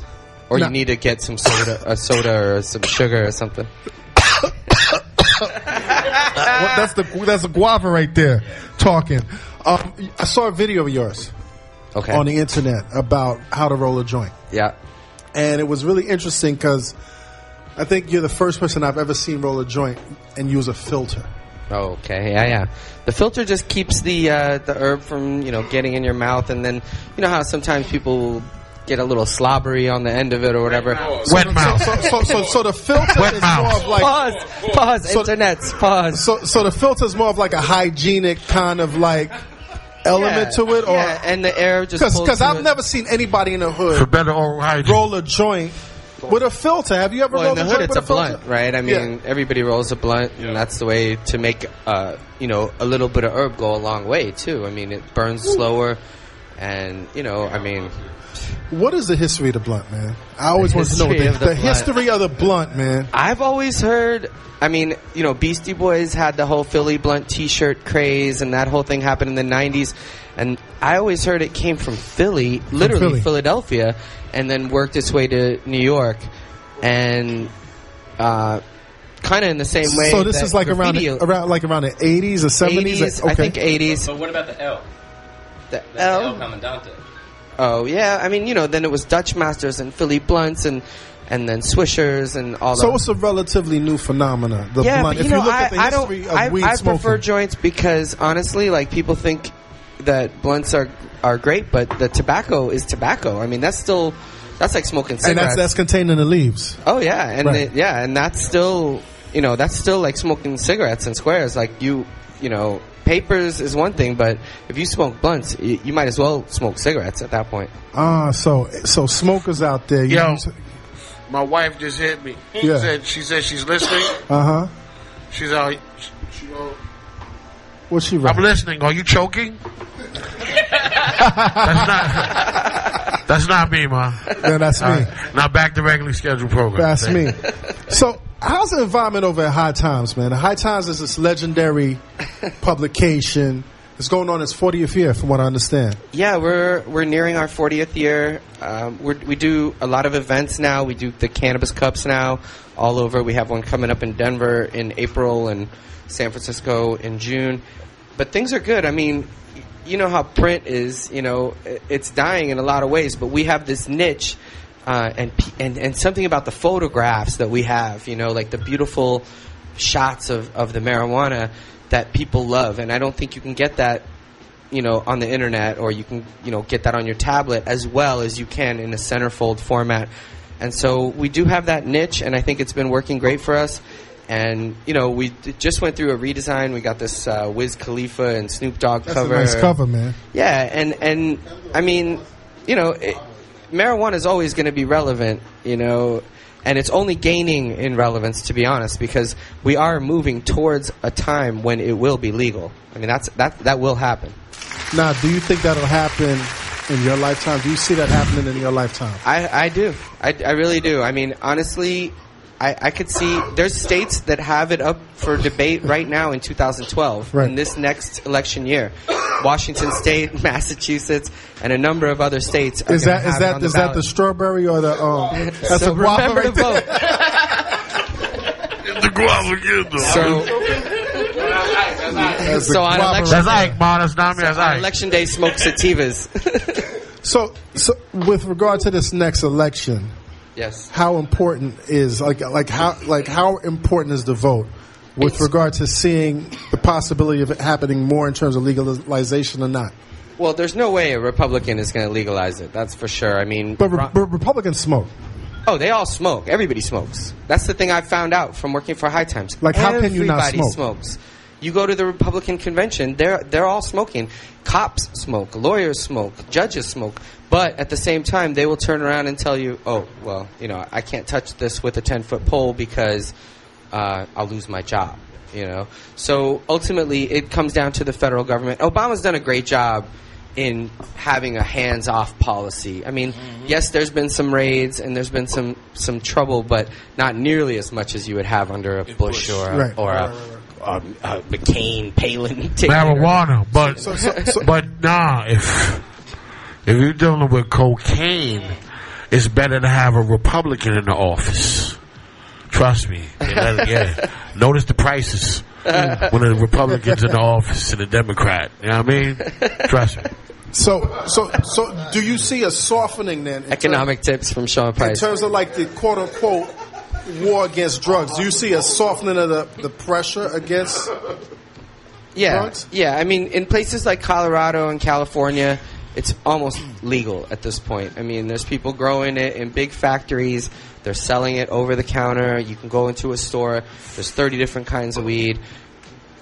S11: Or
S2: No.
S11: you need to get some soda, a soda, or some sugar, or something.
S2: Well, that's the that's the guava right there talking. Um, I saw a video of yours
S11: Okay.
S2: on the internet about how to roll a joint.
S11: yeah.
S2: and it was really interesting because I think you're the first person I've ever seen roll a joint and use a filter.
S11: Okay, yeah, yeah. The filter just keeps the uh, the herb from you know getting in your mouth, and then you know how sometimes people get a little slobbery on the end of it or whatever.
S8: Wet mouth.
S2: So, so, so, so the filter
S8: Wet
S2: is
S8: mouth.
S2: more of like
S11: Pause, pause,
S2: So-
S11: internets, pause.
S2: so, so the filter is more of like a hygienic kind of like element
S11: Yeah,
S2: to it,
S11: yeah,
S2: or
S11: and the air just
S2: because
S11: pulls
S2: because
S11: to
S2: I've
S11: it.
S2: never seen anybody in the
S8: For
S2: hood
S8: better oral hygiene.
S2: roll a joint With a filter. Have you ever
S11: Well, in
S2: rolled
S11: the
S2: a
S11: hood,
S2: joint
S11: it's
S2: with
S11: a
S2: a filter?
S11: blunt, right? I
S2: Yeah.
S11: mean, everybody rolls a blunt, and that's the way to make uh, you know a little bit of herb go a long way too. I mean, it burns slower, and you know, I mean,
S2: What is the history of the blunt, man? I always
S11: The
S2: want to know what
S11: history
S2: the,
S11: of the
S2: the
S11: blunt.
S2: history of the blunt, man.
S11: I've always heard. I mean, you know, Beastie Boys had the whole Philly Blunt T-shirt craze, and that whole thing happened in the '90s. And I always heard it came from Philly, literally
S2: Philly.
S11: Philadelphia, and then worked its way to New York, and uh, kind of in the same way.
S2: So this
S11: that
S2: is like around
S11: graffiti-
S2: the, around like around the eighties or seventies.
S11: 80s, I think 80s.
S5: But what about the L?
S11: The
S5: L? El Comandante.
S11: Oh yeah, I mean, you know, then it was Dutch Masters and Philly Blunts, and and then Swishers and all that.
S2: So it's a relatively new phenomenon. The
S11: yeah,
S2: blunt.
S11: But, you
S2: if
S11: know,
S2: you look
S11: I,
S2: at the
S11: I don't.
S2: history of
S11: I,
S2: weed
S11: I
S2: smoking,
S11: prefer joints because honestly, like people think that blunts are are great, but the tobacco is tobacco. I mean, that's still that's like smoking
S2: and
S11: cigarettes.
S2: that's that's contained in the leaves.
S11: oh yeah, and
S2: Right.
S11: the- yeah, and that's still you know that's still like smoking cigarettes and squares. Like you you know. Papers is one thing, but if you smoke blunts, you, you might as well smoke cigarettes at that point.
S2: Ah, so so smokers out there, you
S8: Yo.
S2: know,
S8: My wife just hit me. She
S2: Yeah.
S8: said she said she's listening.
S2: uh huh.
S8: She's out. She, she go,
S2: What's she
S8: I'm
S2: write?
S8: listening. Are you choking? that's not. That's not me, ma.
S2: Yeah, that's me.
S8: All right. Now back to regularly scheduled program.
S2: That's me. So, how's the environment over at High Times, man? High Times is this legendary publication. It's going on its 40th year, from what I understand.
S11: Yeah, we're we're nearing our 40th year. Um, we're, we do a lot of events now. We do the cannabis cups now, all over. We have one coming up in Denver in April and San Francisco in June. But things are good. I mean, y- you know how print is. You know, i- it's dying in a lot of ways. But we have this niche uh, and, p- and and something about the photographs that we have, you know, like the beautiful shots of, of the marijuana that people love, and I don't think you can get that, you know, on the internet, or you can you know get that on your tablet as well as you can in a centerfold format. And so we do have that niche, and I think it's been working great for us. And you know, we d- just went through a redesign. We got this uh, Wiz Khalifa and Snoop Dogg
S2: That's
S11: cover.
S2: a nice cover, man.
S11: Yeah, and and I mean, you know, it, marijuana is always going to be relevant, you know, and it's only gaining in relevance to be honest because we are moving towards a time when it will be legal. I mean, that's that that will happen.
S2: Now, do you think that'll happen in your lifetime? Do you see that happening in your lifetime?
S11: I, I do. I, I really do. I mean, honestly, I, I could see there's states that have it up for debate right now in 2012,
S2: Right.
S11: in this next election year. Washington State, Massachusetts, and a number of other states. Are
S2: Is
S11: gonna
S2: that
S11: have
S2: is
S11: it on
S2: that
S11: the
S2: is that
S11: ballot.
S2: the strawberry or the um? That's
S11: so
S2: a guava
S11: remember to
S2: right there.
S11: vote.
S8: The guava you do.
S11: So,
S2: That's a
S11: so on
S2: guava right
S11: election,
S8: that's Ike, ma. That's not me. That's
S11: on
S8: Ike.
S11: election day, smoke sativas.
S2: So, so with regard to this next election,
S11: yes.
S2: how important is like like how like how important is the vote with regard to seeing the possibility of it happening more in terms of legalization or not?
S11: Well, there's no way a Republican is going to legalize it. That's for sure. I mean,
S2: But, re- but Republicans smoke.
S11: Oh, they all smoke. Everybody smokes. That's the thing I found out from working for High Times.
S2: Like, how can you not
S11: Everybody
S2: smoke?
S11: smokes. You go to the Republican convention, they're they're all smoking. Cops smoke, lawyers smoke, judges smoke. But at the same time, they will turn around and tell you, "Oh, well, you know, I can't touch this with a ten foot pole because uh, I'll lose my job." You know. So ultimately, it comes down to the federal government. Obama's done a great job in having a hands-off policy. I mean, yes, there's been some raids and there's been some some trouble, but not nearly as much as you would have under a Bush, or a,
S2: Right.
S11: or a, a, a McCain, Palin, Taylor.
S8: marijuana, but
S2: so- so-
S8: but nah, if if you're dealing with cocaine, it's better to have a Republican in the office. Trust me. Yeah, yeah. Notice the prices when the Republicans in the office and the Democrat. You know what I mean? Trust me.
S2: So so so do you see a softening then in
S11: Economic tips from Sean
S2: term- in
S11: Price.
S2: terms of like the quote unquote war against drugs? Do you see a softening of the, the pressure against
S11: Yeah,
S2: drugs?
S11: yeah. I mean, in places like Colorado and California, it's almost legal at this point. I mean, there's people growing it in big factories. They're selling it over the counter. You can go into a store. There's 30 different kinds of weed.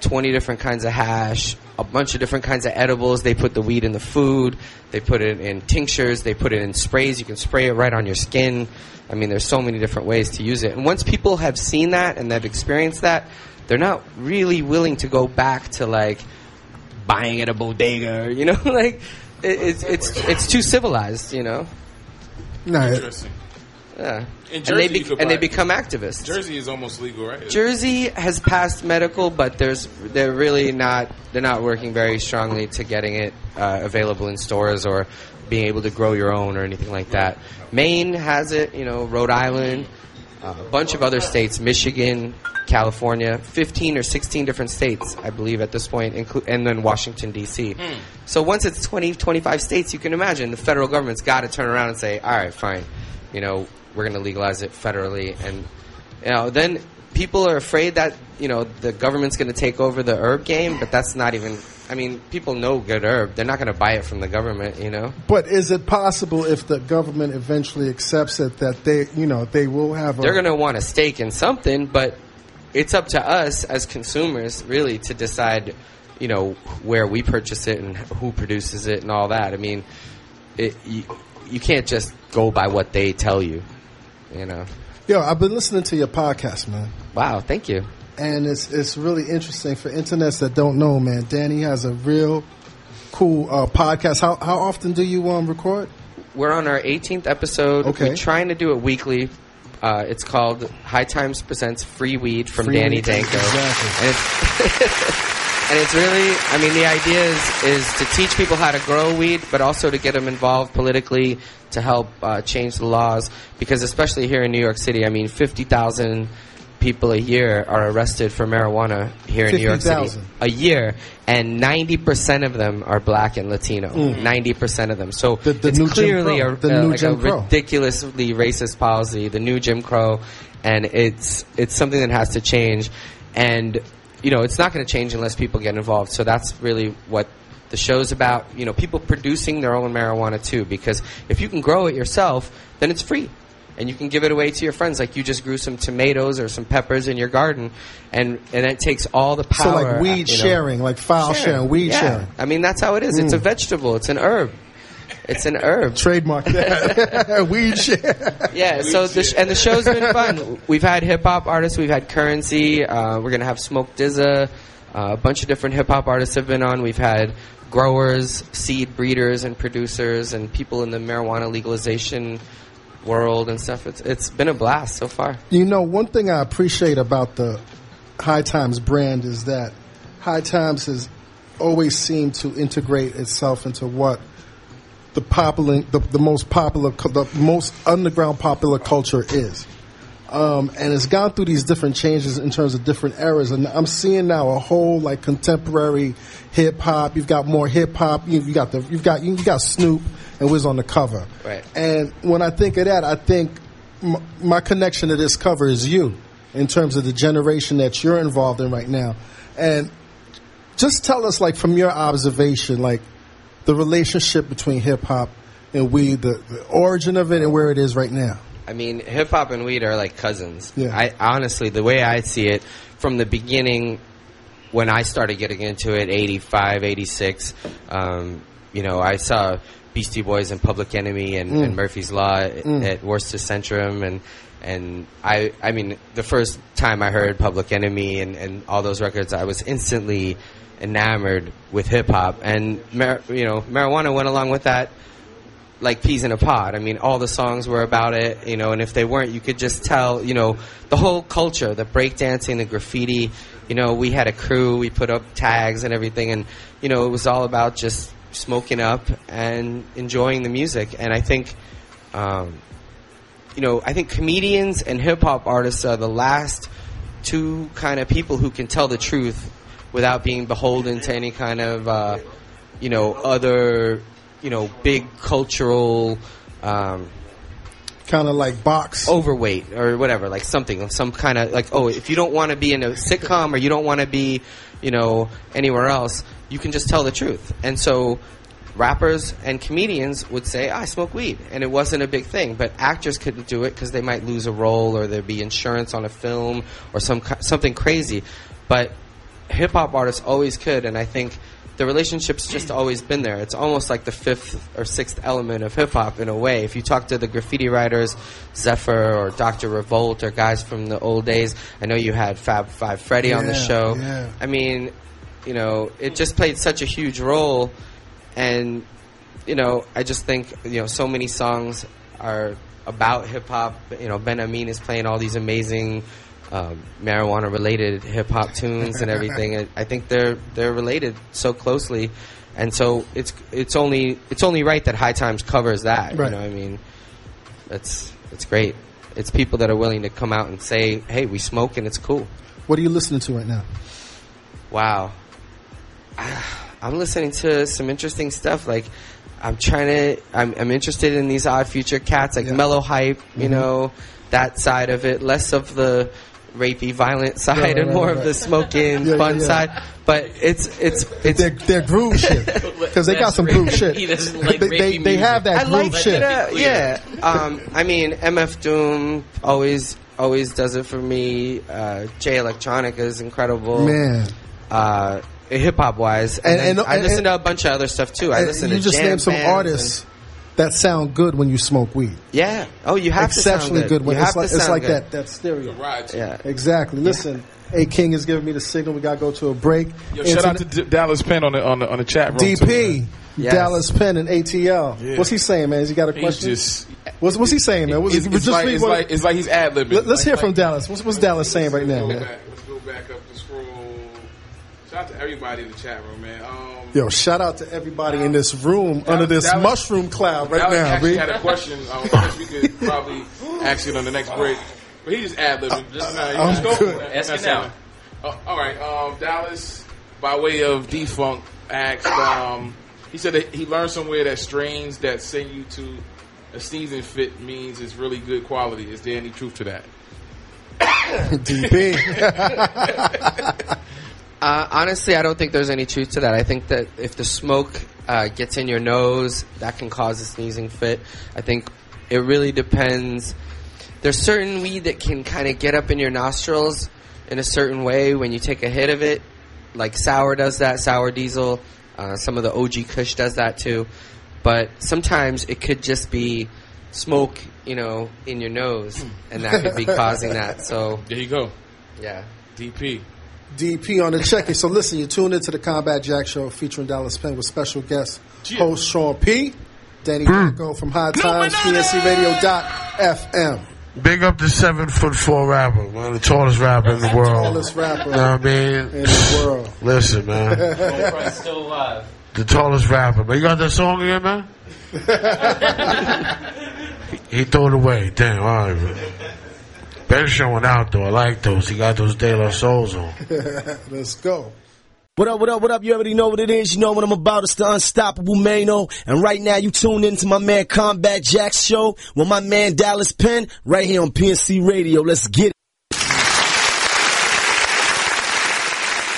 S11: 20 different kinds of hash, a bunch of different kinds of edibles. They put the weed in the food, they put it in tinctures, they put it in sprays. You can spray it right on your skin. I mean, there's so many different ways to use it. And once people have seen that and they've experienced that, they're not really willing to go back to like buying at a bodega, or, you know, like it, it's it's it's too civilized, you know.
S4: Interesting.
S11: Yeah.
S4: In
S11: And
S4: Jersey,
S11: they be-
S4: you could
S11: and they
S4: buy it.
S11: become activists.
S4: Jersey is almost legal, right?
S11: Jersey has passed medical, but there's they're really not they're not working very strongly to getting it uh, available in stores or being able to grow your own or anything like that. Maine has it, you know, Rhode Island, uh, a bunch of other states, Michigan, California, 15 or 16 different states, I believe, at this point, inclu- and then Washington D.C.
S1: Hmm.
S11: So once it's 20, 25 states, you can imagine the federal government's got to turn around and say, all right, fine, you know, we're going to legalize it federally and you know, then people are afraid that you know the government's going to take over the herb game, but that's not even. I mean, people know good herb; they're not going to buy it from the government, you know.
S2: But is it possible if the government eventually accepts it that they, you know, they will have a
S11: They're going to want a stake in something, but it's up to us as consumers really to decide, you know, where we purchase it and who produces it and all that. I mean, it, you, you can't just go by what they tell you, you know.
S2: Yo, I've been listening to your podcast, man.
S11: Wow, thank you.
S2: And it's it's really interesting for internets that don't know, man. Danny has a real cool uh, podcast. How how often do you um record?
S11: We're on our 18th episode.
S2: Okay.
S11: We're trying to do it weekly. Uh, it's called High Times Presents Free Weed from
S2: Free
S11: Danny
S2: weed,
S11: Danko.
S2: exactly.
S11: And it's, and it's really, I mean, the idea is, is to teach people how to grow weed, but also to get them involved politically to help uh, change the laws. Because especially here in New York City, I mean, 50,000 people a year are arrested for marijuana here in New York City
S2: 50,000.
S11: a year, and 90% of them are black and Latino.
S2: Mm.
S11: 90% of them. So
S2: the
S11: it's
S2: new Jim
S11: clearly
S2: Crow.
S11: a,
S2: The
S11: uh,
S2: new
S11: like
S2: Jim
S11: a
S2: Crow.
S11: ridiculously racist policy, the new Jim Crow, and it's it's something that has to change. And you know, it's not going to change unless people get involved. So that's really what the show's about. You know, people producing their own marijuana too, because if you can grow it yourself, then it's free. And you can give it away to your friends, like you just grew some tomatoes or some peppers in your garden, and and it takes all the power.
S2: so like weed
S11: you know.
S2: sharing, like file
S11: Sure.
S2: sharing, weed
S11: Yeah.
S2: sharing.
S11: I mean, that's how it is. It's a
S2: Mm.
S11: vegetable. It's an herb. It's an herb.
S2: Trademark that. weed share.
S11: Yeah. So the sh- and the show's been fun. We've had hip hop artists. We've had Currency. Uh, we're gonna have Smoke Dizza. Uh, a bunch of different hip hop artists have been on. We've had growers, seed breeders, and producers, and people in the marijuana legalization world and stuff. It's it's been a blast so far.
S2: You know, one thing I appreciate about the High Times brand is that High Times has always seemed to integrate itself into what the popular, the, the most popular, cu- the most underground popular culture is. Um, and it's gone through these different changes in terms of different eras. And I'm seeing now a whole like contemporary hip hop. You've got more hip hop. You, you got the, you've got, you got Snoop and Wiz on the cover.
S11: Right.
S2: And when I think of that, I think m- my connection to this cover is you in terms of the generation that you're involved in right now. And just tell us, like, from your observation, like, the relationship between hip hop and weed, the, the origin of it and where it is right now.
S11: I mean, hip hop and weed are like cousins.
S2: Yeah.
S11: I honestly, the way I see it, from the beginning, when I started getting into it, 85, 86, um, you know, I saw Beastie Boys and Public Enemy and,
S12: Mm.
S11: and Murphy's Law at,
S12: Mm.
S11: at Worcester Centrum and and I I mean the first time I heard Public Enemy and, and all those records I was instantly enamored with hip hop and mar- you know marijuana went along with that like peas in a pod. I mean, all the songs were about it, you know, and if they weren't, you could just tell, you know, the whole culture, the breakdancing, the graffiti, you know, we had a crew, we put up tags and everything, and, you know, it was all about just smoking up and enjoying the music. And I think, um, you know, I think comedians and hip hop artists are the last two kind of people who can tell the truth without being beholden to any kind of, uh, you know, other, you know, big cultural. Um,
S2: Kind of like box
S11: overweight or whatever, like something, some kind of like oh, if you don't want to be in a sitcom or you don't want to be, you know, anywhere else, you can just tell the truth. And so, rappers and comedians would say, "I smoke weed," and it wasn't a big thing. But actors couldn't do it because they might lose a role or there'd be insurance on a film or some ki- something crazy. But hip hop artists always could, and I think the relationship's just always been there. It's almost like the fifth or sixth element of hip hop in a way. If you talk to the graffiti writers, Zephyr or Dr. Revolt or guys from the old days, I know you had Fab Five Freddy on the
S1: Yeah,
S11: show.
S1: yeah.
S11: I mean, you know, it just played such a huge role, and you know, I just think you know so many songs are about hip hop. You know, Ben Amin is playing all these amazing um, marijuana related hip hop tunes and everything. I, I think they're they're related so closely, and so it's it's only it's only right that High Times covers that.
S1: Right.
S11: You know, what I mean, that's it's great. It's people that are willing to come out and say, "Hey, we smoke and it's cool."
S2: What are you listening to right now?
S11: Wow. I'm listening to some interesting stuff. Like, I'm trying to, I'm, I'm interested in these odd future cats, like mellow hype, you
S1: Mhm.
S11: know, that side of it, less of the rapey, violent side,
S1: right,
S11: and
S1: right,
S11: more of
S1: right.
S11: the smoking,
S1: Yeah,
S11: fun
S1: yeah.
S11: side. But it's, it's, it's. They're,
S2: groove shit.
S11: Because
S2: Because they got some groove shit. they, they, they have that
S11: I
S2: groove
S11: like
S2: shit.
S11: that, uh, yeah. Um, I mean, MF Doom always, always does it for me. Uh, Jay Electronica is incredible
S2: Man.
S11: uh, hip hop wise. And,
S2: And-
S11: then
S2: and-
S11: I
S2: and-
S11: listen to a bunch of other stuff too. I
S2: And
S11: listen
S2: you
S11: to
S2: just
S11: jam
S2: named some
S11: bands
S2: artists that sound good when you smoke weed.
S11: and- yeah. Oh, you have
S2: Exceptionally
S11: to sound good.
S2: good.
S11: You have
S2: It's like,
S11: to
S2: it's
S11: sound
S2: like
S11: good.
S2: that, that stereo.
S11: Yeah.
S2: Exactly. Listen, A King is giving me the signal. We got to go to a break.
S4: Yo,
S2: Into
S4: shout out
S2: the-
S4: to D- Dallas Penn on the on the, on the chat room. too,
S2: DP,
S4: man. Yes.
S2: Dallas Penn, and ATL.
S4: Yeah.
S2: What's he saying, man? Has he got a
S4: He's
S2: question?
S4: just-
S2: what's, what's he saying, man? What's-
S4: It's, it's
S2: just
S4: like,
S2: read
S4: it's,
S2: what-
S4: like, it's like he's ad libbing.
S2: Let- let's hear from Dallas. What's, what's Dallas saying right now,
S4: Let's go,
S2: man?
S4: back, let's go back up the scroll. Shout out to everybody in the chat room, man. Um,
S2: Yo, shout out to everybody in this room under this
S4: Dallas-
S2: mushroom cloud right
S4: Dallas
S2: now.
S4: actually
S2: B.
S4: had a question. Um, which we could probably ask it on the next break. But he just ad libbing. Just, nah, you
S2: I'm
S4: just go
S2: good.
S4: for it.
S2: Ask it
S4: That's
S2: now.
S4: it. Uh, all right, um, Dallas, by way of defunct, asked. Um, he said that he learned somewhere that strains that send you to a season fit means it's really good quality. Is there any truth to that?
S2: DP.
S11: Uh, honestly, I don't think there's any truth to that. I think that if the smoke uh, gets in your nose, that can cause a sneezing fit. I think it really depends. There's certain weed that can kind of get up in your nostrils in a certain way when you take a hit of it. Like sour does that, sour diesel. Uh, some of the OG Kush does that too. But sometimes it could just be smoke, you know, in your nose, and that could be causing that. So
S4: there you go.
S11: Yeah,
S4: DP.
S2: DP on the check-in. So listen, you tune into the Combat Jack Show featuring Dallas Penn with special guest host Sean P, Danny Franco from High Times, PNCRadio.fm.
S8: Big up the seven foot four rapper, man, the tallest rapper in the world.
S2: Tallest rapper
S8: You know what I mean?
S2: in the world.
S8: Listen, man,
S5: still alive.
S8: the tallest rapper. Man, you got that song again, man? He threw it away. Damn, all right, man. Better showing out though. I like those. He got those De La Souls on.
S2: Let's go.
S13: What up, what up, what up? You already know what it is. You know what I'm about. It's the Unstoppable Mano. And right now you tune in to my man Combat Jack's show with my man Dallas Penn right here on PNC Radio. Let's get it.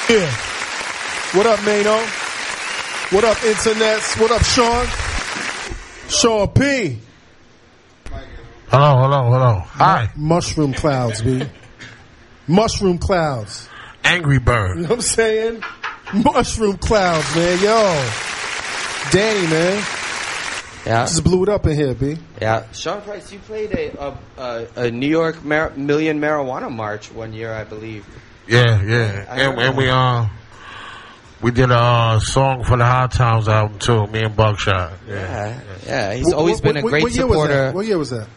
S14: Yeah. What up, Mano? What up, internets? What up, Sean? Sean P.
S8: Hello, hello, hello. Hi.
S2: Mushroom clouds, B. Mushroom clouds.
S8: Angry bird.
S2: You know what I'm saying? Mushroom clouds, man. Yo. Danny, man.
S11: Yeah.
S2: Just blew it up in here, B.
S11: Yeah, Sean Price, you played a a, a, a New York Mar- Million Marijuana March one year, I believe.
S8: Yeah, yeah.
S11: I heard
S8: And, and we uh we did a uh, song for the High Times album too. Me and Buckshot.
S11: Yeah,
S8: Yeah.
S11: yeah. He's
S2: Wh- wh-
S11: always been a
S2: wh-
S11: great
S2: what year was that?
S11: supporter.
S2: What year was that?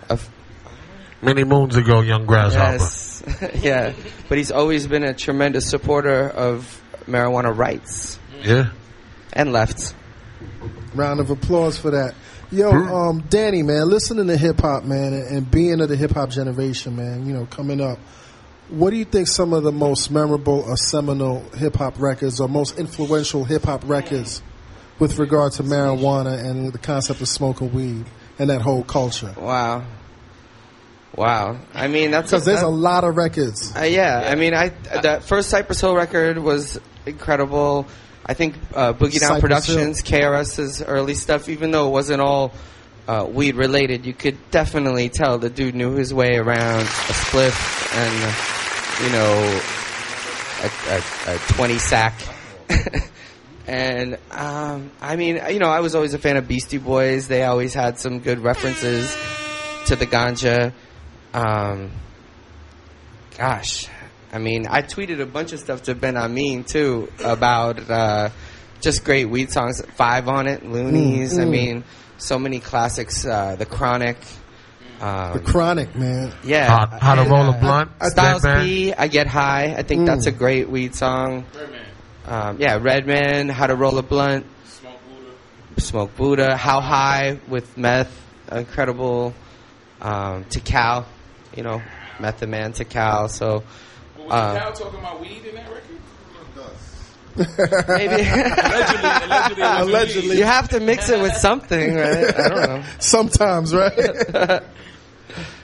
S8: Many moons ago, Young Grasshopper.
S11: Yes, yeah. But he's always been a tremendous supporter of marijuana rights.
S8: Yeah.
S11: and lefts.
S2: Round of applause for that. Yo, um, Danny, man, listening to hip hop, man, and, and being of the hip hop generation, man, you know, coming up, what do you think some of the most memorable or seminal hip hop records or most influential hip hop records with regard to marijuana and the concept of smoking weed and that whole culture?
S11: Wow, wow. I mean, that's
S2: Because there's
S11: that-
S2: a lot of records.
S11: Uh, yeah, I mean, I that first Cypress Hill record was incredible. I think uh, Boogie Down
S2: Cypress
S11: Productions, KRS's early stuff, even though it wasn't all uh, weed related, you could definitely tell the dude knew his way around a spliff and you uh, know a, a, a 20 sack. and um, I mean, you know, I was always a fan of Beastie Boys. They always had some good references to the ganja. Um, gosh, I mean, I tweeted a bunch of stuff to Ben Amin too about uh, just great weed songs. Five on it, Loonies.
S2: Mm,
S11: I
S2: mm.
S11: mean, so many classics. Uh, the Chronic. Um,
S2: The chronic man.
S11: yeah.
S2: How- how to
S11: I-
S2: roll a
S11: I-
S2: blunt,
S11: I- Styles
S2: Redman. Mm.
S11: P, I Get High. I think that's a great weed song. Um, yeah, Redman, How to Roll a Blunt. Smoke Buddha. How High with Meth. Incredible. Um, Tikal, you know, Method Man, Tikal. So.
S4: Was
S11: Uh,
S4: Cal talking about weed in that record?
S11: Maybe.
S4: allegedly, allegedly,
S11: Allegedly. You have to mix it with something, right? I don't know.
S2: Sometimes, right? yeah.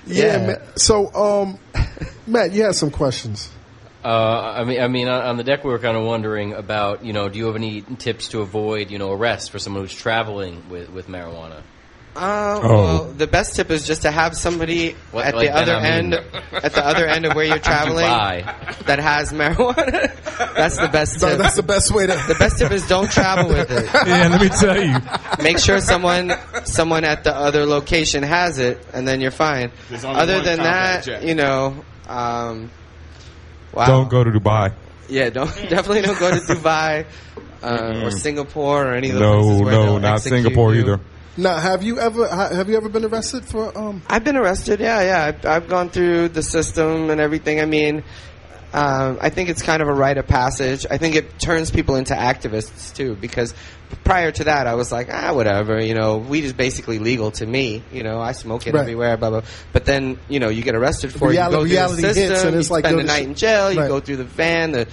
S11: Yeah.
S2: Man. So, um, Matt, you had some questions.
S5: Uh, I mean, I mean, on on the deck, we were kind of wondering about, you know, do you have any tips to avoid, you know, arrest for someone who's traveling with, with marijuana?
S11: Uh,
S5: Oh.
S11: Well, the best tip is just to have somebody
S5: What-
S11: at
S5: like
S11: the
S5: Ben
S11: other
S5: Amin.
S11: end, at the other end of where you're traveling,
S5: Dubai.
S11: that has marijuana. That's the best
S2: That-
S11: tip.
S2: that's the best way to.
S11: The best tip is don't travel with it.
S15: Yeah, let me tell you.
S11: Make sure someone someone at the other location has it, and then you're fine.
S4: There's only
S11: Other
S4: one
S11: than that,
S4: contact, Jack.
S11: you know, um, wow.
S3: Don't go to Dubai.
S11: Yeah, don't definitely don't go to Dubai uh, or Singapore or any of the
S3: No,
S11: places where
S3: no,
S11: they'll
S3: not
S11: execute
S3: Singapore
S11: you.
S3: either.
S2: Now, have you ever ha- have you ever been arrested for um?
S11: I've been arrested. Yeah, yeah. I've, I've gone through the system and everything. I mean, um, I think it's kind of a rite of passage. I think it turns people into activists too, because prior to that, I was like, ah, whatever. You know, weed is basically legal to me. You know, I smoke it
S2: Right.
S11: everywhere. Blah blah. But then, you know, you get arrested for
S2: Reali-
S11: it. You go through
S2: reality
S11: the
S2: hits,
S11: system.
S2: and it's
S11: you
S2: like,
S11: spend a
S2: yo, this-
S11: night in jail. You
S2: Right.
S11: go through the van, the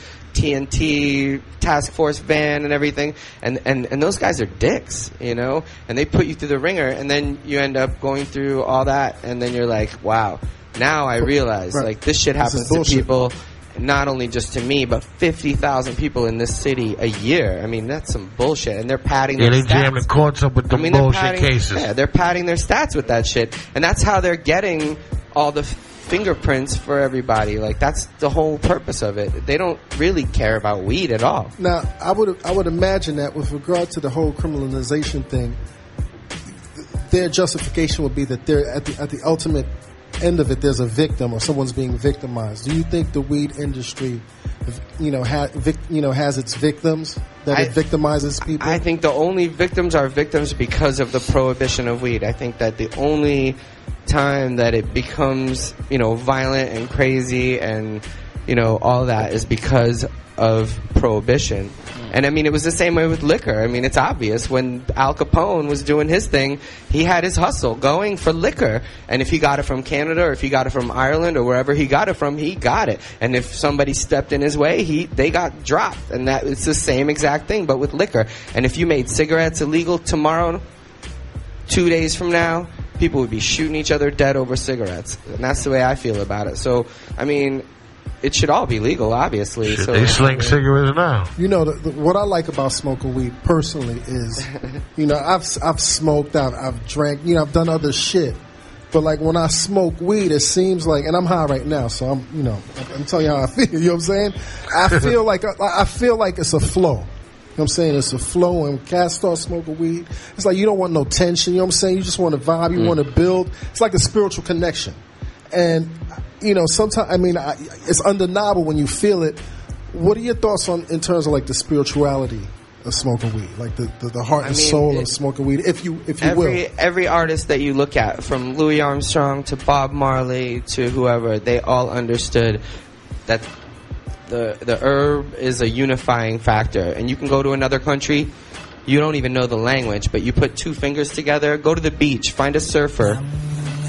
S11: TNT task force van, and everything. And, and and those guys are dicks, you know. And they put you through the ringer, and then you end up going through all that, and then you're like, wow. Now I realize,
S2: Right.
S11: like, this shit
S2: This is
S11: happens to
S2: bullshit.
S11: people, not only just to me, but fifty thousand people in this city a year. I mean, that's some bullshit, and they're padding.
S8: Yeah,
S11: their
S8: they jam
S11: stats.
S8: the courts up with
S11: I
S8: the
S11: mean, they're
S8: bullshit
S11: padding-
S8: cases.
S11: Yeah, they're padding their stats with that shit, and that's how they're getting all the f- fingerprints for everybody. Like that's the whole purpose of it. They don't really care about weed at all.
S2: Now, I would I would imagine that with regard to the whole criminalization thing, th- their justification would be that they're at the at the ultimate end of it. There's a victim or someone's being victimized. Do you think the weed industry, you know, ha, vic, you know, has its victims that it victimizes people?
S11: I think the only victims are victims because of the prohibition of weed. I think that the only time that it becomes, you know, violent and crazy and, you know, all that is because of prohibition.
S8: Hmm.
S11: And I mean, it was the same way with liquor. I mean, it's obvious when Al Capone was doing his thing, he had his hustle going for liquor. And if he got it from Canada or if he got it from Ireland or wherever he got it from, he got it. And if somebody stepped in his way, he they got dropped. And that it's the same exact thing, but with liquor. And if you made cigarettes illegal tomorrow, two days from now, people would be shooting each other dead over cigarettes. And that's the way I feel about it. So, I mean, it should all be legal, obviously. so
S8: they sling cigarettes now.
S2: You know, the, the, what I like about smoking weed personally is, you know, I've I've smoked, I've I've drank, you know, I've done other shit, but like when I smoke weed, it seems like, and I'm high right now, so I'm, you know, I'm, I'm telling you how I feel. You know what I'm saying? I feel like I, I feel like it's a flow. You know what I'm saying it's a flow, and cats start smoking weed. It's like you don't want no tension. You know what I'm saying? You just want to vibe. You want to build. It's like a spiritual connection, and you know, sometimes I mean, I, it's undeniable when you feel it. What are your thoughts on in terms of like the spirituality of smoking weed, like the the, the heart
S11: I
S2: and
S11: mean,
S2: soul
S11: it-
S2: of smoking weed, if you if you
S11: every
S2: will?
S11: every artist that you look at, from Louis Armstrong to Bob Marley to whoever, they all understood that the the herb is a unifying factor. And you can go to another country, you don't even know the language, but you put two fingers together, go to the beach, find a surfer,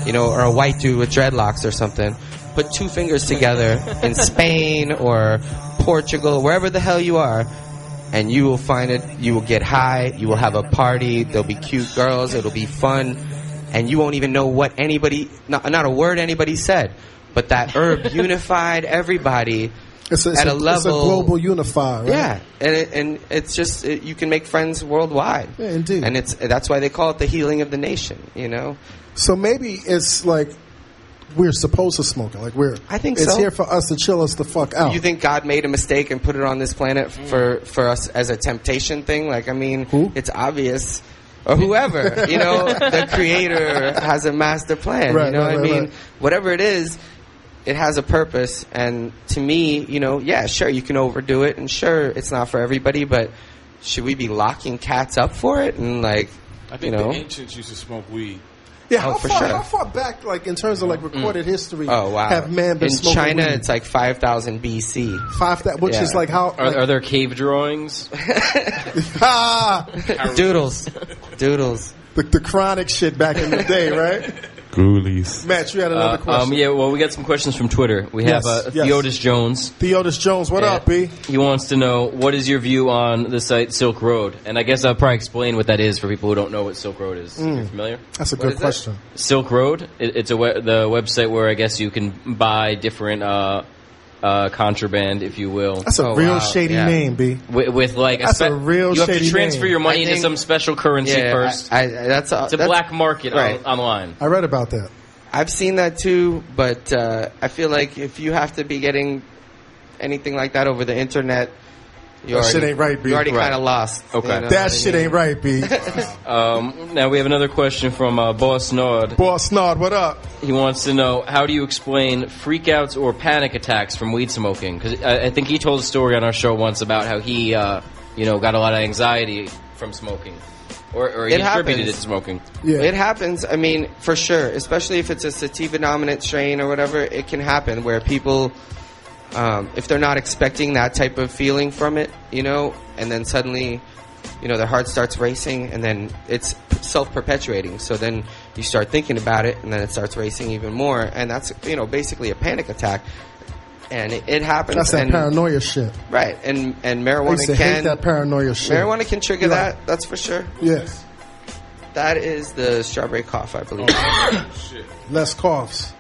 S11: you know, or a white dude with dreadlocks or something. Put two fingers together in Spain or Portugal, wherever the hell you are, and you will find it. You will get high. You will have a party. There'll be cute girls. It'll be fun, and you won't even know what anybody, not, not a word anybody said, but that herb unified everybody
S2: It's a, it's
S11: at a,
S2: a-
S11: level.
S2: it's a global unifier, right?
S11: Yeah, and it, and it's just it, you can make friends worldwide.
S2: Yeah, indeed.
S11: And it's that's why they call it the healing of the nation. You know.
S2: So maybe it's like we're supposed to smoke it. Like we're
S11: I think
S2: it's
S11: so.
S2: here for us to chill us the fuck out.
S11: You think God made a mistake and put it on this planet for for us as a temptation thing? Like, I mean, it's obvious. Or whoever, you know, the creator has a master plan.
S2: Right,
S11: you know
S2: right,
S11: what
S2: right,
S11: I mean?
S2: right.
S11: Whatever it is, it has a purpose. And to me, you know, yeah, sure, you can overdo it. And sure, it's not for everybody, but should we be locking cats up for it? And, like,
S4: I think
S11: you know.
S4: the ancients used to smoke weed.
S2: yeah,
S11: oh,
S2: how
S11: for
S2: far
S11: sure.
S2: how far back, like in terms of like recorded history,
S11: Oh, wow.
S2: have man
S11: In
S2: been smoking
S11: China,
S2: weed?
S11: it's like 5,000 BC.
S2: five that, which
S11: Yeah.
S2: is like how
S5: Are,
S2: like-
S5: are there cave drawings?
S2: ah,
S11: Doodles. Doodles.
S2: the, the chronic shit back in the day, right?
S3: Ghoulies.
S2: Matt, you had another
S5: Uh,
S2: question.
S5: Um, yeah, well, we got some questions from Twitter. We have
S2: Yes,
S5: uh,
S2: yes.
S5: Theodis Jones.
S2: Theodis Jones, what
S5: Yeah.
S2: up, B?
S5: He wants to know what is your view on the site Silk Road, and I guess I'll probably explain what that is for people who don't know what Silk Road is.
S2: Mm.
S5: You're familiar?
S2: That's a
S5: What
S2: good
S5: is that?
S2: question.
S5: Silk Road. It, it's a we- the website where I guess you can buy different uh, uh, contraband, if you will.
S2: That's
S11: Oh,
S2: a real shady name, B.
S5: With, with like
S2: That's
S5: spe-
S2: a real
S5: you have
S2: shady
S5: to transfer
S2: name.
S5: your money
S2: I
S5: into
S2: think-
S5: some special currency
S11: Yeah,
S5: first.
S11: I, I, that's a,
S5: it's a
S11: that's-
S5: black market
S11: right.
S5: on, online.
S2: I read about that.
S11: I've seen that too, but uh, I feel like if you have to be getting anything like that over the internet, you
S2: That
S11: already,
S2: shit ain't right, B.
S11: You're already
S2: Right.
S11: kind of lost.
S5: Okay.
S11: you know what I
S2: That shit
S11: mean?
S2: ain't right, B.
S5: Um, now we have another question from uh, Boss Nod.
S2: Boss Nod, what up?
S5: He wants to know how do you explain freakouts or panic attacks from weed smoking? Because I, I think he told a story on our show once about how he, uh, you know, got a lot of anxiety from smoking, or, or he
S11: It
S5: attributed
S11: happens.
S5: it to smoking.
S11: It happens. I mean, for sure, especially if it's a sativa dominant strain or whatever, it can happen where people, um, if they're not expecting that type of feeling from it, you know, and then suddenly, you know, their heart starts racing, and then it's self perpetuating. So then you start thinking about it, and then it starts racing even more, and that's you know basically a panic attack, and it, it happens.
S2: That's that
S11: and,
S2: paranoia shit.
S11: right? And and
S2: I
S11: marijuana
S2: used to
S11: can
S2: hate that paranoia shit.
S11: marijuana can trigger
S2: Yeah.
S11: that. That's for sure.
S2: Yes,
S11: That is the strawberry cough, I believe.
S2: Oh. less coughs,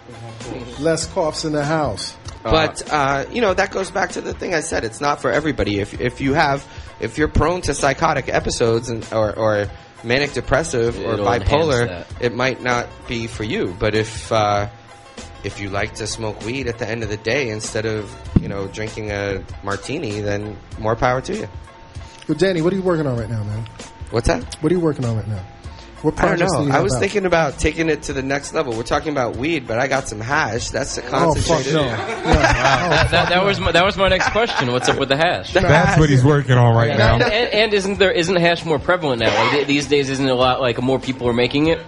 S2: less coughs in the house.
S11: But uh, you know that goes back to the thing I said. It's not for everybody. If if you have if you're prone to psychotic episodes and or, or manic depressive or
S5: It'll enhance
S11: bipolar,
S5: that.
S11: it might not be for you. But if uh, if you like to smoke weed at the end of the day instead of you know drinking a martini, then more power to you.
S2: Yo, Danny, what are you working on right now, man?
S11: What's that?
S2: What are you working on right now? What
S11: I don't
S2: projects do
S11: know.
S2: you
S11: I
S2: have
S11: was
S2: out?
S11: thinking about taking it to the next level. We're talking about weed, but I got some hash. That's the
S2: Oh, fuck
S11: concentrated.
S2: no.
S5: that, that, that was my, that was my next question. What's up with the hash?
S3: That's what he's working on right now.
S5: And, and, and isn't there isn't hash more prevalent now? Like, th- these days, isn't it a lot like more people are making it?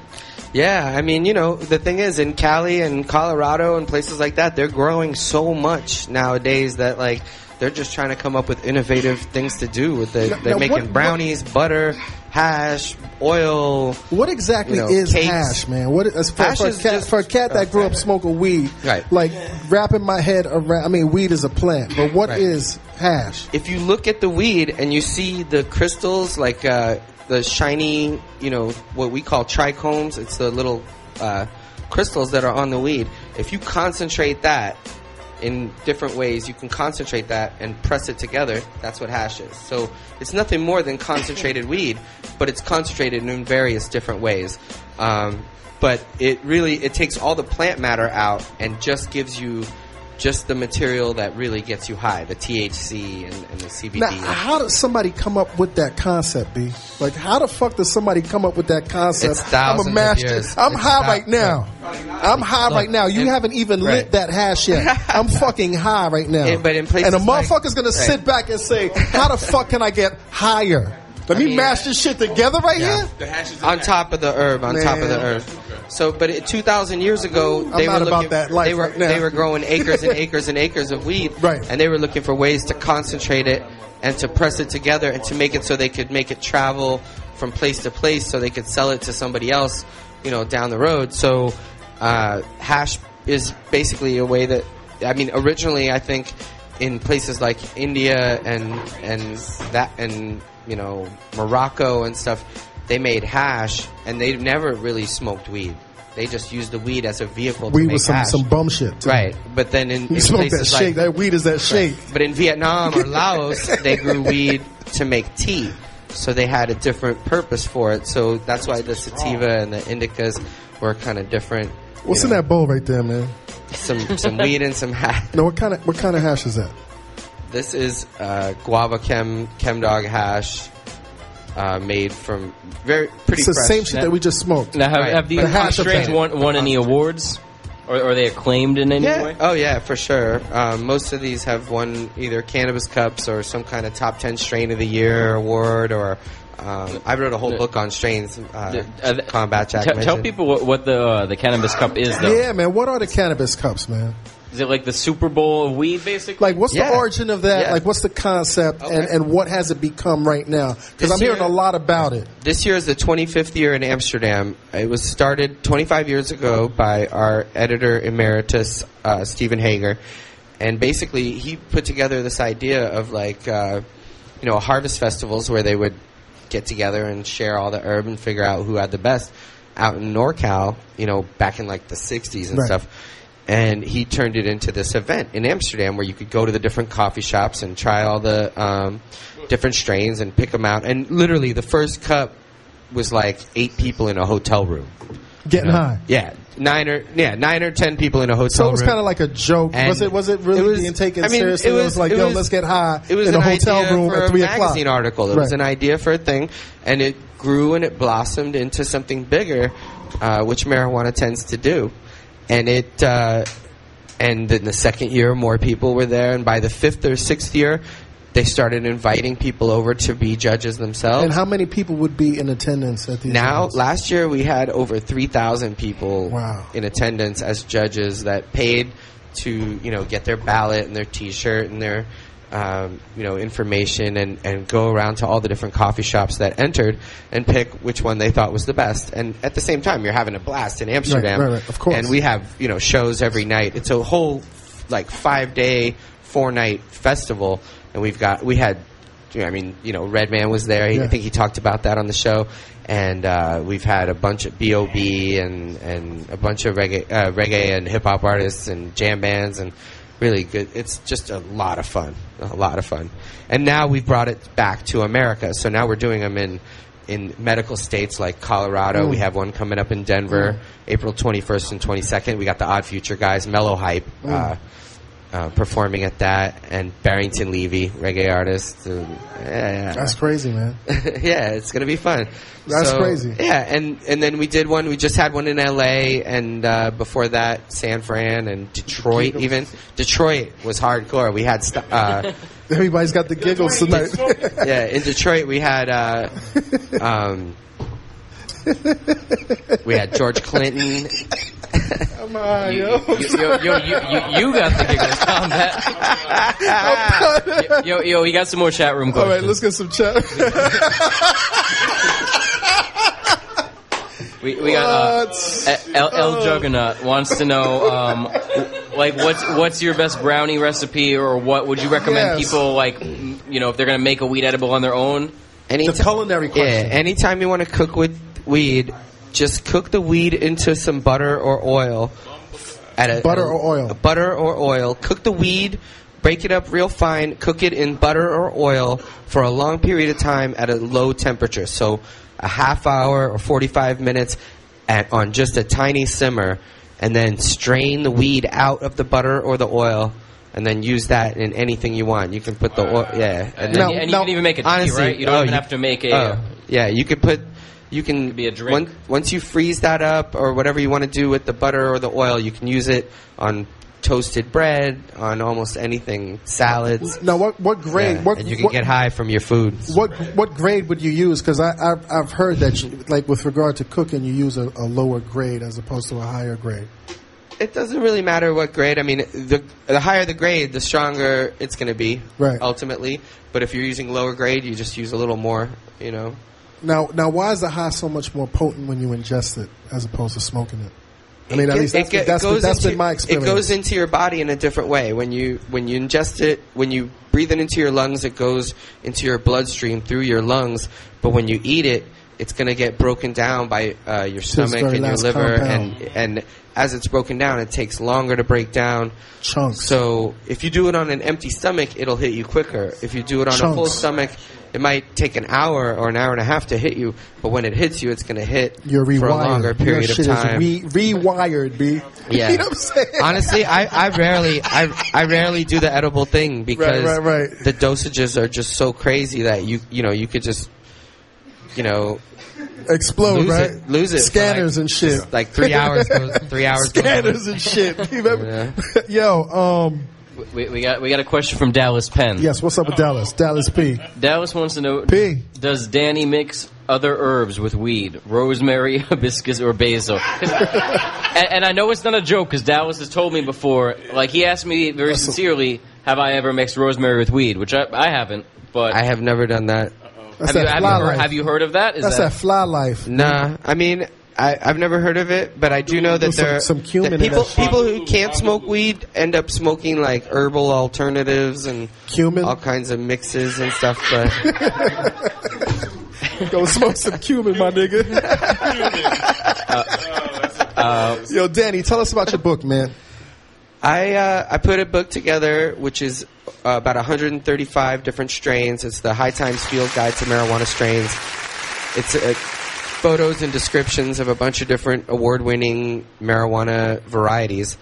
S11: Yeah, I mean, you know, the thing is, in Cali and Colorado and places like that, they're growing so much nowadays that like they're just trying to come up with innovative things to do with it.
S2: Now-
S11: they're
S2: now
S11: making
S2: what-
S11: brownies, butter, hash, oil.
S2: What exactly
S11: you know,
S2: is
S11: cakes.
S2: hash, man? What is, for,
S11: Hash
S2: for,
S11: is
S2: a cat,
S11: just-
S2: for a cat that grew up smoking weed,
S11: Right.
S2: like wrapping my head around. I mean, weed is a plant, but what
S11: Right.
S2: is hash?
S11: If you look at the weed and you see the crystals, like uh, the shiny, you know, what we call trichomes, it's the little uh, crystals that are on the weed. If you concentrate that in different ways, you can concentrate that and press it together. That's what hash is. So it's nothing more than concentrated weed, but it's concentrated in various different ways. Um, but it really it takes all the plant matter out and just gives you just the material that really gets you high, the THC and, and the CBD.
S2: Now, how does somebody come up with that concept, B? Like, how the fuck does somebody come up with that concept?
S11: It's thousands
S2: I'm
S11: of
S2: a master.
S11: years.
S2: I'm
S11: It's
S2: high
S11: thou-
S2: right now. I'm high right now. You haven't even lit
S11: Right.
S2: that hash yet. I'm fucking high right now.
S11: Yeah, but in places
S2: and a
S11: like-
S2: motherfucker's gonna
S11: Right.
S2: sit back and say, "How the fuck can I get higher? Let me
S11: mean-
S2: mash this shit together right
S11: Yeah.
S2: here."
S4: The hash is
S11: on top of the herb, on top of the
S2: Man.
S11: herb. So, but it, 2,000 years ago,
S2: I'm
S11: they
S2: not
S11: were
S2: about
S11: looking,
S2: that life
S11: they were
S2: right now.
S11: they were growing acres and acres and acres of weed,
S2: Right.
S11: And they were looking for ways to concentrate it and to press it together and to make it so they could make it travel from place to place, so they could sell it to somebody else, you know, down the road. So, uh, hash is basically a way that I mean, originally, I think in places like India and and that and you know Morocco and stuff, they made hash and they never really smoked weed. They just used the weed as a vehicle to
S2: Weed
S11: make
S2: was some
S11: hash.
S2: some bum shit, too.
S11: right? But then in,
S2: You
S11: in
S2: smoke that
S11: places like
S2: shake. that weed is that shake.
S11: but in Vietnam or Laos, they grew weed to make tea. So they had a different purpose for it. So that's why the sativa and the indicas were kind of different.
S2: What's in that bowl right there, man?
S11: Some some weed and some hash.
S2: No, what kind of what kind of hash is that?
S11: This is uh, guava chem chem dog hash uh, made from very pretty.
S2: it's the
S11: fresh.
S2: same shit that we just smoked.
S5: Now, have, have these
S2: The hash of
S5: strains
S2: that.
S5: won, won any awards? Or are they acclaimed in any
S11: Yeah.
S5: way?
S11: Oh yeah, for sure. Um, most of these have won either cannabis cups or some kind of top ten strain of the year award. Or um, I wrote a whole book on strains. Uh,
S5: Uh, th-
S11: combat jack.
S5: Tell- tell
S11: mentioned.
S5: people what, what the uh, the cannabis cup is, though.
S2: Yeah, man. What are the cannabis cups, man?
S5: Is it like the Super Bowl of weed, basically?
S2: Like, what's
S5: Yeah.
S2: the origin of that?
S5: Yeah.
S2: Like, what's the concept, and, and what has it become right now? Because I'm hearing a lot about it.
S11: This year is the 25th year in Amsterdam. It was started 25 years ago by our editor emeritus, uh, Stephen Hager. And basically, he put together this idea of like, uh, you know, harvest festivals where they would get together and share all the herb and figure out who had the best out in NorCal, you know, back in like the 60s and
S12: Right.
S11: stuff. And he turned it into this event in Amsterdam where you could go to the different coffee shops and try all the um, different strains and pick them out. And literally, the first cup was like eight people in a hotel room.
S2: Getting high.
S11: Yeah, nine or yeah, nine or ten people in a hotel
S2: So it was
S11: room.
S2: kind of like a joke.
S11: And
S2: was it? Was it really being taken
S11: I mean,
S2: seriously? It was, like, yo, let's get high
S11: it was
S2: in a
S11: an
S2: hotel
S11: idea
S2: room
S11: for
S2: at three
S11: a
S2: o'clock.
S11: magazine article. It was an idea for a thing, and it grew and it blossomed into something bigger, uh, which marijuana tends to do. And it, uh, and then the second year, more people were there, and by the fifth or sixth year, they started inviting people over to be judges themselves.
S2: And how many people would be in attendance at these?
S11: Now,
S2: events?
S11: last year we had over 3,000 people
S2: Wow.
S11: in attendance as judges that paid to, you know, get their ballot and their t-shirt and their, um, you know, information and, and go around to all the different coffee shops that entered and pick which one they thought was the best. And at the same time, you're having a blast in Amsterdam.
S2: right, right, of course.
S11: And we have, you know, shows every night. It's a whole, like, five-day, four-night festival. And we've got, we had, I mean, you know, Redman was there. He- I
S12: Yeah.
S11: think he talked about that on the show. And uh, we've had a bunch of Bob and and a bunch of reggae, uh, reggae and hip hop artists and jam bands and really good. It's just a lot of fun, a lot of fun. And now we've brought it back to America. So now we're doing them in in medical states like Colorado.
S12: Mm.
S11: We have one coming up in Denver,
S2: Mm.
S11: April twenty first and twenty second. We got the Odd Future guys, Mellow Hype.
S12: Mm.
S11: Uh, uh, performing at that, and Barrington Levy, reggae artist. and- yeah, yeah.
S2: That's crazy, man.
S11: yeah, it's gonna be fun.
S2: That's crazy.
S11: Yeah, and and then we did one. We just had one in L.A. and uh, before that, San Fran and Detroit.
S2: Giggles.
S11: Even Detroit was hardcore. We had st- uh,
S2: Everybody's got the giggles tonight.
S11: yeah in Detroit we had uh, um, we had George Clinton.
S2: Come on, yo.
S5: yo, yo, you, you, you got the giggles, Tom. That- yo, yo, we got some more chat room
S2: All
S5: questions.
S2: right, let's get some chat.
S5: We, we got uh, El, El Juggernaut wants to know, um, like, what's what's your best brownie recipe, or what would you recommend
S11: Yes.
S5: people like, m- you know, if they're gonna make a weed edible on their own?
S11: Any the
S2: culinary
S11: question. Yeah, anytime you want to cook with weed, just cook the weed into some butter or oil. At a,
S2: Butter or oil.
S11: Butter or oil. Cook the weed, break it up real fine, cook it in butter or oil for a long period of time at a low temperature. So a half hour or 45 minutes at, on just a tiny simmer, and then strain the weed out of the butter or the oil. And then use that in anything you want. You can put the oil, yeah.
S5: And,
S11: then-
S5: and, you can even make a tea,
S11: Honestly,
S5: right? You don't
S11: oh,
S5: even
S11: you-
S5: have to make a.
S11: oh, yeah, you could put. You can be a drink. once you freeze that up, or whatever you want to do with the butter or the oil, you can use it on toasted bread, on almost anything, salads.
S2: Now, what what grade?
S11: Yeah,
S2: what,
S11: and you can
S2: what,
S11: get high from your food.
S2: What what grade would you use? Because I I've, I've heard that you, like with regard to cooking, you use a, a lower grade as opposed to a higher grade.
S11: It doesn't really matter what grade. I mean, the the higher the grade, the stronger it's going to be.
S2: Right.
S11: Ultimately, but if you're using lower grade, you just use a little more. You know.
S2: Now now why is the high so much more potent when you ingest it as opposed to smoking it? I mean,
S11: It
S2: at
S11: get-
S2: least
S11: it
S2: that's,
S11: get-
S2: been- that's,
S11: it
S2: been-
S11: goes
S2: that's
S11: into-
S2: been
S11: It
S2: my
S11: goes
S2: experience.
S11: into your body in a different way. When you when you ingest it, when you breathe it into your lungs, it goes into your bloodstream through your lungs. But when you eat it, it's going to get broken down by uh, your
S2: its
S11: stomach and
S2: very
S11: your
S2: last
S11: liver,
S2: compound.
S11: and and as it's broken down, it takes longer to break down.
S2: Chunks.
S11: So if you do it on an empty stomach, it'll hit you quicker. If you do it on a full
S2: Chunks.
S11: stomach, It might take an hour or an hour and a half to hit you, but when it hits you, it's going to hit
S2: You're rewired.
S11: for a longer period
S2: Your
S11: of
S2: shit
S11: time.
S2: Is re- rewired, B.
S11: Yeah.
S2: You know what I'm saying?
S11: Honestly, I, I rarely I, I rarely do the edible thing because
S2: right,
S11: the dosages are just so crazy that you you know you could just you know
S2: Explode,
S11: lose
S2: right?
S11: it, lose it for,
S2: Scanners
S11: like,
S2: and shit.
S11: just, like three hours goes, three hours goes on.
S2: Scanners and shit. You remember? Yo, um,
S5: We, we got we got a question from Dallas Penn.
S2: yes, what's up with Dallas? Dallas P.
S5: Dallas wants to know: Does Danny mix other herbs with weed, rosemary, hibiscus, or basil? 'Cause- and, and I know it's not a joke because Dallas has told me before. Like he asked me very sincerely, "Have I ever mixed rosemary with weed?" Which I, I haven't. But
S11: I have never done that.
S5: have you, have, you heard, have you heard of that? Is
S2: That's
S5: that
S2: that fly life.
S11: Nah, I mean, I, I've never heard of it, but I do know that
S2: Some-
S11: there are
S2: some cumin
S11: that
S2: in
S11: people
S2: that shit.
S11: people who can't smoke weed end up smoking like herbal alternatives and
S2: cumin,
S11: all kinds of mixes and stuff. But
S2: Go smoke some cumin, my nigga.
S11: uh,
S2: Yo, Danny, tell us about your book, man.
S11: I uh, I put a book together which is uh, about 135 different strains. It's the High Times Field Guide to Marijuana Strains. It's uh, photos and descriptions of a bunch of different award-winning marijuana varieties.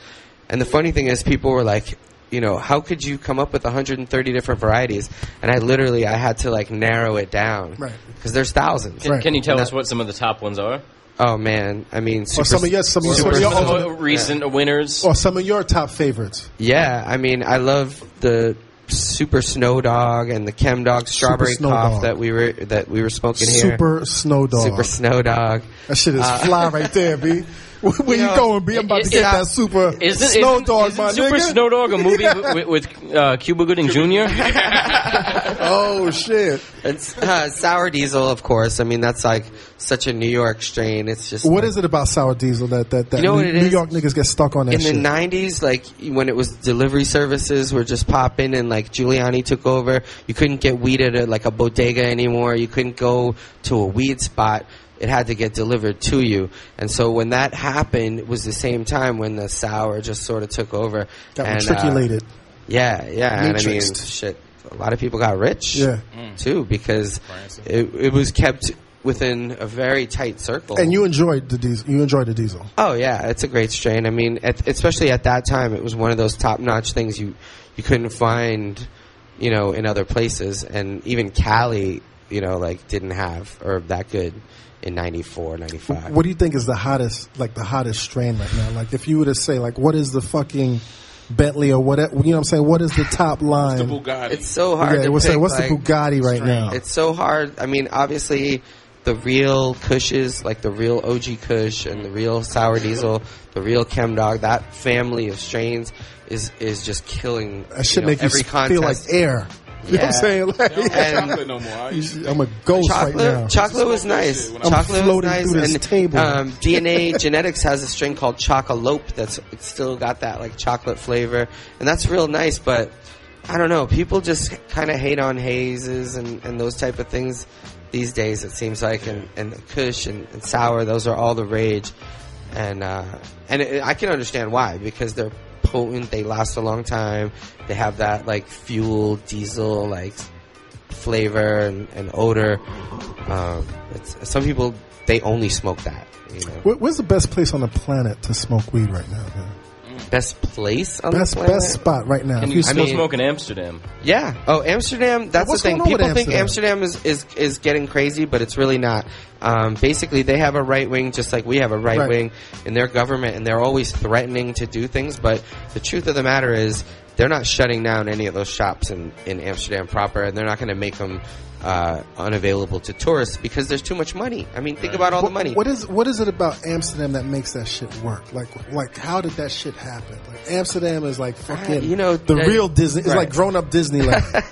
S11: And the funny thing is, people were like, you know, how could you come up with 130 different varieties? And I literally I had to like narrow it down
S5: Right.
S11: because there's thousands.
S5: Can, can you tell us what some of the top ones are?
S11: Oh man, I mean, super,
S5: Or some of your- some of your-
S11: super-
S5: some of your- recent winners,
S2: Or some of your top favorites.
S11: Yeah, I mean, I love the Super Snow Dog and the Chem Dog Strawberry
S2: Snow
S11: Cough
S2: Dog.
S11: that we were that we were smoking here.
S2: Super Snow Dog.
S11: Super Snow Dog.
S2: That shit is
S11: Uh,
S2: fly right there, B. Where you,
S11: You know,
S2: going, B? I'm about to
S11: it-
S2: get
S11: it-
S2: that super
S5: Isn't-
S2: Snow
S5: isn't-
S2: Dog,
S5: isn't
S2: my
S5: Super
S2: nigga.
S5: Snow Dog a movie with, with uh, Cuba Gooding Jr.?
S2: oh shit!
S11: It's uh, Sour Diesel, of course. I mean, that's like such a New York strain. It's just
S2: What is it about Sour Diesel that that, that
S11: You know
S2: New,
S11: what it
S2: New
S11: is?
S2: York niggas get stuck on that
S11: in
S2: shit?
S11: the 90s like when it was delivery services were just popping and like giuliani took over you couldn't get weed at a, like a bodega anymore you couldn't go to a weed spot it had to get delivered to you and so when that happened it was the same time when the sour just sort of took over
S2: Got
S11: and, uh,
S2: matriculated.
S11: yeah yeah and i mean
S2: Matrixed.
S11: shit a lot of people got rich
S2: Yeah.
S11: too because it, it was kept within a very tight circle
S2: and you enjoyed the diesel. You enjoyed the diesel.
S11: Oh yeah, it's a great strain. I mean, at, especially at that time, it was one of those top-notch things you you couldn't find, you know, in other places, and even Cali, you know, like didn't have or that good in 94, 95.
S2: What do you think is the hottest, like the hottest strain right now? Like, if you were to say, like, what is the fucking Bentley or whatever? You know what I'm saying? What is the top line?
S11: It's so hard.
S2: Yeah,
S11: to
S2: we'll say,
S11: pick,
S2: what's the
S11: like,
S2: Bugatti right now?
S11: It's so hard. I mean, obviously, the real Kushes, like the real OG Kush and the real Sour Diesel, the real Chem Dog, that family of strains is is just killing.
S2: That shit
S11: you know,
S2: make you
S11: every
S2: s- feel
S11: contest.
S2: like air. You know what I'm saying? Like-
S4: They don't have
S2: And-
S4: chocolate no more. I used to-
S2: I'm a ghost
S11: chocolate,
S2: right now.
S11: Chocolate was nice.
S2: I'm
S11: chocolate was
S2: floating
S11: nice.
S2: through this
S11: and,
S2: table.
S11: Um, DNA Genetics has a strain called Chocolope that's it's still got that like chocolate flavor, and that's real nice. But I don't know. People just kind of hate on hazes and, and those type of things these days. It seems like and and Kush and, and sour. Those are all the rage, and uh, and it, I can understand why because they're potent. They last a long time. They have that like fuel diesel like flavor and, and odor. Um, it's, some people they only smoke that. You know,
S2: Where, where's the best place on the planet to smoke weed right now? Man?
S11: best place on
S2: Best
S11: the planet.
S2: best spot right now.
S11: Can
S2: If
S11: you-
S2: you
S11: I
S2: smoke-
S5: Still
S11: mean-
S5: smoking Amsterdam.
S11: Yeah. Oh, Amsterdam. That's
S5: What's
S11: the thing.
S5: going on with
S11: People think
S5: Amsterdam?
S11: Amsterdam is, is is getting crazy, but it's really not. Um, basically, they have a right wing, just like we have a right,
S5: Right.
S11: wing in their government, and they're always threatening to do things. But the truth of the matter is, they're not shutting down any of those shops in in Amsterdam proper, and they're not going to make them. Uh, unavailable to tourists because there's too much money. I mean, think about all
S2: what,
S11: the money.
S2: What is what is it about Amsterdam that makes that shit work? Like like how did that shit happen? Like Amsterdam is like fucking
S11: you know,
S2: the
S11: that-
S2: real Disney. It's
S11: right.
S2: like grown up Disneyland.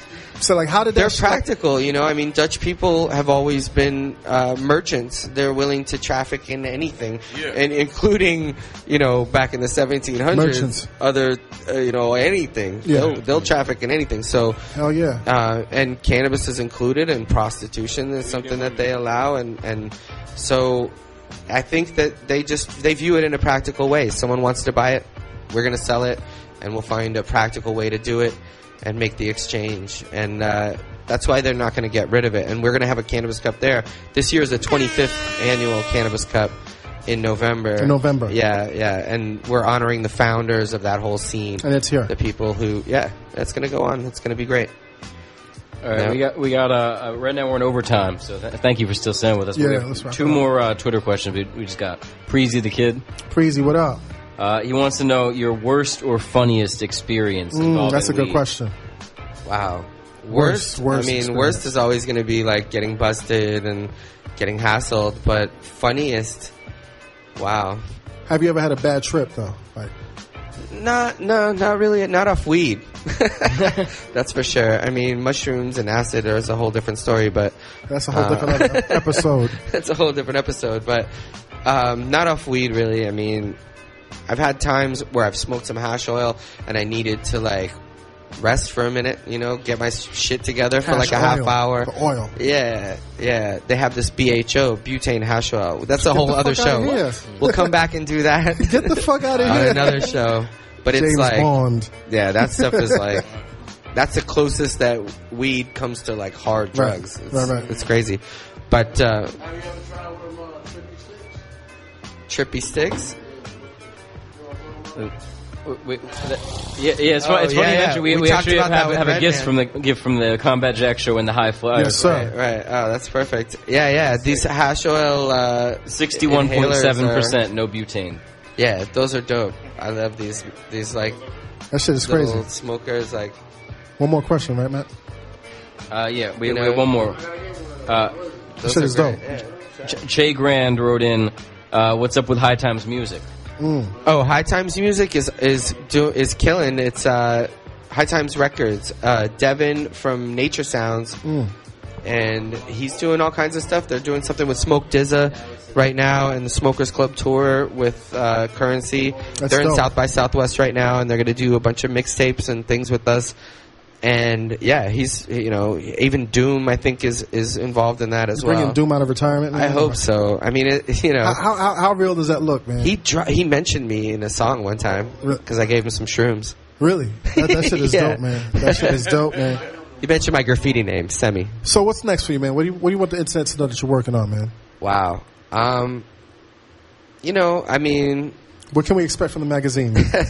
S2: so like how did that
S11: They're
S2: shit, like,
S11: practical, you know. I mean, Dutch people have always been uh, merchants. They're willing to traffic in anything, and including, you know, back in the 1700s,
S2: Merchants.
S11: other, uh, you know, anything.
S2: Yeah.
S11: They'll, they'll traffic in anything. So,
S2: Hell yeah.
S11: uh, and cannabis is included, and prostitution is something that they allow, and and so I think that they just they view it in a practical way. Someone wants to buy it, we're gonna sell it, and we'll find a practical way to do it. and make the exchange. And uh, that's why they're not going to get rid of it. And we're going to have a Cannabis Cup there. This year is the 25th annual Cannabis Cup in November.
S2: In November.
S11: Yeah, yeah. And we're honoring the founders of that whole scene.
S2: And it's here.
S11: The people who, yeah, that's going to go on. It's going to be great.
S5: All right, we got we got uh, uh, right now we're in overtime, so th- thank you for still staying with us.
S2: Yeah,
S5: we have
S2: let's wrap
S5: two
S2: it up.
S5: more uh, Twitter questions we, we just got. Preezy the kid,
S2: Preezy, what up?
S5: uh, he wants to know your worst or funniest experience.
S2: Mm,
S5: involving
S2: that's a good
S5: weed.
S2: question.
S11: Wow. Worst,
S2: Worst-
S11: I
S2: worst
S11: mean,
S2: experience.
S11: worst is always going to be like getting busted and getting hassled, but funniest, wow.
S2: Have you ever had a bad trip though? Like,
S11: Not, no, not really. Not off weed. That's for sure. I mean, mushrooms and acid is a whole different story, but
S2: That's a whole
S11: uh,
S2: different ep- episode.
S11: That's a whole different episode, but um, not off weed really. I mean, I've had times where I've smoked some hash oil and I needed to like rest for a minute, you know, get my s- shit together for
S2: Hash
S11: like a half
S2: oil,
S11: hour.
S2: the oil.
S11: Yeah, yeah. They have this BHO, butane hash oil. That's a
S2: Get
S11: whole
S2: the
S11: other
S2: fuck outta
S11: show.
S2: here.
S11: We'll come back and do that.
S2: Get the fuck out of
S11: on
S2: here.
S11: another show. But it's
S2: James
S11: like,
S2: Bond.
S11: yeah, that stuff is like, that's the closest that weed comes to like hard
S2: Right,
S11: drugs. It's,
S2: right, right.
S11: it's crazy. But uh, trippy sticks.
S5: Wait, Yeah, yeah, it's,
S11: Oh,
S5: fu- it's funny
S11: yeah,
S5: you
S11: yeah.
S5: mentioned we,
S11: We
S5: we,
S11: talked
S5: actually have,
S11: about that
S5: have,
S11: with
S5: a
S11: Red
S5: gift
S11: Man.
S5: from the gift from the Combat Jack show and the High Flyers.
S2: Yes, sir.
S11: Right, right. Oh, that's perfect. Yeah, yeah. These hash oil, uh,
S5: Sixty-one point seven
S11: inhalers
S5: percent,
S11: are-
S5: no butane.
S11: Yeah, those are dope. I love these. These like
S2: That shit is
S11: little
S2: crazy.
S11: Smokers like
S2: One more question, right, Matt?
S5: Uh, yeah, we,
S11: You
S5: we
S11: know-
S5: have one more. Uh,
S2: This shit is dope.
S5: Ch- Che Grand wrote in, uh, "What's up with High Times music?"
S11: Oh, High Times Music is is do, is killing. It's uh, High Times Records. Uh, Devin from Nature Sounds,
S2: Mm.
S11: and he's doing all kinds of stuff. They're doing something with Smoke Dizza right now, and the Smokers Club tour with uh, Currency.
S2: That's
S11: they're in
S2: dope.
S11: South by Southwest right now, and they're going to do a bunch of mixtapes and things with us. And yeah, he's you know even Doom I think is is involved in that as
S2: Bringing
S11: well.
S2: Doom out of retirement.
S11: I hope so. I mean, it, you know,
S2: How, how, how- how real does that look, man?
S11: he dr- he mentioned me in a song one time
S2: Re-
S11: because I gave him some shrooms.
S2: really? That, that shit is
S11: Yeah.
S2: dope, man. That shit is dope, man.
S11: You mentioned my graffiti name, Semi.
S2: So what's next for you, man? What do you, what do you want the internet to know that you're working on, man?
S11: Wow. Um, you know, I mean,
S2: What can we expect from the magazine? man?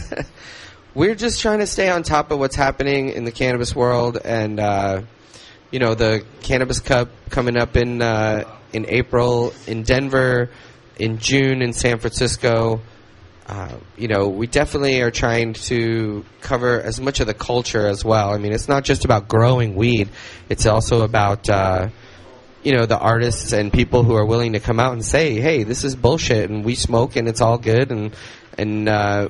S11: we're just trying to stay on top of what's happening in the cannabis world, and uh, you know, the Cannabis Cup coming up in uh, in April in Denver, in June in San Francisco. Uh, you know, we definitely are trying to cover as much of the culture as well. I mean, it's not just about growing weed; it's also about uh, you know the artists and people who are willing to come out and say, "Hey, this is bullshit, and we smoke, and it's all good, and and uh,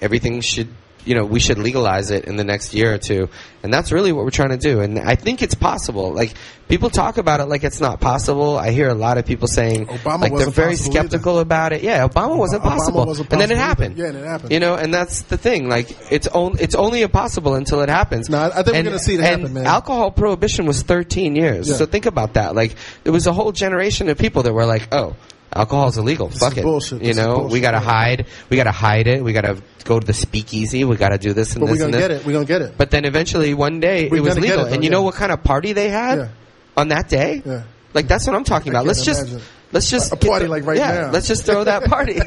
S11: everything should." You know, we should legalize it in the next year or two, and that's really what we're trying to do. And I think it's possible. Like people talk about it like it's not possible. I hear a lot of people saying
S2: Obama
S11: like they're
S2: wasn't
S11: very
S2: possible either.
S11: skeptical about Oh, it. Yeah, Obama wasn't
S2: Obama
S11: possible,
S2: wasn't
S11: and then it
S2: possible either.
S11: happened.
S2: Yeah, and it happened.
S11: You know, and that's the thing. Like it's only it's only impossible until it happens.
S2: No, I- I think we're
S11: And-
S2: gonna see it
S11: and
S2: happen, man.
S11: Alcohol prohibition was 13 years.
S2: Yeah.
S11: So think about that. Like there was a whole generation of people that were like, "Oh, alcohol's illegal. Fuck
S2: is
S11: it."
S2: bullshit.
S11: You
S2: This is
S11: know, we
S2: bullshit.
S11: got to hide. We got to hide it. We got to go to the speakeasy. We got to do this and
S2: but we're
S11: this
S2: gonna
S11: and this.
S2: get it. We're gonna get it.
S11: But then eventually one day
S2: We're
S11: it was
S2: gonna get
S11: legal.
S2: it, though,
S11: and you
S2: yeah.
S11: know what kind of party they had
S2: Yeah.
S11: on that day?
S2: Yeah.
S11: Like that's what I'm talking about.
S2: can't
S11: Let's just
S2: imagine.
S11: let's just
S2: A
S11: get
S2: party
S11: the-
S2: like right
S11: yeah,
S2: now.
S11: Let's just throw that party.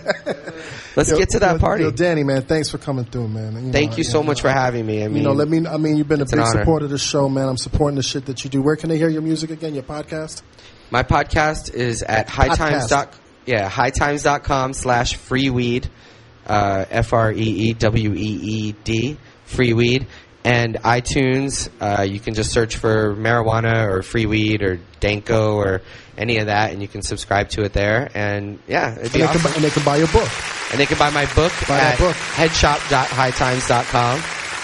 S11: let's
S2: Yo-
S11: get to that
S2: yo-
S11: party.
S2: yo, Danny, man. Thanks for coming through, man. know,
S11: Thank you so
S2: know,
S11: much for having me. I mean,
S2: you know, let me. I mean, you've been a
S11: It's an
S2: big
S11: honor.
S2: supporter of the show, man. I'm supporting the shit that you do. Where can they hear your music again? Your podcast?
S11: my podcast is at hightimes dot yeah hightimes.com slash free weed uh, f r e e w e e d free weed and iTunes. Uh, you can just search for marijuana or free weed or Danko or any of that, and you can subscribe to it there. And yeah, it'd
S2: And
S11: be
S2: they, can,
S11: awesome.
S2: bu- and they can buy your book.
S11: and they can buy my book
S2: Buy that
S11: at
S2: book.
S11: headshop.hightimes.com.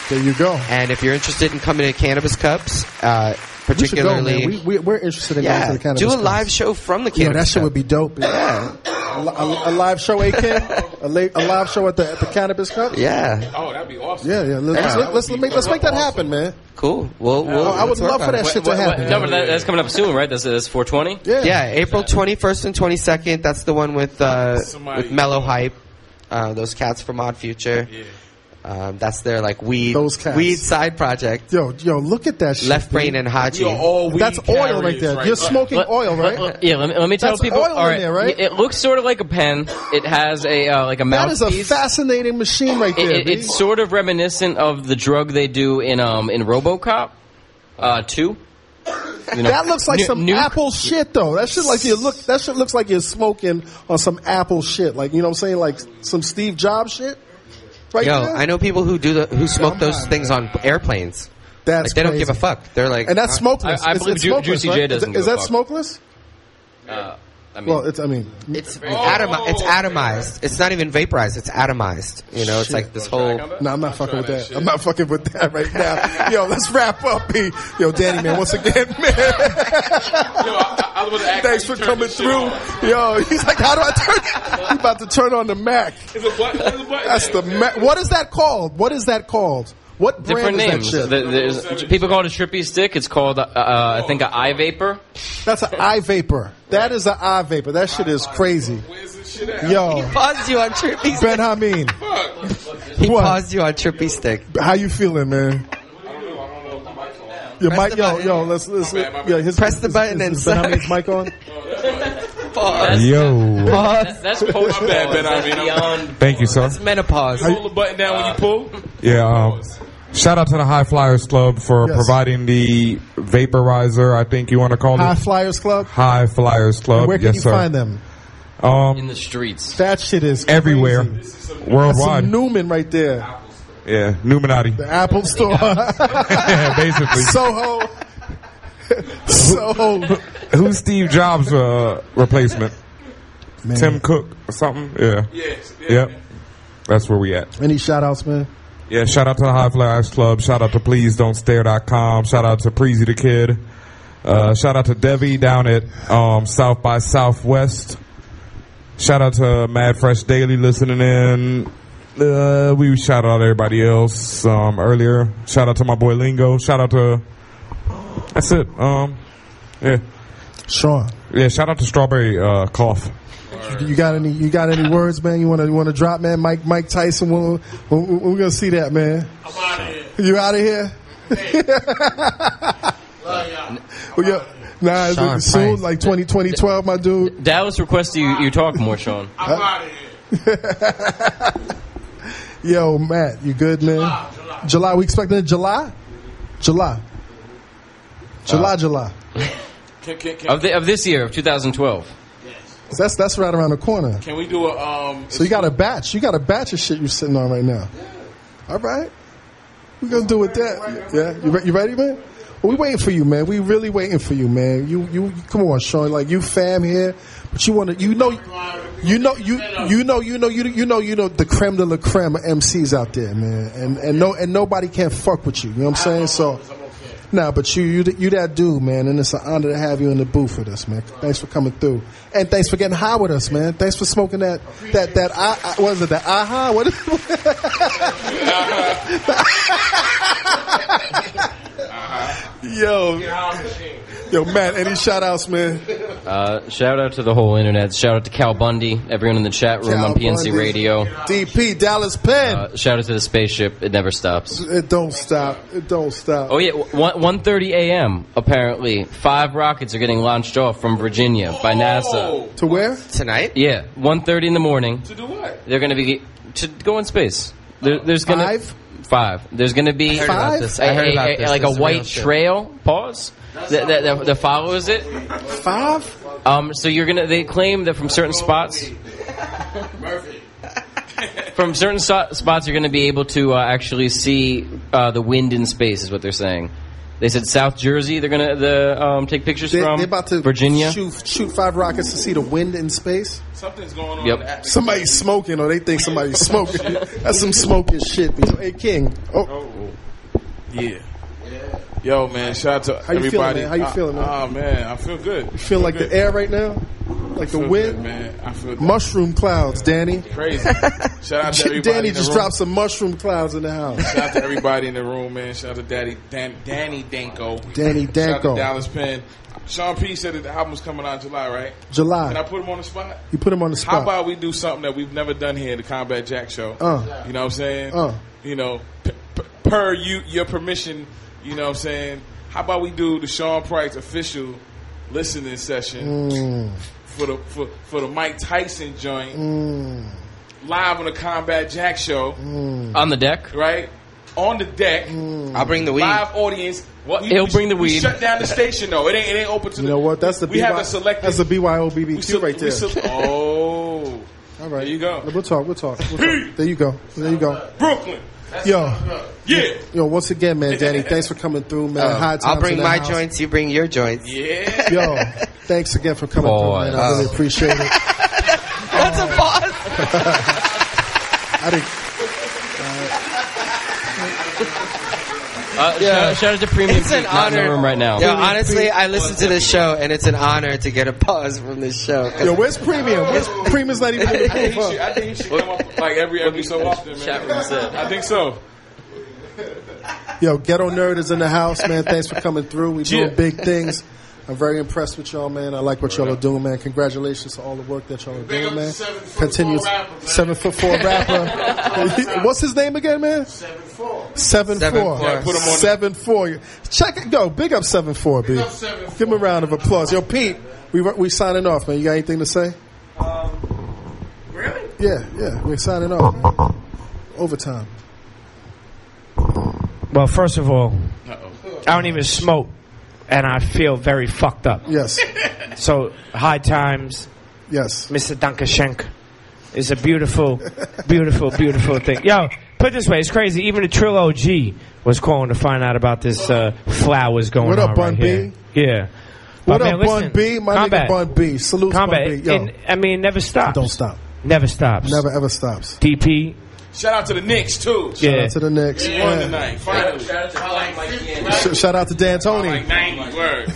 S2: There you go.
S11: And if you're interested in coming to Cannabis Cups, uh,
S2: We should go,
S11: particularly.
S2: man. We, we, we're interested in going
S11: yeah,
S2: to the cannabis.
S11: do a
S2: Club.
S11: live show from the
S2: Yo,
S11: Cannabis
S2: that shit
S11: Cup.
S2: would be dope. Yeah. A, li- a- a live show, AK? a, la- a live show at the, at the Cannabis Cup?
S11: Yeah,
S4: Oh, that'd be awesome.
S2: Yeah, yeah. Let's, let's, let's, make, let's make that happen, man.
S11: cool. Well, we'll
S2: I would
S11: let's work
S2: love
S11: on
S2: for
S11: it.
S2: that shit to
S5: What- what-
S2: happen.
S5: no, but that, that's coming up soon, right? That's that's four twenty.
S2: Yeah.
S11: Yeah, April 21st and 22nd. That's the one with uh,
S4: Somebody-
S11: with Mellow Hype. Uh, those cats from Odd Future.
S4: Yeah.
S11: Um, that's their like weed
S2: Those cats.
S11: weed side project.
S2: Yo, yo, look at that shit.
S11: Left brain
S2: dude.
S11: and Haji. We are all weed
S2: That's oil right
S11: carriers
S2: there.
S11: right
S2: You're
S11: now.
S2: smoking
S5: Let-
S2: oil, right?
S5: let- yeah, let me, let me tell
S2: That's
S5: people.
S2: oil in
S5: all right,
S2: there, right?
S5: It looks sort of like a pen. It has a uh, like a
S2: that is
S5: mouthpiece.
S2: a fascinating machine
S5: It-
S2: right there.
S5: it- it's sort of reminiscent of the drug they do in um in RoboCop, uh, two. You know,
S2: that looks like
S5: nu-
S2: some
S5: nuke.
S2: apple shit though. That shit like you look. That shit looks like you're smoking on some apple shit. Like you know what I'm saying? Like some Steve Jobs shit. Right
S11: Yo,
S2: there.
S11: I know people who do the, who smoke those things on airplanes.
S2: That's
S11: like, they don't
S2: crazy.
S11: give a fuck. They're like,
S2: and that's
S11: uh,
S2: smokeless. It's- it's smokeless, right? Is- Is that smokeless?
S5: Uh, I mean,
S2: well, it's. I mean,
S11: it's atomi- it's atomized. It's not even vaporized. It's atomized. You know, it's
S2: Shit.
S11: like this whole. Oh.
S2: No, I'm not fucking with that. I'm not fucking with that right now. Yo, let's wrap up, P. Yo, Danny, man, once again, man. Thanks for coming through. Yo, he's like, how do I turn? He about to turn on the Mac. That's the Mac. What is that called? What is that called? What brand
S5: different names.
S2: is that
S5: There- there's- people call it a trippy stick. It's called uh, uh, I think an eye vapor.
S2: shit? That's an eye vapor. That is an eye vapor. That shit is crazy. Yo,
S11: paused you on trippy.
S2: Ben Hameen,
S11: He paused you on trippy stick.
S2: how you feeling, man? Your mic, yo, yo, let's let's yo, his, press the button
S11: and
S2: is Ben Hameen's mic on.
S3: Yo.
S5: That's, that's post
S4: My bad, Ben, I mean, I'm-
S5: beyond uh,
S3: Thank you, sir.
S11: menopause.
S4: Pull the button down when you pull.
S3: Yeah. Um, shout out to the High Flyers Club for
S2: Yes.
S3: providing the vaporizer. I think you want to call
S2: High
S3: it
S2: Flyers Club.
S3: High Flyers Club.
S2: Where can
S3: yes,
S2: you
S3: sir.
S2: find them?
S3: Um,
S5: in the streets.
S2: That shit is
S3: everywhere,
S2: crazy. That's
S3: worldwide.
S2: some Newman right there.
S3: yeah, Numinati.
S2: The Apple Store,
S3: yeah, basically.
S2: Soho, Soho.
S3: Who's Steve Jobs' uh, replacement? Tim Cook or something? Yeah.
S4: Yes.
S3: Yep. That's where we at.
S2: Any shout outs, man?
S3: Yeah, shout out to the High Flyers Club. Shout out to please don't stare.com. Shout out to Preezy the Kid. Uh, shout out to Debbie down at um, South by Southwest. Shout out to Mad Fresh Daily listening in. Uh, we shout out everybody else um, earlier. Shout out to my boy Lingo. Shout out to. That's it. Um, yeah,
S2: Sean,
S3: yeah. Shout out to Strawberry uh, Cough.
S2: you, you got any? You got any words, man? You want to you want to drop, man? Mike Mike Tyson. We're, we're gonna see that, man. I'm out of here. You out of here? Well, yo, nah, it's
S11: Sean
S2: soon,
S11: Price.
S2: like 20, 2012, my dude.
S5: Dallas requests you you talk more, Sean.
S4: I'm out of here.
S2: Yo, Matt, you good, man? July, we expecting it July? July. July, July.
S4: Can, can, can,
S5: Of, the, of this year of 2012.
S2: So that's that's right around the corner.
S4: can we do a um?
S2: So you got a batch. You got a batch of shit you're sitting on right now. All right. We're going to do with that. Yeah. You, re- you ready, man? Well, we waiting for you, man. We really waiting for you, man. You, you, come on, Sean. Like you, fam here, but you want to, you know, you know, you, you know, you know, you, you know, you know, the creme de la creme of MCs out there, man, and and no, and nobody can fuck with you. You know what I'm saying? So, nah, but you, you, th- you that dude, man, and it's an honor to have you in the booth with us, man. Thanks for coming through, and thanks for getting high with us, man. Thanks for smoking that, that, that. I, I what is it? That aha? What? Is, Yo, yo, Matt, any shout outs, man?
S5: Uh, shout out to the whole internet. Shout out to Cal Bundy, everyone in the chat room on
S2: Cal
S5: PNC
S2: Bundy.
S5: Radio.
S2: DP, Dallas Penn.
S5: Uh, shout out to the spaceship. It never stops.
S2: it don't stop. It don't stop.
S5: Oh yeah, one 1:30 a.m. Apparently, five rockets are getting launched off from Virginia by NASA.
S2: Oh! To where?
S11: Tonight?
S5: Yeah, 1:30 in the morning.
S4: To do what?
S5: They're going to be to go in space. There, there's going
S2: Five?
S5: five. There's going to be
S11: heard about
S2: Five?
S11: this.
S5: a-
S11: I heard
S5: a-
S11: about
S5: a-
S11: this.
S5: like
S11: This
S5: a
S11: is real
S5: white
S11: shit.
S5: trail. Pause. That, that, that, that follows it.
S2: Five?
S5: Um, so you're gonna. They claim that from certain spots, from certain so- spots, you're gonna be able to uh, actually see uh, the wind in space. Is what they're saying. They said South Jersey. They're gonna the, um, take pictures
S2: They,
S5: from.
S2: are about to
S5: Virginia.
S2: shoot, shoot five rockets to see the wind in space.
S4: Something's going on.
S5: Yep.
S4: in the atmosphere.
S2: Somebody's smoking, or they think somebody's smoking. That's some smoking shit. Hey, King. Oh,
S4: Yeah. Yo, man, shout out to
S2: How you feeling,
S4: everybody.
S2: man? How you
S4: Ah,
S2: feeling, man?
S4: Ah, man, I feel good.
S2: you feel like the air right now, like the
S4: feel
S2: wind.
S4: good, man. I feel good.
S2: Mushroom clouds, Danny.
S4: crazy. Shout out to everybody.
S2: Danny
S4: in the
S2: just
S4: room.
S2: dropped some mushroom clouds in the house.
S4: Shout out to everybody in the room, man. Shout out to Daddy Dan, Danny Danko.
S2: Danny
S4: Shout out to
S2: Danko.
S4: Dallas Penn. Sean P said that the album's coming out in July, right? Can I
S2: July.
S4: put him on the spot?
S2: You put him on the
S4: How
S2: spot.
S4: about we do something that we've never done here in the Combat Jack Show?
S2: Uh.
S4: you know what I'm saying?
S2: Uh.
S4: you know, p- p- per you your permission, you know what I'm saying? How about we do the Sean Price official listening session
S16: Mm.
S4: for the for, for the Mike Tyson joint
S16: Mm.
S11: Mm-hmm.
S4: live on the Combat Jack show
S16: Mm.
S5: On the deck,
S4: right? On the deck.
S2: Mm.
S5: I'll bring the weed.
S4: Live audience. Well,
S5: He'll bring the
S4: We
S5: weed.
S4: shut down the station though. It ain't it ain't open to
S2: You
S4: the
S2: know what? That's the
S4: we
S2: BY
S4: have a selected
S2: That's the BYOBBQ
S4: sel-
S2: right
S4: we
S2: there.
S4: sel- oh.
S2: All right.
S4: There you go.
S2: We'll talk. We'll talk. We'll talk. There you go. There you go.
S4: Brooklyn.
S2: Yo.
S4: Yeah.
S2: Yo, once again, man, Danny, thanks for coming through, man.
S11: Oh,
S2: High
S11: I'll
S2: times in
S11: bring
S2: the
S11: my
S2: house.
S11: joints. You bring your joints.
S4: Yeah.
S2: Yo, thanks again for coming
S11: Boy.
S2: through, man. I really
S11: Oh.
S2: appreciate it.
S11: That's a boss. oh.
S2: I didn't,
S5: Uh, shout, shout out to Premium
S11: It's an
S5: Peak, not in the
S11: honor.
S5: room right now.
S11: Yo, honestly, I listen to this show, and it's an honor to get a pause from this show. 'cause-
S2: yo, where's premium? Where's premium's not even?
S4: I think he should, I think he should come up like every every so often, man. I think so.
S2: Yo, ghetto nerd is in the house, man. Thanks for coming through. We doing
S4: Yeah.
S2: big things. I'm very impressed with y'all, man. I like what y'all are doing, man. Congratulations to all the work that y'all are doing, man. Continues seven foot four rapper. What's his name again, man? Seven four. Seven
S1: Seven
S2: four.
S1: four. Yeah, put him on the-
S2: Seven four. Check it. Go. Big up seven four, B. Give him a round of applause. Yo, Pete, we we signing off, man. You got anything to say? Um, really? Yeah, yeah. We're signing off. Man. Overtime.
S6: Well, first of all, I don't even smoke, and I feel very fucked up.
S2: Yes.
S6: So high times.
S2: Yes.
S6: Mr. Dankashenk is a beautiful, beautiful, beautiful thing. Yo, put it this way, it's crazy. Even the Trill OG was calling to find out about this uh, flowers going
S2: What up,
S6: on right
S2: Bun B?
S6: here. Yeah.
S2: What
S6: But,
S2: up,
S6: man,
S2: Bun
S6: listen,
S2: B? My
S6: combat,
S2: nigga Bun B. Salute
S6: combat.
S2: Bun B. Yo,
S6: and- I mean, never stops.
S2: don't stop.
S6: Never stops.
S2: Never ever stops.
S6: DP.
S4: Shout out to the Knicks too.
S2: Shout out to the Knicks.
S4: They won
S2: Yeah.
S4: tonight. Finally.
S2: Sh- shout out to Dan Tony.
S4: Ninety word.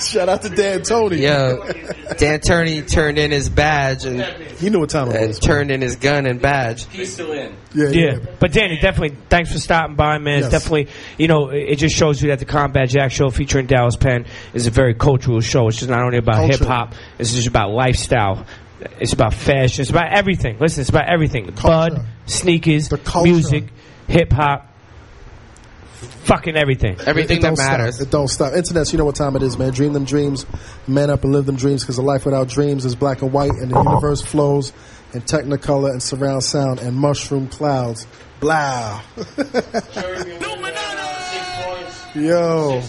S2: shout out to Dan Tony.
S11: Yo, Dan Turney turned in his badge and
S2: he knew what time it
S11: was. Turned in his gun and badge.
S5: He's still in.
S2: Yeah,
S6: yeah. But Danny, definitely, thanks for stopping by, man. It's
S11: Yes.
S6: definitely, you know, it it just shows you that the Combat Jack show featuring Dallas Penn is a very cultural show. It's just not only about
S12: Culture.
S6: hip hop, it's just about lifestyle. It's about fashion. It's about everything. Listen, it's about everything. Bud, sneakers, music, hip hop, fucking everything.
S2: It don't Stop. It don't stop. Internets, you know what time it is, man. Dream them dreams, man up and live them dreams, because a life without dreams is black and white, and the universe flows in technicolor and surround sound and mushroom clouds. Blah. Yo.